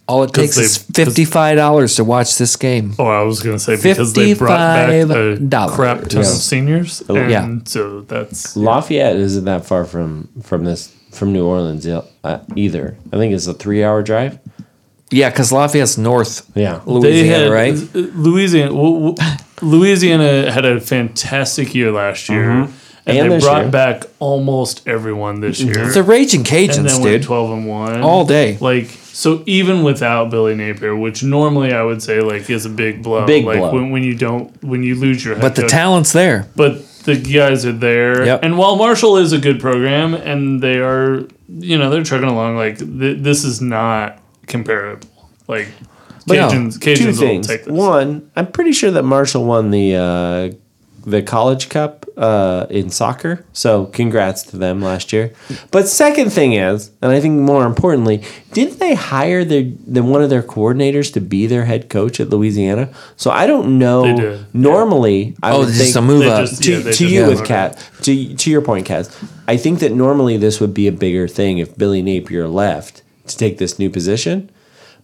Speaker 3: All it takes
Speaker 4: they-
Speaker 3: is fifty five dollars to watch this game.
Speaker 4: Oh, I was going to say because they brought back a
Speaker 3: $55.
Speaker 4: crap ton of seniors.
Speaker 1: Oh,
Speaker 4: And
Speaker 3: Yeah.
Speaker 4: So that's.
Speaker 1: Lafayette isn't that far from from this from New Orleans yeah, uh, either. I think it's a three hour drive.
Speaker 3: Yeah, because Lafayette's north.
Speaker 1: Yeah.
Speaker 4: They
Speaker 3: Louisiana,
Speaker 4: had,
Speaker 3: right?
Speaker 4: Louisiana. w- w- Louisiana had a fantastic year last year. And,
Speaker 1: Mm-hmm. And
Speaker 4: they
Speaker 1: this
Speaker 4: brought
Speaker 1: year.
Speaker 4: back almost everyone this year.
Speaker 3: It's the raging
Speaker 4: and
Speaker 3: Cajuns,
Speaker 4: then went
Speaker 3: dude.
Speaker 4: 12 and 1
Speaker 3: All day.
Speaker 4: like so even without billy napier which normally i would say like is a big blow
Speaker 1: Big
Speaker 4: like
Speaker 1: blow.
Speaker 4: When, when you don't when you lose your head
Speaker 3: But the
Speaker 4: coach.
Speaker 3: talent's there.
Speaker 4: but the guys are there
Speaker 3: Yep.
Speaker 4: and while marshall is a good program and they are you know they're trucking along like th- this is not comparable like
Speaker 3: no,
Speaker 4: cajuns cajuns
Speaker 1: Two
Speaker 4: will
Speaker 1: things.
Speaker 4: take this
Speaker 1: One, I'm pretty sure that Marshall won the uh, the College Cup uh, in soccer. So congrats to them last year. But second thing is, and I think more importantly, didn't they hire their then one of their coordinators to be their head coach at Louisiana? So I don't know.
Speaker 4: They did, yeah.
Speaker 1: Normally, I
Speaker 3: Oh,
Speaker 1: would
Speaker 3: this is
Speaker 1: think
Speaker 3: a move
Speaker 4: They
Speaker 3: up.
Speaker 4: just-
Speaker 1: to,
Speaker 4: Yeah, they
Speaker 1: to you
Speaker 4: just-
Speaker 1: with Cat to to your point, Kaz. I think that normally this would be a bigger thing if Billy Napier left to take this new position,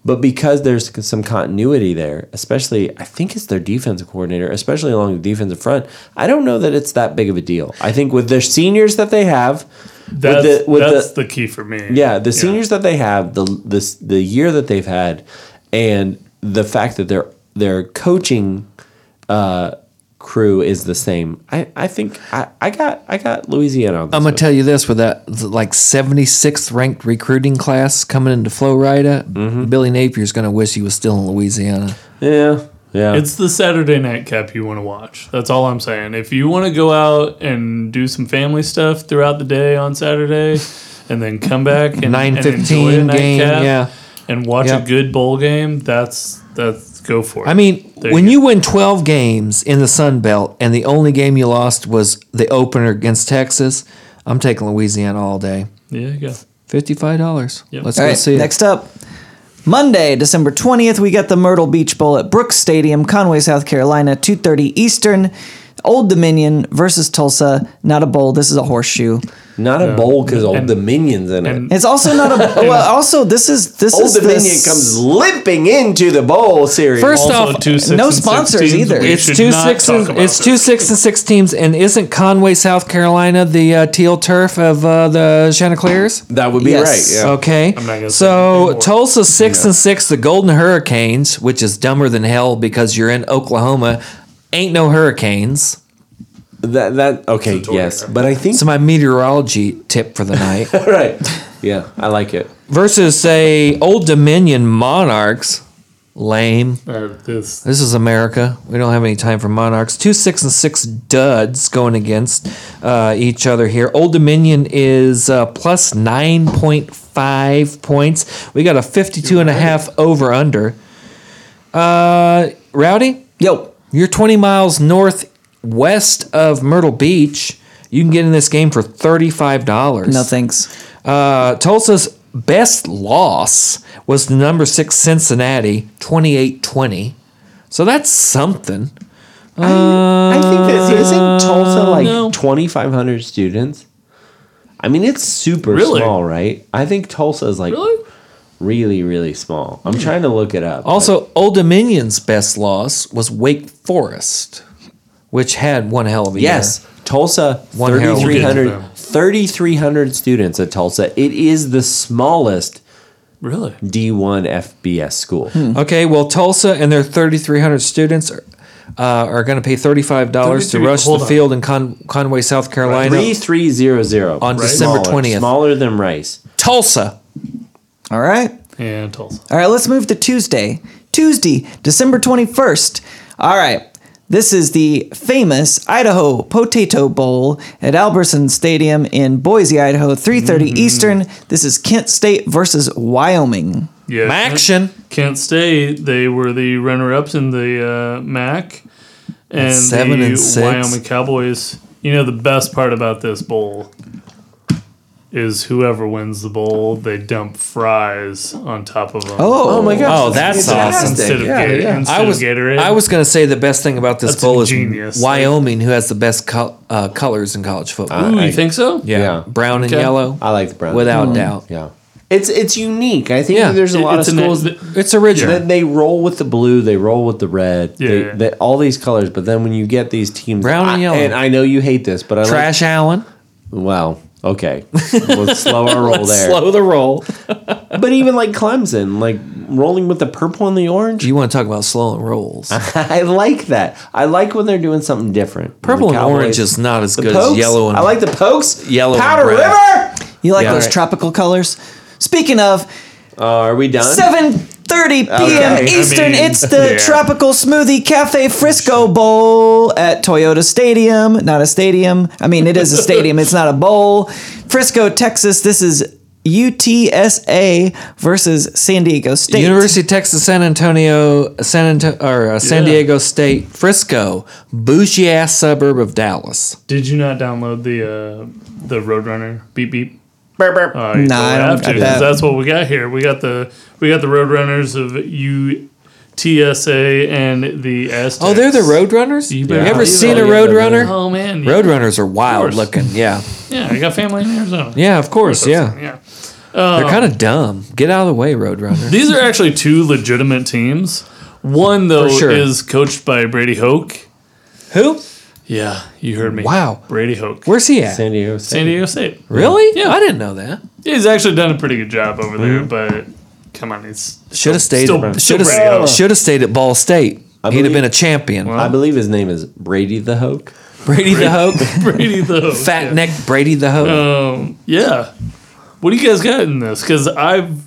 Speaker 1: but because there's some continuity there, especially I think it's their defensive coordinator, especially along the defensive front. I don't know that it's that big of a deal. I think with their seniors that they have,
Speaker 4: That's,
Speaker 1: with the, with
Speaker 4: that's
Speaker 1: the
Speaker 4: the, key for me.
Speaker 1: yeah, the seniors that they have, the this the year that they've had, and the fact that their their coaching uh, crew is the same. I, I think I, I got I got Louisiana on this.
Speaker 3: I'm
Speaker 1: one.
Speaker 3: gonna tell you this: with that th- like 76th ranked recruiting class coming into Florida,
Speaker 4: Mm-hmm.
Speaker 3: Billy Napier's gonna wish he was still in Louisiana.
Speaker 1: yeah, yeah.
Speaker 4: It's the Saturday night cap you want to watch. That's all I'm saying. If you want to go out and do some family stuff throughout the day on Saturday, and then come back and
Speaker 3: Nine
Speaker 4: and enjoy a
Speaker 3: fifteen game,
Speaker 4: nightcap
Speaker 3: yeah.
Speaker 4: and watch
Speaker 3: Yep.
Speaker 4: a good bowl game, that's that's go for it.
Speaker 3: I mean,
Speaker 4: There
Speaker 3: when
Speaker 4: you
Speaker 3: you win 12 games in the Sun Belt and the only game you lost was the opener against Texas, I'm taking Louisiana all day.
Speaker 4: yeah, yeah.
Speaker 3: Fifty-five dollars.
Speaker 4: Yep.
Speaker 3: Let's
Speaker 2: All
Speaker 3: go
Speaker 2: right,
Speaker 3: see it.
Speaker 2: next up. Monday, December 20th, we got the Myrtle Beach Bowl at Brooks Stadium, Conway, South Carolina, 2:30 Eastern. Old Dominion versus Tulsa, not a bowl. This is a horseshoe.
Speaker 1: Not a bowl because Old
Speaker 4: And-
Speaker 1: Dominion's in it.
Speaker 4: and-
Speaker 2: It's also not a well. Also, this is this
Speaker 1: Old
Speaker 2: is the
Speaker 1: Dominion
Speaker 2: s-
Speaker 1: comes limping into the bowl series.
Speaker 3: First
Speaker 4: Also,
Speaker 3: off,
Speaker 4: two, six,
Speaker 2: no
Speaker 4: and six
Speaker 2: sponsors
Speaker 4: teams,
Speaker 2: either.
Speaker 4: we
Speaker 3: It's
Speaker 4: should
Speaker 3: two
Speaker 4: not
Speaker 3: six.
Speaker 4: talk
Speaker 3: And,
Speaker 4: about
Speaker 3: it's
Speaker 4: this.
Speaker 3: two six and six teams, and isn't Conway, South Carolina, the uh, teal turf of uh, the Chanticleers?
Speaker 1: that would be
Speaker 2: Yes.
Speaker 1: right. Yeah.
Speaker 3: Okay.
Speaker 4: not gonna say anything
Speaker 3: so
Speaker 4: more.
Speaker 3: Tulsa six and six, the Golden Hurricanes, which is dumber than hell because you're in Oklahoma, ain't no hurricanes.
Speaker 1: That that okay.
Speaker 4: It's a tornado.
Speaker 1: Yes, but I think
Speaker 3: So my meteorology tip for the night
Speaker 1: right. Yeah, I like it.
Speaker 3: versus say Old Dominion Monarchs. Lame.
Speaker 4: Uh, this-
Speaker 3: This is America. We don't have any time for monarchs. Two six and six duds going against uh, each other here. Old Dominion is uh, plus nine point five points. We got a 52 and a half over under. Uh, Rowdy,
Speaker 2: Yo,
Speaker 3: you're 20 miles northwest of Myrtle Beach. You can get in this game for $35.
Speaker 2: no thanks.
Speaker 3: Uh, Tulsa's best loss was the number six Cincinnati, 28 20. So that's something.
Speaker 1: I think that isn't Tulsa like
Speaker 4: no.
Speaker 1: 2,500 students. I mean, it's super
Speaker 4: Really?
Speaker 1: small, right? I think Tulsa is like
Speaker 4: Really?
Speaker 1: really, really, small. I'm trying to look it up. but-
Speaker 3: Also, Old Dominion's best loss was Wake Forest, which had one hell of a
Speaker 1: yes, Tulsa
Speaker 3: One hell of a
Speaker 1: 3,300
Speaker 4: difference.
Speaker 1: 3,300 students at Tulsa. It is the smallest
Speaker 4: really?
Speaker 1: D1 FBS school.
Speaker 3: year. Okay, well, Tulsa and their 3,300 students are, uh, are going to pay $35 to
Speaker 4: 33
Speaker 3: rush the
Speaker 4: hold on.
Speaker 3: field in Con- Conway, South Carolina.
Speaker 1: 3300
Speaker 3: On December
Speaker 1: Smaller.
Speaker 3: 20th.
Speaker 1: Smaller than Rice.
Speaker 3: Tulsa.
Speaker 2: All right.
Speaker 4: Yeah, Tulsa.
Speaker 2: All right, let's move to Tuesday. Tuesday, December 21st. All right. This is the famous Idaho Potato Bowl at Albertson Stadium in Boise, Idaho, 3:30
Speaker 3: Mm-hmm.
Speaker 2: Eastern. This is Kent State versus Wyoming.
Speaker 4: Yeah,
Speaker 3: Maction.
Speaker 4: Kent State, they were the runner-ups in the uh, MAC, and
Speaker 3: seven
Speaker 4: the
Speaker 3: and six.
Speaker 4: Wyoming Cowboys. You know the best part about this bowl is whoever wins the bowl, they dump fries on top of them.
Speaker 2: Oh,
Speaker 1: my gosh.
Speaker 3: Oh, that's awesome.
Speaker 4: instead of,
Speaker 1: Yeah,
Speaker 4: Gator-
Speaker 1: yeah.
Speaker 4: Instead
Speaker 3: I was
Speaker 4: of Gatorade.
Speaker 3: I was going to say the best thing about this
Speaker 4: That's
Speaker 3: bowl is
Speaker 4: ingenious.
Speaker 3: Wyoming, who has the best col- uh, colors in college football.
Speaker 4: Ooh, you think so?
Speaker 3: yeah.
Speaker 1: Uh, yeah. Uh, mm.
Speaker 3: brown and
Speaker 4: Okay.
Speaker 3: yellow,
Speaker 1: I like the brown.
Speaker 3: without doubt.
Speaker 1: Yeah. It's it's unique. I think
Speaker 3: Yeah.
Speaker 1: there's a
Speaker 4: It-
Speaker 1: lot of
Speaker 4: it's an- e-,
Speaker 1: schools
Speaker 4: th-
Speaker 1: that
Speaker 3: It's original.
Speaker 1: Then they roll with the blue, they roll with the red, they,
Speaker 4: Yeah.
Speaker 1: they, all these colors. But then when you get these teams,
Speaker 3: Brown and
Speaker 1: I-
Speaker 3: yellow.
Speaker 1: and I know you hate this, but I
Speaker 3: Trash Allen,
Speaker 1: Like, wow, okay, let's slow our roll there.
Speaker 3: slow the roll.
Speaker 1: But even like Clemson, like rolling with the purple and the orange,
Speaker 3: You want to talk about slow and rolls?
Speaker 1: I like that. I like when they're doing something different.
Speaker 3: Purple
Speaker 1: The
Speaker 3: and
Speaker 1: Cowboys-
Speaker 3: orange is not as
Speaker 1: the
Speaker 3: good as
Speaker 1: pokes.
Speaker 3: yellow and.
Speaker 1: I like the pokes.
Speaker 3: yellow and
Speaker 1: powder
Speaker 3: brown.
Speaker 1: river.
Speaker 2: You like
Speaker 3: Yeah.
Speaker 2: those
Speaker 3: Right.
Speaker 2: tropical colors? Speaking of,
Speaker 1: Uh, are we done?
Speaker 2: 7:30 p.m.
Speaker 1: Okay.
Speaker 2: Eastern,
Speaker 4: I mean,
Speaker 2: it's the
Speaker 4: yeah.
Speaker 2: Tropical Smoothie Cafe Frisco Bowl at Toyota Stadium. Not a stadium. I mean, it is a stadium. it's not a bowl. Frisco, Texas. This is UTSA versus San Diego State.
Speaker 3: University of Texas San Antonio, San Anto- or uh, San
Speaker 4: Yeah.
Speaker 3: Diego State, Frisco, bougie ass suburb of Dallas.
Speaker 4: Did you not download the uh, the Roadrunner beep beep?
Speaker 2: Burp, burp.
Speaker 4: Uh,
Speaker 2: Nah, I don't- I bet.
Speaker 4: that's what we got here. We got the we got the Roadrunners of UTSA and the Aztecs.
Speaker 3: Oh, they're the Roadrunners.
Speaker 4: You
Speaker 3: You,
Speaker 4: better
Speaker 3: ever
Speaker 4: believe
Speaker 3: seen
Speaker 4: it.
Speaker 3: a
Speaker 1: Yeah, they're-
Speaker 3: Roadrunner?
Speaker 4: Oh man, yeah.
Speaker 3: Roadrunners are wild
Speaker 4: course.
Speaker 3: looking. Yeah,
Speaker 4: Yeah, I got family in Arizona.
Speaker 3: yeah, of course. Yeah,
Speaker 4: yeah.
Speaker 3: they're kind
Speaker 4: Um,
Speaker 3: of dumb. Get out of the way, Roadrunner.
Speaker 4: These are actually two legitimate teams. One though
Speaker 3: For sure.
Speaker 4: is coached by Brady Hoke.
Speaker 3: Who?
Speaker 4: Yeah, you heard me.
Speaker 3: Wow.
Speaker 4: Brady Hoke,
Speaker 3: Where's he at?
Speaker 1: San Diego
Speaker 4: San
Speaker 1: State.
Speaker 4: Diego State.
Speaker 3: Really? Yeah, I didn't know that.
Speaker 4: He's actually done a pretty good job over there, but come on, he's
Speaker 3: Should have stayed.
Speaker 4: Still- still
Speaker 3: Should have.
Speaker 4: Brady.
Speaker 3: Should have stayed at Ball State. He'd have
Speaker 1: believe-
Speaker 3: been a champion.
Speaker 1: I believe his name is Brady the Hoke.
Speaker 3: Brady the Hoke,
Speaker 4: Brady though.
Speaker 3: fat neck Brady the Hoke.
Speaker 4: Um, yeah. What do you guys got in this? Because I've,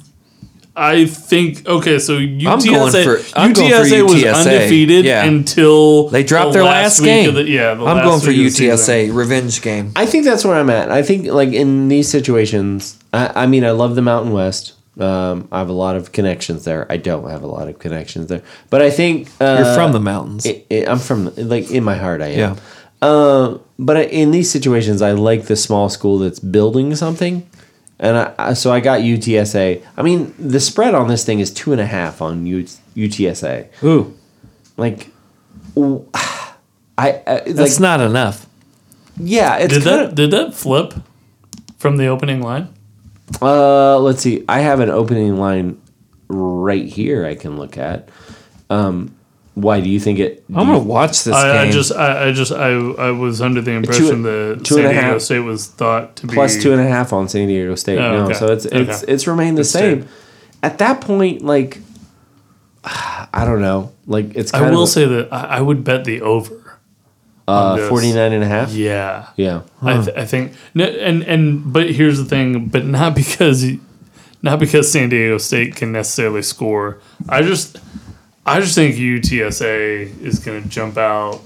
Speaker 4: I think okay. So UTSA,
Speaker 3: I'm going for- I'm
Speaker 4: UTSA,
Speaker 3: going for
Speaker 4: was
Speaker 3: UTSA,
Speaker 4: undefeated
Speaker 3: yeah.
Speaker 4: until
Speaker 3: They dropped
Speaker 4: the
Speaker 3: their last,
Speaker 4: week
Speaker 3: game.
Speaker 4: of the- yeah, the
Speaker 3: I'm
Speaker 4: last
Speaker 3: going for
Speaker 4: week of the season.
Speaker 3: UTSA revenge game.
Speaker 1: I think that's where I'm at. I think like in these situations, I, I mean, I love the Mountain West. Um, I have a lot of connections there. I don't have a lot of connections there, but I think uh,
Speaker 3: You're from the mountains.
Speaker 1: It, it, I'm from like in my heart, I am.
Speaker 3: Yeah.
Speaker 1: Uh, but I, in these situations, I like the small school that's building something, and I, I so I got UTSA. I mean, the spread on this thing is two and a half on U, UTSA.
Speaker 3: Ooh,
Speaker 1: Like, w- I, I like
Speaker 3: that's not enough.
Speaker 1: yeah. It's
Speaker 4: Did
Speaker 1: kinda,
Speaker 4: that did that flip from the opening line?
Speaker 1: Uh, let's see. I have an opening line right here. I can look at. Um, why do you think it?
Speaker 4: Oh,
Speaker 3: I'm gonna watch this
Speaker 4: I,
Speaker 3: game.
Speaker 4: I just I, I just I, I was under the impression that
Speaker 1: two
Speaker 4: San
Speaker 1: and a
Speaker 4: Diego
Speaker 1: half.
Speaker 4: State was thought to be
Speaker 1: plus two and a half on San Diego State.
Speaker 4: Oh,
Speaker 1: no,
Speaker 4: okay.
Speaker 1: so it's it's
Speaker 4: Okay.
Speaker 1: it's remained the
Speaker 4: It's
Speaker 1: same.
Speaker 4: stayed.
Speaker 1: At that point, like I don't know. Like it's kind
Speaker 4: I will
Speaker 1: of
Speaker 4: say that I, I would bet the over. on
Speaker 1: uh,
Speaker 4: this.
Speaker 1: 49 and a half. Yeah.
Speaker 4: Yeah. I, th- I think no, and and but here's the thing but not because not because San Diego State can necessarily score I just I just think UTSA is going to jump out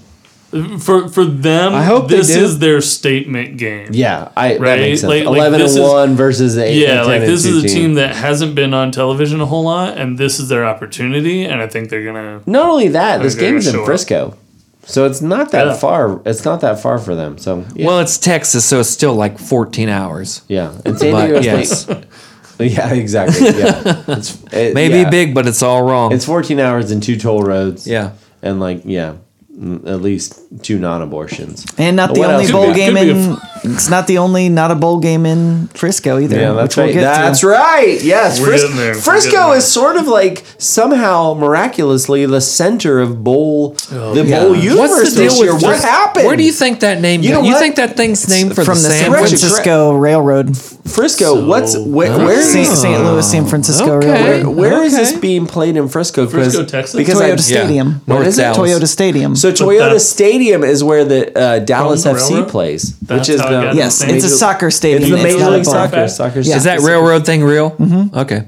Speaker 4: for for them
Speaker 3: I hope they
Speaker 4: this
Speaker 3: do.
Speaker 4: is their statement game
Speaker 1: Yeah, I that
Speaker 4: Right?
Speaker 1: makes sense.
Speaker 4: Like- like
Speaker 1: Eleven
Speaker 4: this
Speaker 1: and
Speaker 4: is-
Speaker 1: one versus the eight.
Speaker 4: yeah
Speaker 1: and 10
Speaker 4: like
Speaker 1: and
Speaker 4: this
Speaker 1: two
Speaker 4: is a team that hasn't been on television a whole lot and this is their opportunity and I think they're going to
Speaker 1: Not only that, this
Speaker 4: they're
Speaker 1: game is in
Speaker 4: gonna show up.
Speaker 1: Frisco, so it's not that
Speaker 4: Yeah.
Speaker 1: far. It's not that far for them. So yeah,
Speaker 3: well, it's Texas, so it's still like 14 hours.
Speaker 1: yeah. and San
Speaker 3: But,
Speaker 1: Diego State
Speaker 3: yes,
Speaker 1: Yeah, exactly. Yeah, it's, it,
Speaker 3: maybe
Speaker 1: yeah.
Speaker 3: big, but it's all wrong.
Speaker 1: It's fourteen hours and two toll roads.
Speaker 3: yeah,
Speaker 1: and like yeah, mm, at least two non-abortions.
Speaker 2: And not the
Speaker 1: What
Speaker 2: only
Speaker 1: else?
Speaker 2: bowl
Speaker 4: Could be-
Speaker 2: game
Speaker 4: could be a
Speaker 2: in. It's not the only not a bowl game in Frisco either.
Speaker 1: Yeah, that's
Speaker 2: which we'll
Speaker 1: right.
Speaker 2: get to.
Speaker 1: that's right. Yes,
Speaker 4: We're
Speaker 1: Fris-
Speaker 4: getting there. We're getting
Speaker 1: Frisco
Speaker 4: there.
Speaker 1: is sort of like somehow miraculously the center of bowl the
Speaker 4: Oh, yeah.
Speaker 1: bowl universe this year. What
Speaker 3: just-
Speaker 1: happened?
Speaker 3: Where do you think that name?
Speaker 1: You
Speaker 3: You,
Speaker 1: know
Speaker 3: you
Speaker 1: what?
Speaker 3: think that thing's named for
Speaker 2: from the San
Speaker 1: Fran-
Speaker 3: Francisco?
Speaker 2: Francisco Railroad.
Speaker 1: Frisco? what's wh- where
Speaker 2: St.
Speaker 1: is
Speaker 2: St. Louis, San Francisco
Speaker 3: Okay.
Speaker 2: Railroad.
Speaker 1: where, where is this
Speaker 3: Okay.
Speaker 1: being played in Frisco? 'Cause-
Speaker 4: Frisco, Texas?
Speaker 1: Because I,
Speaker 2: Toyota Stadium.
Speaker 3: North
Speaker 1: What is it?
Speaker 3: Dallas.
Speaker 2: Toyota Stadium.
Speaker 1: so Toyota
Speaker 4: that's-
Speaker 1: Stadium is where the uh, Dallas
Speaker 4: From the
Speaker 1: FC
Speaker 4: railroad?
Speaker 1: plays,
Speaker 4: That's
Speaker 1: which is
Speaker 4: how I
Speaker 1: the
Speaker 4: got it.
Speaker 2: yes,
Speaker 4: Major-
Speaker 2: it's a soccer stadium.
Speaker 1: It's the
Speaker 2: not
Speaker 1: Major
Speaker 2: a
Speaker 1: League
Speaker 2: ball.
Speaker 1: Soccer. Soccer.
Speaker 2: Yeah.
Speaker 3: Is that railroad thing real? Mm-hmm. Okay.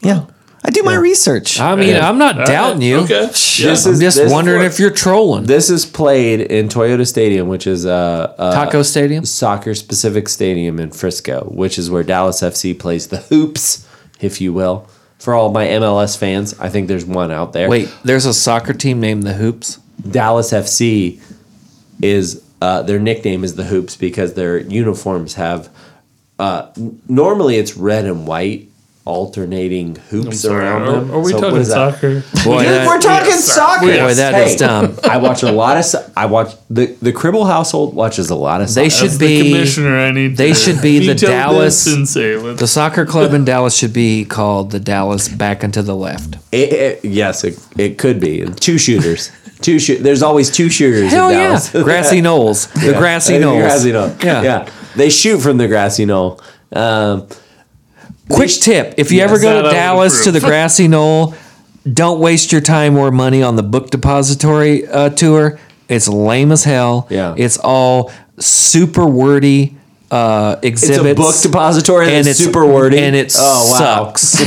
Speaker 2: Yeah, I do my research.
Speaker 3: I mean, I'm not doubting you.
Speaker 4: okay yeah.
Speaker 1: This
Speaker 3: I'm
Speaker 1: is-
Speaker 3: just
Speaker 1: this is
Speaker 3: wondering
Speaker 1: what-
Speaker 3: if you're trolling.
Speaker 1: This is played in Toyota Stadium, which is a, a
Speaker 3: Taco Stadium.
Speaker 1: soccer specific stadium in Frisco, which is where Dallas FC plays the hoops, if you will. For all my MLS fans, I think there's one out there.
Speaker 3: Wait, there's a soccer team named the Hoops.
Speaker 1: Dallas FC is uh, their nickname is the Hoops because their uniforms have uh, n- normally it's red and white alternating hoops
Speaker 4: Sorry,
Speaker 1: around
Speaker 4: are,
Speaker 1: them.
Speaker 4: are we
Speaker 1: So what
Speaker 4: talking
Speaker 1: is that?
Speaker 4: soccer
Speaker 3: Boy,
Speaker 1: Dude,
Speaker 3: that-
Speaker 1: we're talking soccer.
Speaker 3: Boy, that
Speaker 1: Hey,
Speaker 3: is dumb.
Speaker 1: I watch a lot of. so- I watch the the Cribble household watches a lot of. Soccer.
Speaker 3: They should
Speaker 4: As
Speaker 3: be
Speaker 4: the commissioner I need
Speaker 3: they
Speaker 4: to
Speaker 3: should be the
Speaker 4: veto this
Speaker 3: Dallas-
Speaker 4: and say, let's
Speaker 3: The soccer club in Dallas should be called the Dallas Back and to the Left.
Speaker 1: It, it- yes, it, it could be two shooters. two shoot. There's always two shooters.
Speaker 3: Hell
Speaker 1: in
Speaker 3: yeah,
Speaker 1: Dallas.
Speaker 3: grassy knolls. The
Speaker 1: Yeah.
Speaker 3: grassy
Speaker 1: The
Speaker 3: knolls.
Speaker 1: Uh, Grassy knoll.
Speaker 3: Yeah.
Speaker 1: Yeah. They shoot from the grassy knoll. Um,
Speaker 3: Quick tip: If you ever
Speaker 4: That
Speaker 3: go
Speaker 4: I
Speaker 3: to
Speaker 4: would
Speaker 3: Dallas to the
Speaker 4: approve.
Speaker 3: grassy knoll, don't waste your time or money on the book depository uh, tour. It's lame as hell.
Speaker 1: Yeah.
Speaker 3: it's all super wordy uh,
Speaker 1: it's
Speaker 3: exhibits.
Speaker 1: a book depository and it's super wordy Oh,
Speaker 3: and it sucks.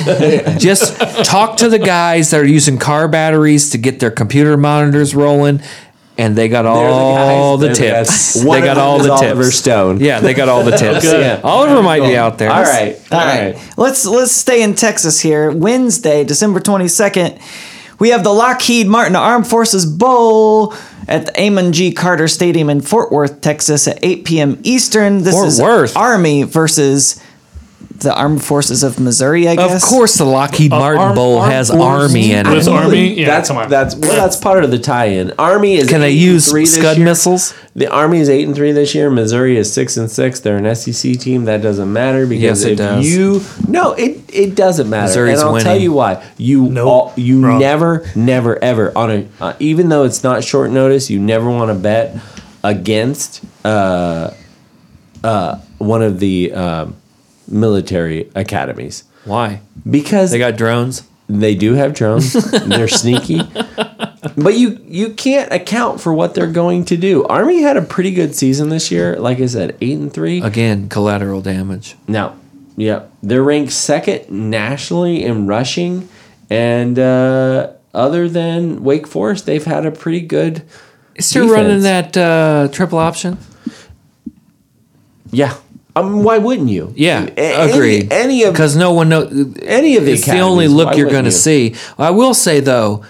Speaker 3: Just talk to the guys that are using car batteries to get their computer monitors rolling. and they got
Speaker 1: They're
Speaker 3: all the,
Speaker 1: guys. They're
Speaker 3: tips.
Speaker 1: guys.
Speaker 3: They
Speaker 1: One of
Speaker 3: got
Speaker 1: them
Speaker 3: all
Speaker 1: is
Speaker 3: the tips.
Speaker 1: Oliver Stone.
Speaker 3: Yeah, they got all the tips.
Speaker 1: Good.
Speaker 3: yeah. Oliver might be out there.
Speaker 1: All right.
Speaker 2: All right. Let's let's stay in Texas here. Wednesday, December 22nd, we have the Lockheed Martin Armed Forces Bowl at the Amon G. Carter Stadium in Fort Worth, Texas at 8 p.m. Eastern. This
Speaker 3: Fort
Speaker 2: is
Speaker 3: Worth.
Speaker 2: Army versus the Armed Forces of Missouri, I
Speaker 3: Of
Speaker 2: guess.
Speaker 3: course, the Lockheed
Speaker 1: Uh,
Speaker 3: Martin
Speaker 4: arm-
Speaker 3: Bowl
Speaker 4: armed
Speaker 3: has
Speaker 4: forces.
Speaker 3: Army in
Speaker 4: With
Speaker 3: it.
Speaker 4: Army? Yeah,
Speaker 1: that's
Speaker 4: come on.
Speaker 1: that's well. That's part of the tie-in. Army is.
Speaker 3: Can they
Speaker 1: eight and
Speaker 3: use
Speaker 1: three this
Speaker 3: Scud
Speaker 1: year.
Speaker 3: missiles?
Speaker 1: The Army is eight and three this year. Missouri is six and six. They're an SEC team. That doesn't matter because
Speaker 3: Yes, it
Speaker 1: if
Speaker 3: does.
Speaker 1: you no, it it doesn't matter.
Speaker 3: Missouri's
Speaker 1: and I'll tell
Speaker 3: winning.
Speaker 1: you why. You
Speaker 4: Nope.
Speaker 1: all, you
Speaker 4: Wrong.
Speaker 1: never, never, ever on a uh, even though it's not short notice, you never want to bet against uh, uh, one of the um, military academies
Speaker 3: Why?
Speaker 1: because
Speaker 3: They got drones.
Speaker 1: they do have drones. they're sneaky. But you you can't account for what they're going to do. Army had a pretty good season this year. Like I said, eight and three.
Speaker 3: Again, collateral damage.
Speaker 1: Now, yep, they're ranked second nationally in rushing, and uh, other than Wake Forest, they've had a pretty good.
Speaker 3: Still
Speaker 1: Defense.
Speaker 3: running that uh, triple option.
Speaker 1: Yeah, um, why wouldn't you?
Speaker 3: Yeah,
Speaker 1: A- any-
Speaker 3: agreed.
Speaker 1: Any, of
Speaker 3: because no one knows.
Speaker 1: any of the
Speaker 3: It's the only
Speaker 1: academies,
Speaker 3: look
Speaker 1: why
Speaker 3: you're
Speaker 1: wouldn't
Speaker 3: going to
Speaker 1: you?
Speaker 3: see. I will say though,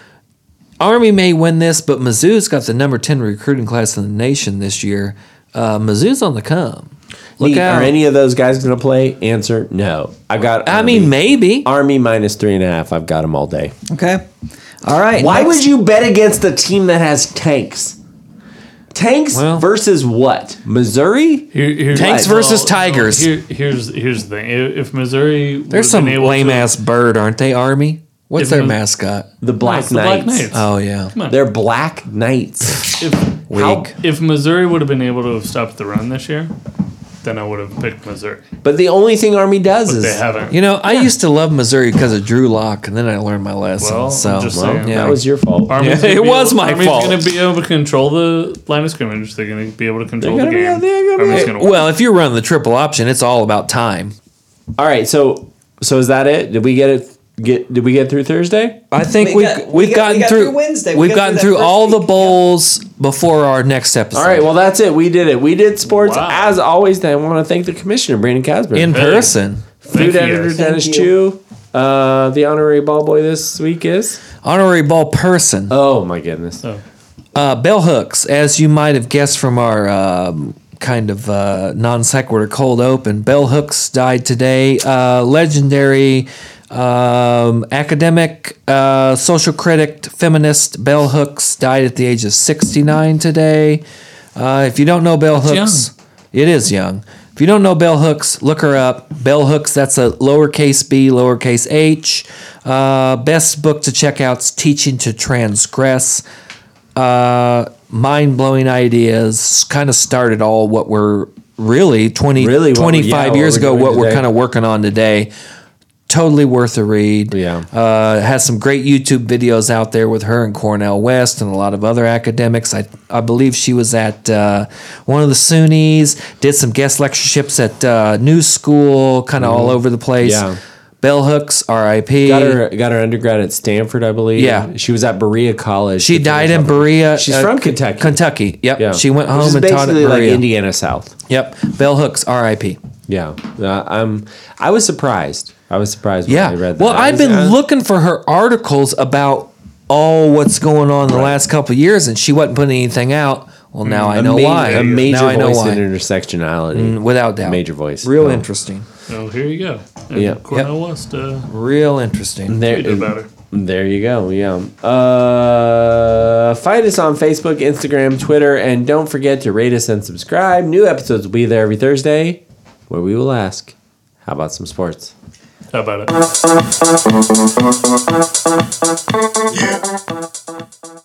Speaker 3: Army may win this, but Mizzou's got the number ten recruiting class in the nation this year. Uh, Mizzou's on the come. Look
Speaker 1: Neat.
Speaker 3: out!
Speaker 1: Are any of those guys going to play? Answer: No. I've got.
Speaker 3: I
Speaker 1: Army.
Speaker 3: mean, maybe.
Speaker 1: Army minus three and a half. I've got them all day.
Speaker 2: Okay. All right.
Speaker 1: Why
Speaker 2: next-
Speaker 1: would you bet against a team that has tanks? Tanks
Speaker 3: Well-
Speaker 1: versus what? Missouri?
Speaker 4: Here- here-
Speaker 3: Tanks
Speaker 4: well,
Speaker 3: versus
Speaker 4: no,
Speaker 3: Tigers.
Speaker 4: here- here's here's the thing. If, if Missouri, would've
Speaker 3: There's some
Speaker 4: been able
Speaker 3: lame
Speaker 4: to-
Speaker 3: ass bird, aren't they? Army. What's
Speaker 4: If
Speaker 3: their
Speaker 4: Mizzou-
Speaker 3: mascot?
Speaker 1: The
Speaker 4: No,
Speaker 1: Black
Speaker 4: it's the
Speaker 1: Knights.
Speaker 4: Black Knights.
Speaker 3: Oh yeah,
Speaker 1: They're Black Knights.
Speaker 4: If,
Speaker 1: How-
Speaker 3: Weak.
Speaker 4: if Missouri would have been able to have stopped the run this year, then I would have picked Missouri.
Speaker 1: But the only thing Army does
Speaker 4: They
Speaker 1: is
Speaker 4: haven't.
Speaker 3: You know, I used to love Missouri because of Drew Lock, and then I learned my lesson.
Speaker 4: Well, I'm
Speaker 3: so
Speaker 4: just
Speaker 3: well,
Speaker 4: saying.
Speaker 3: yeah.
Speaker 1: that was your fault.
Speaker 4: Army's
Speaker 3: Yeah,
Speaker 4: gonna
Speaker 3: it
Speaker 4: be
Speaker 3: was
Speaker 4: able-
Speaker 3: my
Speaker 4: Army's
Speaker 3: fault.
Speaker 4: going to be able to control the line of scrimmage. They're going to be able to control the
Speaker 1: They're gonna
Speaker 4: game.
Speaker 1: be- they're gonna be-
Speaker 4: Army's gonna win.
Speaker 3: well, if you're running the triple option, it's all about time.
Speaker 1: All right, so so is that it? Did we get it get did we get through Thursday?
Speaker 3: I think
Speaker 2: We
Speaker 3: we,
Speaker 2: got- we
Speaker 3: we've
Speaker 2: got-
Speaker 3: gotten
Speaker 2: we got
Speaker 3: through,
Speaker 2: through Wednesday. We
Speaker 3: We've
Speaker 2: got
Speaker 3: gotten
Speaker 2: through that
Speaker 3: through,
Speaker 2: first
Speaker 3: all the
Speaker 2: week, yeah.
Speaker 3: bowls before our next episode.
Speaker 1: All right, well that's it. We did it. We did sports
Speaker 4: Wow.
Speaker 1: as always. I want to thank the commissioner Brandon Casper,
Speaker 3: in person,
Speaker 1: food
Speaker 4: Thank you,
Speaker 1: editor
Speaker 4: guys.
Speaker 1: Dennis
Speaker 2: Thank
Speaker 1: Chu, uh, the honorary ball boy this week is.
Speaker 3: honorary ball person,
Speaker 1: Oh my goodness.
Speaker 4: So,
Speaker 3: uh, bell hooks, as you might have guessed from our um, kind of uh, non sequitur cold open. Bell hooks died today. Uh, legendary um, academic, uh, social critic, feminist. Bell hooks died at the age of sixty nine today. Uh, if you don't know Bell Hooks, it is young. If you don't know Bell Hooks, look her up. Bell Hooks, that's a lowercase b, lowercase h. Uh, best book to check out's Teaching to Transgress. Uh, Mind blowing ideas kind of started all what we're really 20,
Speaker 1: Really what we- yeah,
Speaker 3: 25
Speaker 1: what
Speaker 3: years
Speaker 1: we're
Speaker 3: ago,
Speaker 1: doing
Speaker 3: what we're
Speaker 1: today.
Speaker 3: kind of working on today. Totally worth a read.
Speaker 1: Yeah.
Speaker 3: Uh, has some great YouTube videos out there with her and Cornell West and a lot of other academics. I, I believe she was at uh, one of the SUNYs, did some guest lectureships at uh, New School, kind of all over the place.
Speaker 1: Mm-hmm. Yeah.
Speaker 3: Bell Hooks, RIP.
Speaker 1: Got her got her undergrad at Stanford, I believe.
Speaker 3: Yeah.
Speaker 1: She was at Berea College.
Speaker 3: She
Speaker 1: to
Speaker 3: died
Speaker 1: finish
Speaker 3: in
Speaker 1: up-
Speaker 3: Berea.
Speaker 1: She's
Speaker 3: uh,
Speaker 1: from Kentucky.
Speaker 3: Kentucky. Yep.
Speaker 1: Yeah.
Speaker 3: She went
Speaker 1: Which
Speaker 3: home
Speaker 1: is
Speaker 3: and taught at
Speaker 1: basically like
Speaker 3: Berea.
Speaker 1: Indiana South.
Speaker 3: Yep. Bell Hooks, RIP.
Speaker 1: Yeah. Uh, I'm I was surprised. I was surprised when
Speaker 3: Yeah.
Speaker 1: I read that.
Speaker 3: Well,
Speaker 1: I
Speaker 3: I've
Speaker 1: was-
Speaker 3: been
Speaker 1: uh,
Speaker 3: looking for her articles about all what's going on in the last couple of years, and she wasn't putting anything out. Well, now I know
Speaker 1: ma-
Speaker 3: why.
Speaker 1: Mm. A major
Speaker 3: now I know
Speaker 1: voice
Speaker 3: why. Mm,
Speaker 1: in intersectionality.
Speaker 3: Without doubt.
Speaker 1: Major voice.
Speaker 3: Real
Speaker 1: No.
Speaker 3: interesting.
Speaker 4: so Oh, here you go. And
Speaker 1: Yeah.
Speaker 4: Cornell West. Uh,
Speaker 3: Real interesting.
Speaker 1: There,
Speaker 4: We did better.
Speaker 1: there you go. Yeah. Uh, find us on Facebook, Instagram, Twitter, and don't forget to rate us and subscribe. New episodes will be there every Thursday, where we will ask, "How about some sports?"
Speaker 4: how about it?